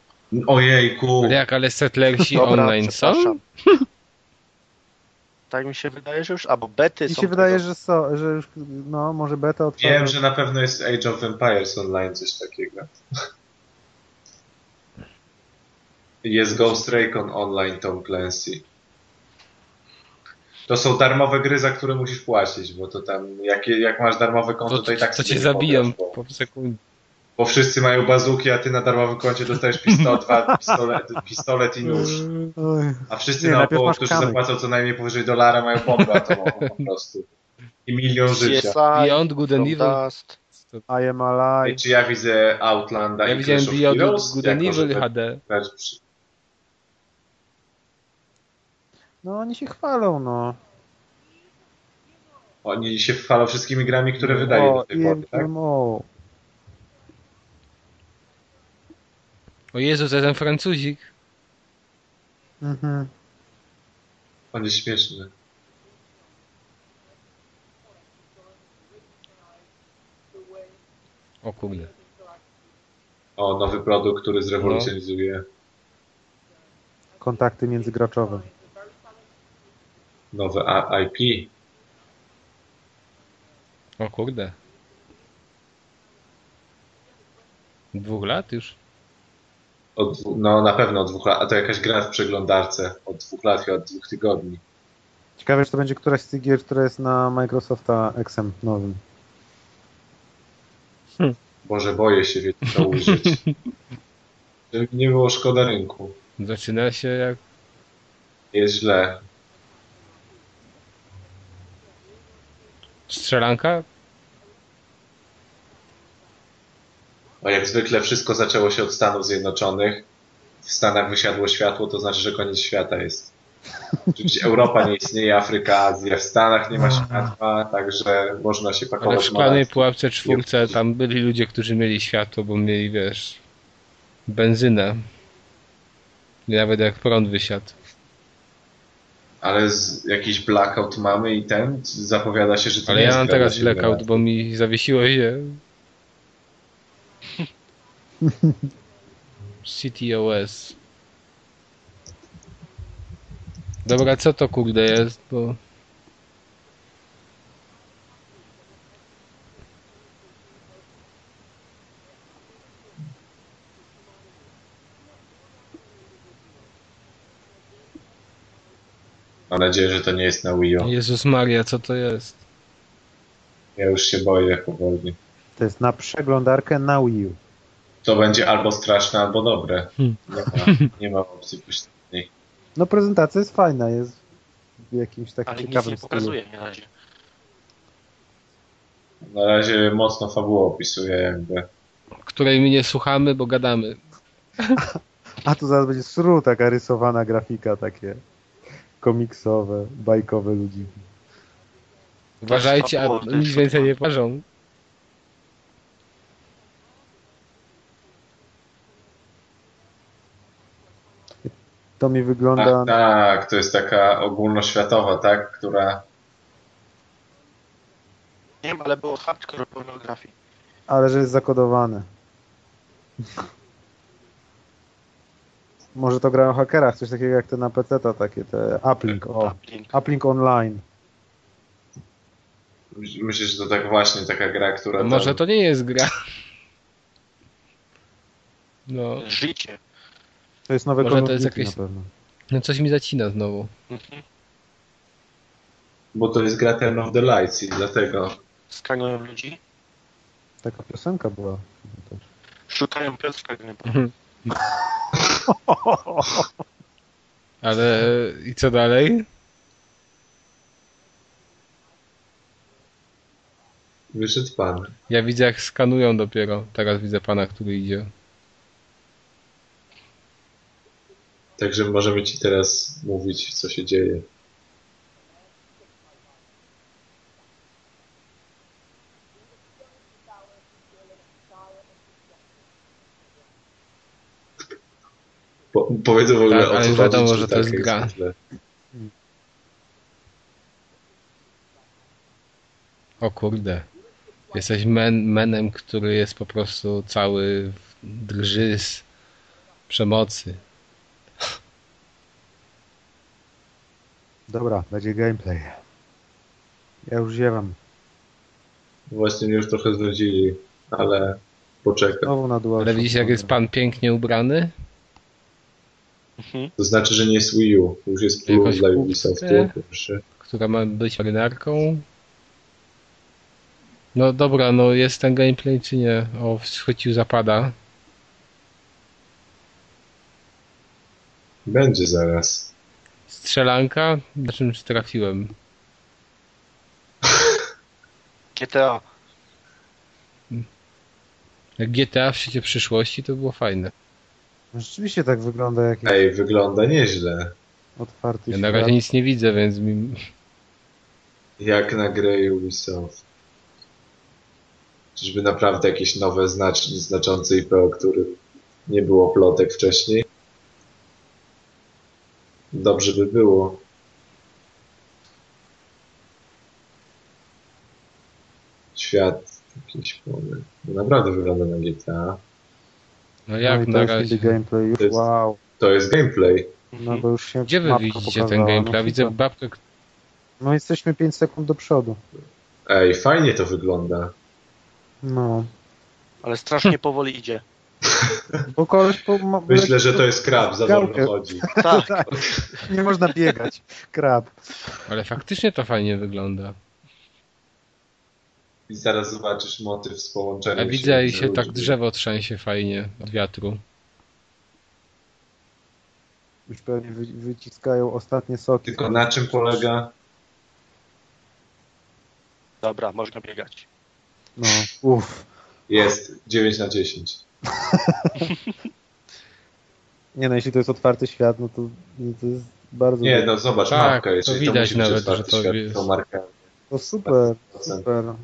[SPEAKER 3] Ojejku,
[SPEAKER 1] Ale jak, ale Settlersi
[SPEAKER 4] Dobra,
[SPEAKER 1] online są?
[SPEAKER 4] przepraszam. Tak mi się wydaje, że już. Albo bety
[SPEAKER 2] Mi
[SPEAKER 4] są.
[SPEAKER 2] się wydaje,
[SPEAKER 4] tego.
[SPEAKER 2] że, so, że już, no, może beta otworzy.
[SPEAKER 3] wiem, że na pewno jest Age of Empires online, coś takiego. Jest Ghost Recon online Tom Clancy. To są darmowe gry, za które musisz płacić, bo to tam, jak, jak masz darmowe konto,
[SPEAKER 1] To,
[SPEAKER 3] to, i tak
[SPEAKER 1] to
[SPEAKER 3] sobie
[SPEAKER 1] cię
[SPEAKER 3] nie
[SPEAKER 1] zabiją
[SPEAKER 3] pograsz, bo-
[SPEAKER 1] po sekundzie.
[SPEAKER 3] bo wszyscy mają bazuki, a ty na darmowym koncie dostajesz pistolet, dwa, pistolet, pistolet i nóż.
[SPEAKER 2] Oj,
[SPEAKER 3] A wszyscy
[SPEAKER 2] Nie, najpierw
[SPEAKER 3] naokoło,
[SPEAKER 2] masz
[SPEAKER 3] którzy
[SPEAKER 2] kamyk.
[SPEAKER 3] zapłacą co najmniej powyżej dolara, mają bombę atomową po prostu. I milion życia.
[SPEAKER 4] CSI,
[SPEAKER 1] Beyond Good and
[SPEAKER 4] From
[SPEAKER 1] Evil.
[SPEAKER 4] Dust.
[SPEAKER 2] Tak, I am
[SPEAKER 3] No I
[SPEAKER 2] alive.
[SPEAKER 3] czy ja widzę Outlanda
[SPEAKER 1] Ja
[SPEAKER 3] i
[SPEAKER 1] widziałem
[SPEAKER 3] Clash of
[SPEAKER 1] Beyond
[SPEAKER 3] Heroes?
[SPEAKER 1] Good and
[SPEAKER 3] Jako, że
[SPEAKER 1] Evil
[SPEAKER 3] te
[SPEAKER 1] HD.
[SPEAKER 3] też przy-
[SPEAKER 2] No oni się chwalą, no.
[SPEAKER 3] Oni się chwalą wszystkimi grami, które wydaje do
[SPEAKER 2] o,
[SPEAKER 3] tej pory, tak?
[SPEAKER 2] IMMO.
[SPEAKER 3] tak?
[SPEAKER 1] O Jezu, to ten Francuzik.
[SPEAKER 2] Mhm.
[SPEAKER 3] On jest śmieszny.
[SPEAKER 1] O kurde.
[SPEAKER 3] O, nowy produkt, który zrewolucjonizuje.
[SPEAKER 2] Kontakty międzygraczowe.
[SPEAKER 3] Nowe A- IP.
[SPEAKER 1] O kurde. Dwóch lat już?
[SPEAKER 3] Od, dwu- no na pewno od dwóch lat, a to jakaś gra w przeglądarce od dwóch lat chyba od dwóch tygodni.
[SPEAKER 2] Ciekawe, czy to będzie któraś z tych gier, która jest na Microsofta XM nowym.
[SPEAKER 3] Boże, boję się wiecie, to użyć. Żeby nie było szkoda rynku.
[SPEAKER 1] Zaczyna się jak...
[SPEAKER 3] Jest źle.
[SPEAKER 1] Strzelanka?
[SPEAKER 3] No jak zwykle wszystko zaczęło się od Stanów Zjednoczonych. W Stanach wysiadło światło, to znaczy, że koniec świata jest. Oczywiście Europa nie istnieje, Afryka, Azja. W Stanach nie ma światła, także można się
[SPEAKER 1] No. Ale w
[SPEAKER 3] pakować.
[SPEAKER 1] szklanej
[SPEAKER 3] manatki.
[SPEAKER 1] pułapce czwórce tam byli ludzie, którzy mieli światło, bo mieli, wiesz, benzynę. I Nawet jak prąd wysiadł.
[SPEAKER 3] Ale z, jakiś blackout mamy i ten zapowiada się, że to
[SPEAKER 1] Ale
[SPEAKER 3] nie
[SPEAKER 1] ja
[SPEAKER 3] jest
[SPEAKER 1] mam
[SPEAKER 3] gra na
[SPEAKER 1] teraz
[SPEAKER 3] siedem
[SPEAKER 1] blackout,
[SPEAKER 3] lat.
[SPEAKER 1] bo mi zawiesiło się. CTOS. Dobra, co to kurde jest, bo...
[SPEAKER 3] Mam nadzieję, że to nie jest na Wii U.
[SPEAKER 1] Jezus Maria, co to jest?
[SPEAKER 3] Ja już się boję powoli.
[SPEAKER 2] To jest na przeglądarkę na Wii U.
[SPEAKER 3] To będzie albo straszne, albo dobre.
[SPEAKER 1] Hmm.
[SPEAKER 3] Nie, ma, nie ma opcji pośredniej.
[SPEAKER 2] No prezentacja jest fajna, jest w jakimś takim
[SPEAKER 4] Ale nic
[SPEAKER 2] ciekawym
[SPEAKER 4] nie
[SPEAKER 2] stylu.
[SPEAKER 4] pokazuje na razie.
[SPEAKER 3] Na razie mocno fabułę opisuję jakby.
[SPEAKER 1] Której my nie słuchamy, bo gadamy.
[SPEAKER 2] A tu zaraz będzie sru, taka rysowana grafika, takie komiksowe, bajkowe ludzi.
[SPEAKER 1] Uważajcie, a
[SPEAKER 4] Papułę też
[SPEAKER 1] nic więcej
[SPEAKER 4] chyba.
[SPEAKER 1] nie parzą.
[SPEAKER 2] To mi wygląda...
[SPEAKER 3] Ach, tak, to jest taka ogólnoświatowa, tak? Która
[SPEAKER 4] Nie wiem, ale było hardcore pornografii.
[SPEAKER 2] Ale że jest zakodowane. Może to grają hakerach, coś takiego jak te na PC, takie te Uplink, o.
[SPEAKER 4] Uplink.
[SPEAKER 2] Uplink Online.
[SPEAKER 3] myślę, że to tak właśnie taka gra, która.
[SPEAKER 1] A
[SPEAKER 3] tam-
[SPEAKER 1] może to nie jest gra. No,
[SPEAKER 4] Życie.
[SPEAKER 2] To jest nowe
[SPEAKER 1] Może to
[SPEAKER 2] Call of
[SPEAKER 1] jest
[SPEAKER 2] Duty
[SPEAKER 1] jakieś-
[SPEAKER 2] na pewno.
[SPEAKER 1] no coś mi zacina znowu.
[SPEAKER 4] Mhm.
[SPEAKER 3] Bo to jest gra Ten of the Lights i dlatego.
[SPEAKER 4] Skanują ludzi.
[SPEAKER 2] Taka piosenka była.
[SPEAKER 4] Szukają Piotrka Gnyba.
[SPEAKER 1] Ale i co dalej?
[SPEAKER 3] Wyszedł pan.
[SPEAKER 1] Ja widzę jak skanują dopiero. Teraz widzę pana, który idzie.
[SPEAKER 3] Także możemy ci teraz mówić, co się dzieje. Po, powiedzą w ogóle
[SPEAKER 1] Tak,
[SPEAKER 3] o co
[SPEAKER 1] ale już
[SPEAKER 3] chodzi,
[SPEAKER 1] wiadomo,
[SPEAKER 3] czy
[SPEAKER 1] że to
[SPEAKER 3] tak
[SPEAKER 1] jest
[SPEAKER 3] jak
[SPEAKER 1] gra.
[SPEAKER 3] zwykle.
[SPEAKER 1] O kurde. Jesteś men, menem, który jest po prostu cały w- drży z przemocy.
[SPEAKER 2] Dobra, będzie gameplay. Ja już ziewam.
[SPEAKER 3] Właśnie mnie już trochę znudzili, ale poczekam.
[SPEAKER 2] Znowu na dual.
[SPEAKER 1] Ale widzicie jak jest pan pięknie ubrany?
[SPEAKER 3] To znaczy, że nie jest Wii U. To już jest plus
[SPEAKER 1] Jakoś
[SPEAKER 3] dla
[SPEAKER 1] kupcy.
[SPEAKER 3] Ubisoftu. Proszę.
[SPEAKER 1] Która ma być marynarką. No dobra, no jest ten gameplay czy nie? O, schwycił zapada.
[SPEAKER 3] Będzie zaraz.
[SPEAKER 1] Strzelanka? Na czymś trafiłem.
[SPEAKER 4] GTA.
[SPEAKER 1] Jak GTA w świecie przyszłości to było fajne.
[SPEAKER 2] Rzeczywiście tak wygląda jakiś
[SPEAKER 3] Ej, wygląda nieźle.
[SPEAKER 2] otwarty
[SPEAKER 1] Ja
[SPEAKER 2] świat.
[SPEAKER 1] na razie nic nie widzę, więc mi... no
[SPEAKER 3] Jak na grę Ubisoft. Czyżby naprawdę jakieś nowe, znacz znaczące IP, o którym nie było plotek wcześniej? Dobrze by było. Świat jakiś pełny. No Naprawdę wygląda na GTA.
[SPEAKER 1] No jak
[SPEAKER 2] no i
[SPEAKER 1] na
[SPEAKER 2] to jest
[SPEAKER 1] razie.
[SPEAKER 2] indie gameplay.
[SPEAKER 3] To jest-
[SPEAKER 2] Wow.
[SPEAKER 3] To jest gameplay.
[SPEAKER 2] No bo już się
[SPEAKER 1] Gdzie wy
[SPEAKER 2] mapka
[SPEAKER 1] widzicie
[SPEAKER 2] pokazała.
[SPEAKER 1] ten gameplay?
[SPEAKER 2] No,
[SPEAKER 1] Widzę
[SPEAKER 2] super.
[SPEAKER 1] babkę.
[SPEAKER 2] No jesteśmy 5 sekund do przodu.
[SPEAKER 3] Ej, fajnie to wygląda.
[SPEAKER 2] No.
[SPEAKER 4] Ale
[SPEAKER 2] Hm.
[SPEAKER 4] strasznie powoli idzie.
[SPEAKER 2] Bo koleś po, ma,
[SPEAKER 3] Myślę, że to jest krab, za
[SPEAKER 2] Gałkę.
[SPEAKER 3] wolno chodzi.
[SPEAKER 4] Tak,
[SPEAKER 2] nie można biegać. Krab.
[SPEAKER 1] Ale faktycznie to fajnie wygląda.
[SPEAKER 3] I zaraz zobaczysz motyw z
[SPEAKER 1] A
[SPEAKER 3] połączeniem
[SPEAKER 1] widzę i się
[SPEAKER 3] różnych.
[SPEAKER 1] tak drzewo trzęsie fajnie od wiatru.
[SPEAKER 2] Już pewnie wy, wyciskają ostatnie soki.
[SPEAKER 3] Tylko na czym polega?
[SPEAKER 4] dobra, można biegać.
[SPEAKER 2] No. Uff.
[SPEAKER 3] Jest 9 na 10.
[SPEAKER 2] Nie no, jeśli to jest otwarty świat, no to, no to jest bardzo...
[SPEAKER 3] Nie, no zobacz,
[SPEAKER 1] Tak,
[SPEAKER 3] marka, jeżeli
[SPEAKER 1] to widać
[SPEAKER 3] musi być
[SPEAKER 1] nawet,
[SPEAKER 3] otwarty
[SPEAKER 1] że to
[SPEAKER 3] świat,
[SPEAKER 1] jest-
[SPEAKER 3] To marka.
[SPEAKER 2] To super,
[SPEAKER 3] Procent.
[SPEAKER 2] super. no.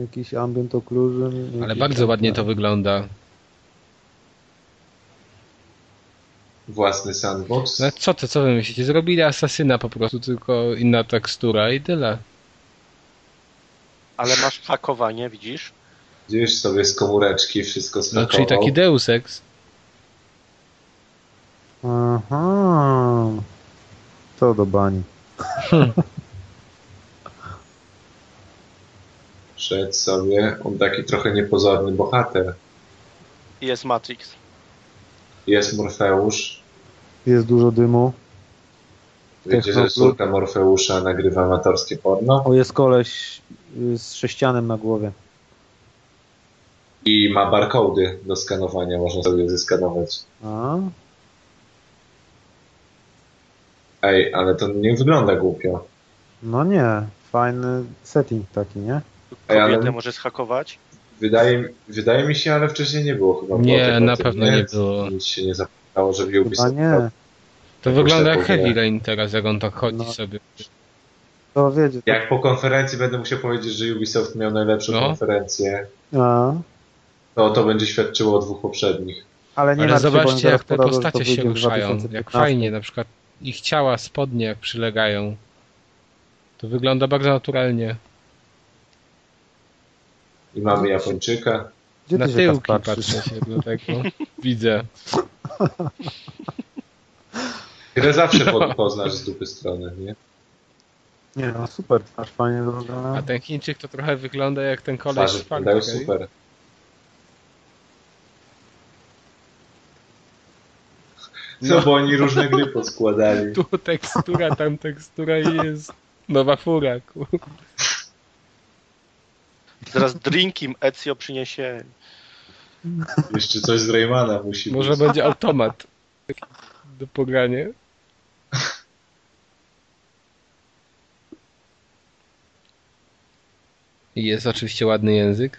[SPEAKER 2] Jakiś ambient occlusion.
[SPEAKER 1] Ale
[SPEAKER 2] jakiś-
[SPEAKER 1] bardzo ładnie to wygląda.
[SPEAKER 3] Własny sandbox.
[SPEAKER 1] No co to, co wy myślicie? Zrobili asasyna po prostu, tylko inna tekstura i tyle.
[SPEAKER 4] Ale masz hakowanie, widzisz?
[SPEAKER 3] Widzisz sobie z komóreczki, wszystko
[SPEAKER 1] No,
[SPEAKER 3] spakował.
[SPEAKER 1] czyli taki Deus Ex.
[SPEAKER 2] Aha. To do bani.
[SPEAKER 3] Szedł sobie. On taki trochę niepozorny bohater.
[SPEAKER 4] I jest Matrix.
[SPEAKER 3] Jest Morfeusz.
[SPEAKER 2] Jest dużo dymu.
[SPEAKER 3] Wiecie, że
[SPEAKER 2] Technoplu-
[SPEAKER 3] córka Morfeusza nagrywa amatorskie porno
[SPEAKER 2] O, jest koleś y, z sześcianem na głowie.
[SPEAKER 3] i ma barkody do skanowania, można sobie zeskanować.
[SPEAKER 2] A?
[SPEAKER 3] Ej, ale to nie wygląda głupio.
[SPEAKER 2] No nie. Fajny setting taki, nie?
[SPEAKER 3] Ej, ale-
[SPEAKER 4] Kobietę możesz hakować.
[SPEAKER 3] Wydaje, wydaje mi się, ale wcześniej nie było chyba.
[SPEAKER 1] Nie,
[SPEAKER 3] mowy o
[SPEAKER 1] na
[SPEAKER 3] tym,
[SPEAKER 1] pewno nie było.
[SPEAKER 3] Nic się nie zapytało, że Ubisoft
[SPEAKER 2] Chyba nie.
[SPEAKER 3] Tak,
[SPEAKER 1] To wygląda jak
[SPEAKER 3] Myślę, że
[SPEAKER 1] Heavy Rain teraz, jak on tak chodzi
[SPEAKER 2] No.
[SPEAKER 1] sobie.
[SPEAKER 2] To wiedzie. to-
[SPEAKER 3] Jak po konferencji będę musiał powiedzieć, że Ubisoft miał najlepszą
[SPEAKER 1] No.
[SPEAKER 3] konferencję,
[SPEAKER 2] A?
[SPEAKER 3] to to będzie świadczyło o dwóch poprzednich.
[SPEAKER 2] Ale nie
[SPEAKER 1] Ale
[SPEAKER 2] martw się, bo oni
[SPEAKER 1] zobaczcie,
[SPEAKER 2] zaraz
[SPEAKER 1] jak te
[SPEAKER 2] podają, że to
[SPEAKER 1] postacie
[SPEAKER 2] wyjdzie
[SPEAKER 1] się
[SPEAKER 2] w
[SPEAKER 1] ruszają. Jak
[SPEAKER 2] 2015.
[SPEAKER 1] fajnie, na przykład ich ciała, spodnie, jak przylegają. To wygląda bardzo naturalnie.
[SPEAKER 3] I
[SPEAKER 2] No.
[SPEAKER 3] mamy Japończyka.
[SPEAKER 2] Gdzie
[SPEAKER 1] na
[SPEAKER 2] ty się
[SPEAKER 1] tyłki
[SPEAKER 2] tak
[SPEAKER 1] patrzę
[SPEAKER 2] patrzysz?
[SPEAKER 1] się do tego. Widzę.
[SPEAKER 3] Grę zawsze po, poznasz z dupy strony, nie?
[SPEAKER 2] Nie no, super twarz, fajnie
[SPEAKER 1] A
[SPEAKER 2] wygląda.
[SPEAKER 1] ten Chińczyk to trochę wygląda jak ten koleś
[SPEAKER 3] Twarze
[SPEAKER 1] z Far
[SPEAKER 3] wyglądają
[SPEAKER 1] Cry.
[SPEAKER 3] super. Co, bo oni różne gry poskładali.
[SPEAKER 1] No. Tu tekstura, tam tekstura i jest nowa fura. Kur.
[SPEAKER 4] Zaraz drinkiem Ezio przyniesie.
[SPEAKER 3] Jeszcze coś z Raymana musi być.
[SPEAKER 1] Może będzie automat do pogrania. I Jest oczywiście ładny język.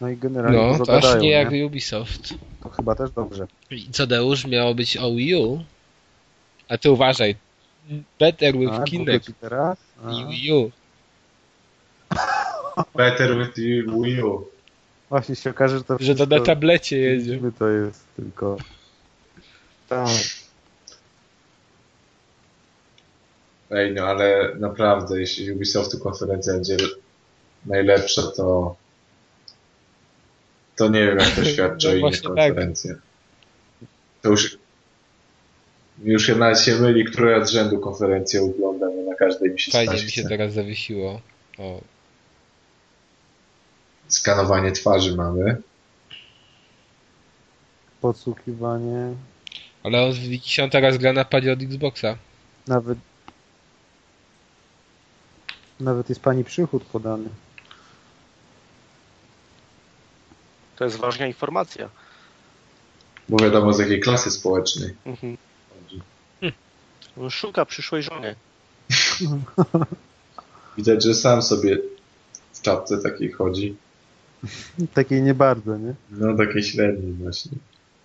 [SPEAKER 2] No i generalnie no,
[SPEAKER 1] No,
[SPEAKER 2] dużo
[SPEAKER 1] to aż
[SPEAKER 2] gadają,
[SPEAKER 1] nie
[SPEAKER 2] nie
[SPEAKER 1] jak Ubisoft.
[SPEAKER 2] To chyba też dobrze.
[SPEAKER 1] I co Deusz miało być o Wii U? A ty uważaj. Better with
[SPEAKER 2] A,
[SPEAKER 1] Kinect
[SPEAKER 2] Google teraz? A.
[SPEAKER 1] i Wii U.
[SPEAKER 3] Better with you, Wii U.
[SPEAKER 2] Właśnie się okaże, że to
[SPEAKER 1] Że to na
[SPEAKER 2] wszystko-
[SPEAKER 1] tablecie jedzie.
[SPEAKER 2] Niby to jest tylko... Tak.
[SPEAKER 3] Ej, no ale naprawdę, jeśli Ubisoftu konferencja będzie najlepsza, to to nie wiem, jak to świadczy o
[SPEAKER 1] No
[SPEAKER 3] innych
[SPEAKER 1] właśnie tak.
[SPEAKER 3] konferencjach. To już już ja nawet się myli, która ja z rzędu konferencję oglądam, bo na każdej mi się
[SPEAKER 1] Fajnie
[SPEAKER 3] Fajnie
[SPEAKER 1] mi się tak- teraz zawiesiło. O,
[SPEAKER 3] Skanowanie twarzy mamy.
[SPEAKER 2] Podsłuchiwanie...
[SPEAKER 1] Ale on widzicie, on teraz gra na padzie od Xboxa.
[SPEAKER 2] Nawet... Nawet jest pani przychód podany.
[SPEAKER 4] To jest ważna informacja.
[SPEAKER 3] Bo wiadomo, z jakiej klasy społecznej.
[SPEAKER 4] Mhm. On szuka przyszłej żony.
[SPEAKER 3] Widać, że sam sobie w czapce takiej chodzi.
[SPEAKER 2] Takiej nie bardzo, nie?
[SPEAKER 3] No, takiej średniej właśnie.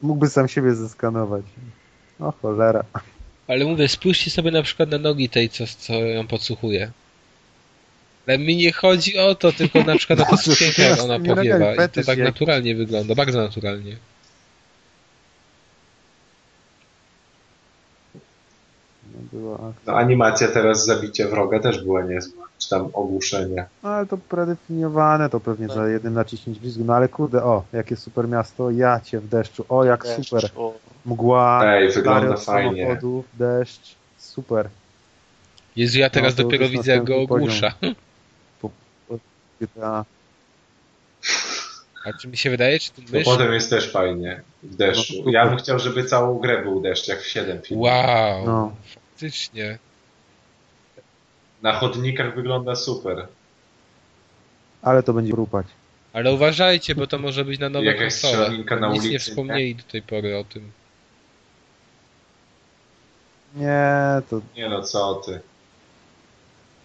[SPEAKER 2] Mógłby sam siebie zeskanować. O cholera.
[SPEAKER 1] Ale mówię, spójrzcie sobie na przykład na nogi tej, co, co ją podsłuchuje. Ale mi nie chodzi o to, tylko na przykład na to sukienkę jak ona
[SPEAKER 2] Nie legalny
[SPEAKER 1] powiewa. I to
[SPEAKER 2] fetysz
[SPEAKER 1] tak
[SPEAKER 2] jakiś.
[SPEAKER 1] naturalnie wygląda, bardzo naturalnie.
[SPEAKER 2] No była akcja.
[SPEAKER 3] No, animacja teraz zabicia wroga też była niezła, czy tam ogłuszenie.
[SPEAKER 2] No ale to predefiniowane, to pewnie
[SPEAKER 4] Tak.
[SPEAKER 2] za jednym naciśnięć blisko. No ale kurde, o, jakie super miasto, ja cię w deszczu, o jak
[SPEAKER 4] Deszcz,
[SPEAKER 2] super.
[SPEAKER 4] O,
[SPEAKER 2] Mgła,
[SPEAKER 3] Ej,
[SPEAKER 2] dary
[SPEAKER 3] Tak, wygląda
[SPEAKER 2] od
[SPEAKER 3] fajnie.
[SPEAKER 2] samochodów, deszcz, super.
[SPEAKER 1] Jezu, ja teraz
[SPEAKER 2] No, to
[SPEAKER 1] dopiero
[SPEAKER 2] już
[SPEAKER 1] widzę, jak go
[SPEAKER 2] następny poziom.
[SPEAKER 1] ogłusza.
[SPEAKER 2] GTA.
[SPEAKER 1] A czy mi się wydaje, czy ten
[SPEAKER 3] Bo
[SPEAKER 1] mysz?
[SPEAKER 3] potem jest też fajnie w deszczu.
[SPEAKER 2] No,
[SPEAKER 3] Ja bym chciał, żeby całą grę był deszcz, jak w 7 filmie.
[SPEAKER 1] Wow,
[SPEAKER 2] No.
[SPEAKER 1] faktycznie.
[SPEAKER 3] Na chodnikach wygląda super.
[SPEAKER 2] Ale to będzie rupać.
[SPEAKER 1] Ale uważajcie, bo to może być na nowe
[SPEAKER 3] Jakaś
[SPEAKER 1] konsole.
[SPEAKER 3] strzelaninka na
[SPEAKER 1] No, Nic
[SPEAKER 3] ulicy. tak?
[SPEAKER 1] nie wspomnieli do tej pory o tym.
[SPEAKER 2] Nie, to
[SPEAKER 3] Nie no, co ty.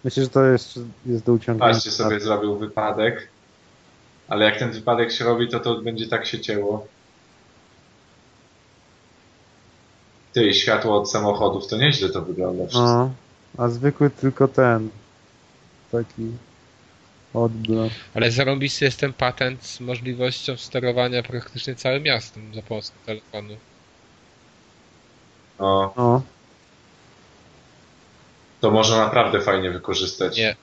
[SPEAKER 2] myślę, że to jest, jest do uciągnięcia.
[SPEAKER 3] Patrzcie sobie, zrobił wypadek. Ale jak ten wypadek się robi, to to będzie tak się cięło. Ty, światło od samochodów, to nieźle to wygląda wszystko.
[SPEAKER 2] No, a zwykły tylko ten. Taki odblok.
[SPEAKER 1] Ale zarąbisty jest ten patent z możliwością sterowania praktycznie całym miastem za pomocą telefonu.
[SPEAKER 3] No,
[SPEAKER 2] No,
[SPEAKER 3] to można naprawdę fajnie wykorzystać.
[SPEAKER 1] Nie.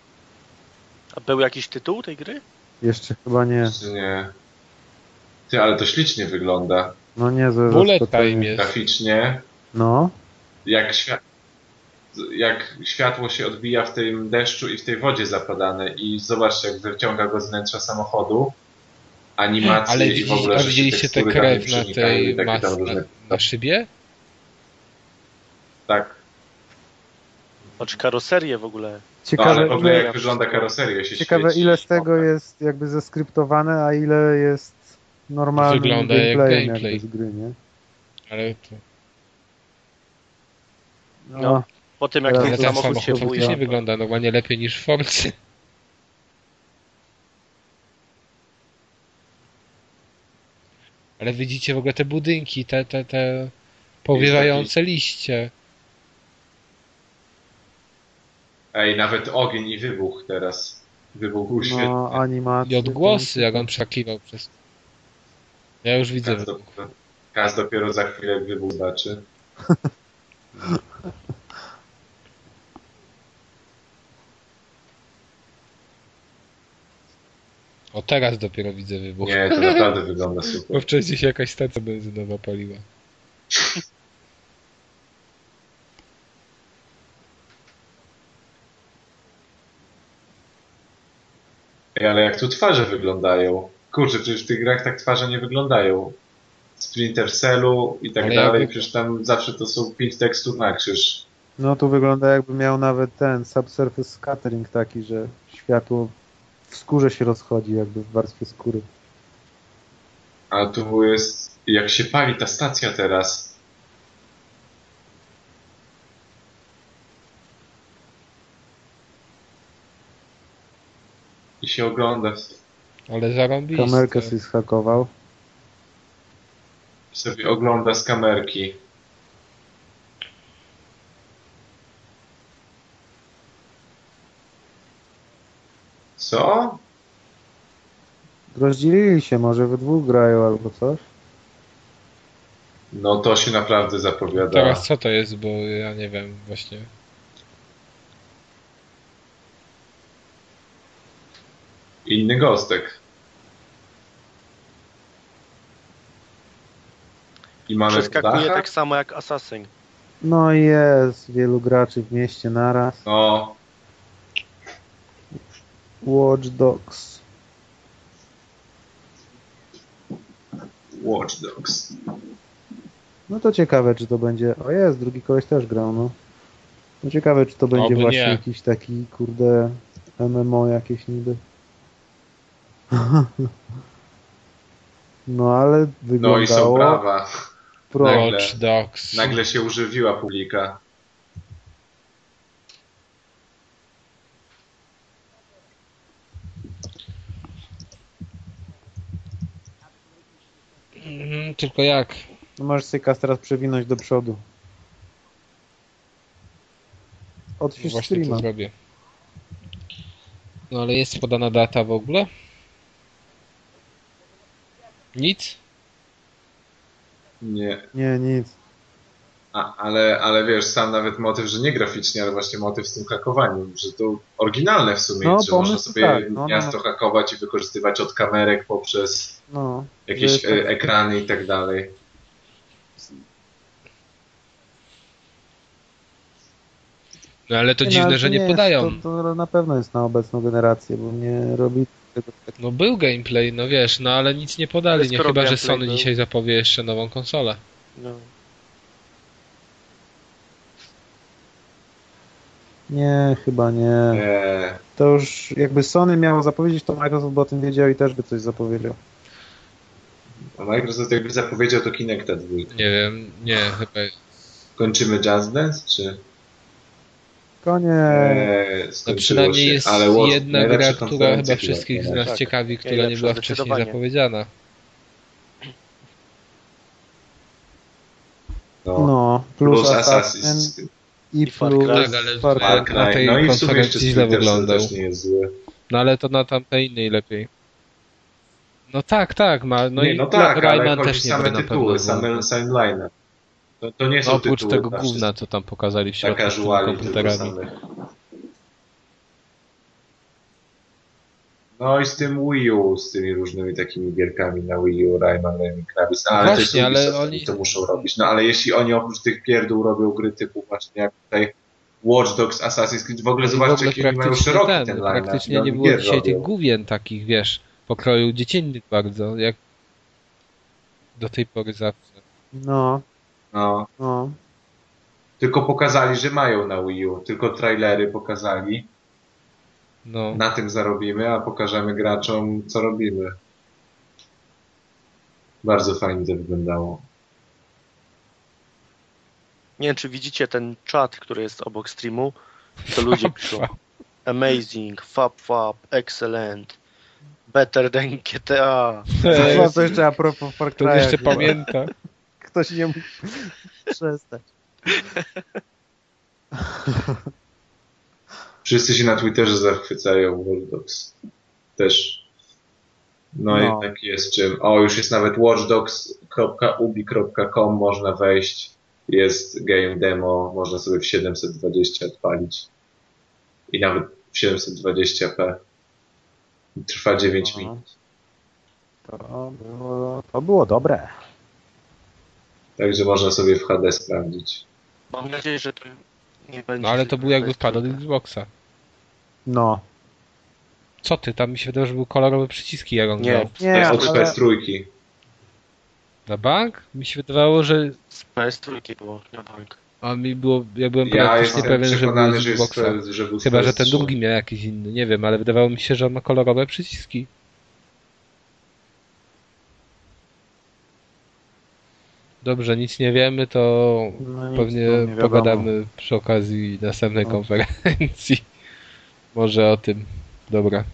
[SPEAKER 4] a był jakiś tytuł tej gry?
[SPEAKER 2] jeszcze chyba nie.
[SPEAKER 3] Nie. Ty, ale to ślicznie wygląda.
[SPEAKER 2] No nie, ze
[SPEAKER 1] Bullet
[SPEAKER 2] zaskoczenie.
[SPEAKER 1] time jest.
[SPEAKER 3] Graficznie.
[SPEAKER 2] No,
[SPEAKER 3] jak, świat, jak światło się odbija w tym deszczu i w tej wodzie zapadanej i zobaczcie, jak wyciąga go z wnętrza samochodu, animacje
[SPEAKER 1] Ale
[SPEAKER 3] i w
[SPEAKER 1] widzieliście,
[SPEAKER 3] ogóle
[SPEAKER 1] a
[SPEAKER 3] że się
[SPEAKER 1] widzieliście tę
[SPEAKER 3] tekstury tam nie tak
[SPEAKER 1] krew na
[SPEAKER 3] przenikają i
[SPEAKER 1] tej
[SPEAKER 3] takie
[SPEAKER 1] masce,
[SPEAKER 3] tam różne,
[SPEAKER 1] na szybie?
[SPEAKER 3] tak.
[SPEAKER 4] Znaczy karoserię w ogóle.
[SPEAKER 3] No, ale
[SPEAKER 2] ciekawe,
[SPEAKER 3] w ogóle
[SPEAKER 2] ile,
[SPEAKER 3] jak wygląda karoseria się
[SPEAKER 2] ciekawe
[SPEAKER 3] świeci.
[SPEAKER 2] ile z tego jest jakby zeskryptowane, a ile jest normalnym
[SPEAKER 1] Wygląda jak
[SPEAKER 2] gameplayem
[SPEAKER 1] gameplay.
[SPEAKER 2] jakby z gry, nie?
[SPEAKER 1] Ale
[SPEAKER 4] Tak,
[SPEAKER 1] to...
[SPEAKER 2] No,
[SPEAKER 4] No. Po tym jak
[SPEAKER 2] Ale
[SPEAKER 1] Ale
[SPEAKER 4] ten
[SPEAKER 2] to
[SPEAKER 1] ten
[SPEAKER 4] samochód
[SPEAKER 1] samochód
[SPEAKER 4] się buja.
[SPEAKER 1] faktycznie wygląda normalnie lepiej niż w Forcy. Ale widzicie w ogóle te budynki, te, te, te powiewające liście.
[SPEAKER 3] Ej, nawet ogień i wybuch teraz. Wybuchł
[SPEAKER 2] no
[SPEAKER 3] świetnie.
[SPEAKER 2] animacje.
[SPEAKER 1] I odgłosy, jak on przekiwał przez... Ja już widzę.
[SPEAKER 3] Kaz dopiero, Kaz dopiero za chwilę wybuch zobaczy.
[SPEAKER 1] O, teraz dopiero widzę wybuch.
[SPEAKER 3] Nie, to naprawdę wygląda super.
[SPEAKER 1] Bo wcześniej się jakaś stacja benzynowa paliła.
[SPEAKER 3] Ej, ale jak tu twarze wyglądają. Kurczę, przecież w tych grach tak twarze nie wyglądają. Splinter Cellu i tak
[SPEAKER 1] Ale
[SPEAKER 3] dalej,
[SPEAKER 1] jakby-
[SPEAKER 3] przecież tam zawsze to są pięć tekstów na krzyż.
[SPEAKER 2] No tu wygląda jakby miał nawet ten subsurface scattering taki, że światło w skórze się rozchodzi jakby w warstwie skóry.
[SPEAKER 3] A tu jest, jak się pali ta stacja teraz. I się ogląda
[SPEAKER 1] Ale zarąbiste.
[SPEAKER 2] Kamerkę sobie zhakował.
[SPEAKER 3] sobie ogląda z kamerki. Co?
[SPEAKER 2] Rozdzielili się, może we dwóch grają albo coś.
[SPEAKER 3] No to się naprawdę zapowiada.
[SPEAKER 1] Teraz co to jest, bo ja nie wiem właśnie.
[SPEAKER 3] Inny gostek. I mamy
[SPEAKER 4] Przeskakuje
[SPEAKER 3] ptacha?
[SPEAKER 4] tak samo jak Assassin.
[SPEAKER 2] No i jest wielu graczy w mieście naraz.
[SPEAKER 3] No,
[SPEAKER 2] Watch Dogs.
[SPEAKER 3] Watch Dogs.
[SPEAKER 2] No to ciekawe, czy to będzie... O jest, drugi koleś też grał, no. No ciekawe, czy to będzie
[SPEAKER 1] Oby
[SPEAKER 2] właśnie
[SPEAKER 1] nie.
[SPEAKER 2] jakiś taki, kurde, MMO jakieś niby. no ale
[SPEAKER 3] No i są
[SPEAKER 2] wyglądało
[SPEAKER 3] prawa.
[SPEAKER 2] pro.
[SPEAKER 3] Nagle.
[SPEAKER 1] Watch Dogs.
[SPEAKER 3] Nagle się używiła publika.
[SPEAKER 1] Mhm, tylko jak?
[SPEAKER 2] No Możesz Sykas teraz przewinąć do przodu. Odśwież
[SPEAKER 1] Właśnie to
[SPEAKER 2] streama.
[SPEAKER 1] zrobię. No ale jest podana data w ogóle? Nic?
[SPEAKER 3] Nie.
[SPEAKER 2] Nie, nic.
[SPEAKER 3] A, ale, ale wiesz, sam nawet motyw, że nie graficznie, ale właśnie motyw z tym hakowaniem, że to oryginalne w sumie,
[SPEAKER 2] No,
[SPEAKER 3] że można
[SPEAKER 2] pomysł
[SPEAKER 3] sobie
[SPEAKER 2] tak, no, no.
[SPEAKER 3] miasto hakować i wykorzystywać od kamerek poprzez
[SPEAKER 2] No, że
[SPEAKER 3] jakieś
[SPEAKER 2] jest tak-
[SPEAKER 3] e, ekrany i tak dalej.
[SPEAKER 1] No ale to
[SPEAKER 2] no,
[SPEAKER 1] dziwne,
[SPEAKER 2] ale
[SPEAKER 1] że nie,
[SPEAKER 2] jest,
[SPEAKER 1] podają.
[SPEAKER 2] To, to na pewno jest na obecną generację, bo nie robi tego tak.
[SPEAKER 1] No był gameplay, no wiesz, no ale nic nie podali,
[SPEAKER 4] Ale
[SPEAKER 1] nie
[SPEAKER 4] skoro
[SPEAKER 1] chyba, że
[SPEAKER 4] gameplay
[SPEAKER 1] Sony
[SPEAKER 4] był-
[SPEAKER 1] dzisiaj zapowie jeszcze nową konsolę.
[SPEAKER 4] No.
[SPEAKER 2] Nie, chyba nie.
[SPEAKER 3] E,
[SPEAKER 2] To już jakby Sony miało zapowiedzieć, to Microsoft by o tym wiedział i też by coś zapowiedział.
[SPEAKER 3] a Microsoft jakby zapowiedział to Kinecta 2.
[SPEAKER 1] Nie wiem, nie, chyba.
[SPEAKER 3] Kończymy Just Dance, czy?
[SPEAKER 2] Konie.
[SPEAKER 3] E,
[SPEAKER 1] No
[SPEAKER 3] skończyło
[SPEAKER 1] przynajmniej
[SPEAKER 3] się.
[SPEAKER 1] jest
[SPEAKER 3] ale World-
[SPEAKER 1] jedna
[SPEAKER 3] najlepsza
[SPEAKER 1] gra, która
[SPEAKER 3] konferencja
[SPEAKER 1] chyba wszystkich z
[SPEAKER 3] chyba,
[SPEAKER 1] nas
[SPEAKER 4] tak.
[SPEAKER 1] ciekawi, która nie
[SPEAKER 4] Najlepsza,
[SPEAKER 1] była wcześniej
[SPEAKER 4] zdecydowanie.
[SPEAKER 1] zapowiedziana.
[SPEAKER 3] No.
[SPEAKER 2] No, plus,
[SPEAKER 3] Plus
[SPEAKER 2] Assassin
[SPEAKER 3] Assassin's Creed.
[SPEAKER 2] i
[SPEAKER 4] I Far
[SPEAKER 2] plus
[SPEAKER 4] Cry.
[SPEAKER 1] Tak, ale
[SPEAKER 2] Far Cry.
[SPEAKER 3] Far
[SPEAKER 1] Na
[SPEAKER 3] Cry.
[SPEAKER 1] tej
[SPEAKER 3] No i w sumie jeszcze
[SPEAKER 1] konferencji źle
[SPEAKER 3] Splinter
[SPEAKER 1] wyglądał.
[SPEAKER 3] też nie jest zły.
[SPEAKER 1] No ale to na tamtej innej lepiej. No tak, tak, ma. No
[SPEAKER 3] nie,
[SPEAKER 1] i
[SPEAKER 3] no tak,
[SPEAKER 1] Ra-
[SPEAKER 3] ale
[SPEAKER 1] Rayman
[SPEAKER 3] chodzi
[SPEAKER 1] też nie
[SPEAKER 3] same
[SPEAKER 1] był na pewno.
[SPEAKER 3] tytuły,
[SPEAKER 1] włączony.
[SPEAKER 3] same sideline. To, to nie są
[SPEAKER 1] No, oprócz
[SPEAKER 3] tytuły
[SPEAKER 1] tego
[SPEAKER 3] dla
[SPEAKER 1] gówna, co tam pokazali w
[SPEAKER 3] wszystkich-
[SPEAKER 1] środku
[SPEAKER 3] dla
[SPEAKER 1] z tymi
[SPEAKER 3] casuali, tylko
[SPEAKER 1] komputerami.
[SPEAKER 3] same. No i z tym Wii U, z tymi różnymi takimi gierkami na Wii U, Rayman, Rayman Kravis, ale
[SPEAKER 1] No
[SPEAKER 3] to
[SPEAKER 1] właśnie,
[SPEAKER 3] jest Ubisoft,
[SPEAKER 1] ale
[SPEAKER 3] oni
[SPEAKER 1] oni-
[SPEAKER 3] to muszą robić. No ale jeśli oni oprócz tych pierdół robią gry typu właśnie jak tutaj Watch Dogs, Assassin's Creed, w ogóle
[SPEAKER 1] No I w
[SPEAKER 3] zobaczcie,
[SPEAKER 1] ogóle
[SPEAKER 3] jaki oni mają
[SPEAKER 1] praktycznie
[SPEAKER 3] szeroki ten,
[SPEAKER 1] ten,
[SPEAKER 3] ten No, line
[SPEAKER 1] Praktycznie nie było dzisiaj tych gówien takich, wiesz, pokroju dziecinnych bardzo, jak do tej pory zawsze.
[SPEAKER 2] No,
[SPEAKER 3] No,
[SPEAKER 2] no.
[SPEAKER 3] tylko pokazali, że mają na Wii U, tylko trailery pokazali.
[SPEAKER 1] No,
[SPEAKER 3] Na tym zarobimy, a pokażemy graczom, co robimy. Bardzo fajnie to wyglądało.
[SPEAKER 4] Nie wiem, czy widzicie ten czat, który jest obok streamu, to ludzie piszą amazing, fab fab, excellent, better than GTA.
[SPEAKER 2] Chyba to jeszcze a propos Far
[SPEAKER 1] to
[SPEAKER 2] Cry'a,
[SPEAKER 1] jeszcze
[SPEAKER 2] chyba.
[SPEAKER 1] pamięta.
[SPEAKER 2] Ktoś nie mógł przestać.
[SPEAKER 3] Wszyscy się na Twitterze zachwycają Watch Dogs. Też. No,
[SPEAKER 2] No.
[SPEAKER 3] jednak jest czym. O, już jest nawet watchdogs.ubi.com można wejść. Jest game demo, można sobie w 720 odpalić. I nawet w 720p. Trwa 9 minut.
[SPEAKER 2] To było
[SPEAKER 5] To było dobre.
[SPEAKER 3] Także można sobie w HD sprawdzić.
[SPEAKER 4] Mam nadzieję, że to nie będzie.
[SPEAKER 1] No ale to był jakby wpadł do Xboxa.
[SPEAKER 5] No.
[SPEAKER 1] Co ty, tam mi się wydaje, że były kolorowe przyciski, jak on
[SPEAKER 4] Nie,
[SPEAKER 1] grał.
[SPEAKER 2] Nie,
[SPEAKER 3] Od
[SPEAKER 2] ale-
[SPEAKER 3] PS3.
[SPEAKER 1] Na bank? Mi się wydawało, że...
[SPEAKER 4] z PS3 było na bank.
[SPEAKER 1] A mi było... Ja byłem
[SPEAKER 3] Ja
[SPEAKER 1] praktycznie
[SPEAKER 3] jestem
[SPEAKER 1] pewien, że
[SPEAKER 3] przekonany,
[SPEAKER 1] był
[SPEAKER 3] że
[SPEAKER 1] z
[SPEAKER 3] jest,
[SPEAKER 1] Xboxa.
[SPEAKER 3] że, że był z
[SPEAKER 1] Chyba, że ten
[SPEAKER 3] PS3.
[SPEAKER 1] drugi miał jakiś inny, nie wiem, ale wydawało mi się, że on ma kolorowe przyciski. Dobrze, nic nie wiemy, to
[SPEAKER 2] no nic,
[SPEAKER 1] pewnie
[SPEAKER 2] to nie wiadomo.
[SPEAKER 1] pogadamy przy okazji następnej
[SPEAKER 2] No.
[SPEAKER 1] konferencji. Może o tym. Dobra.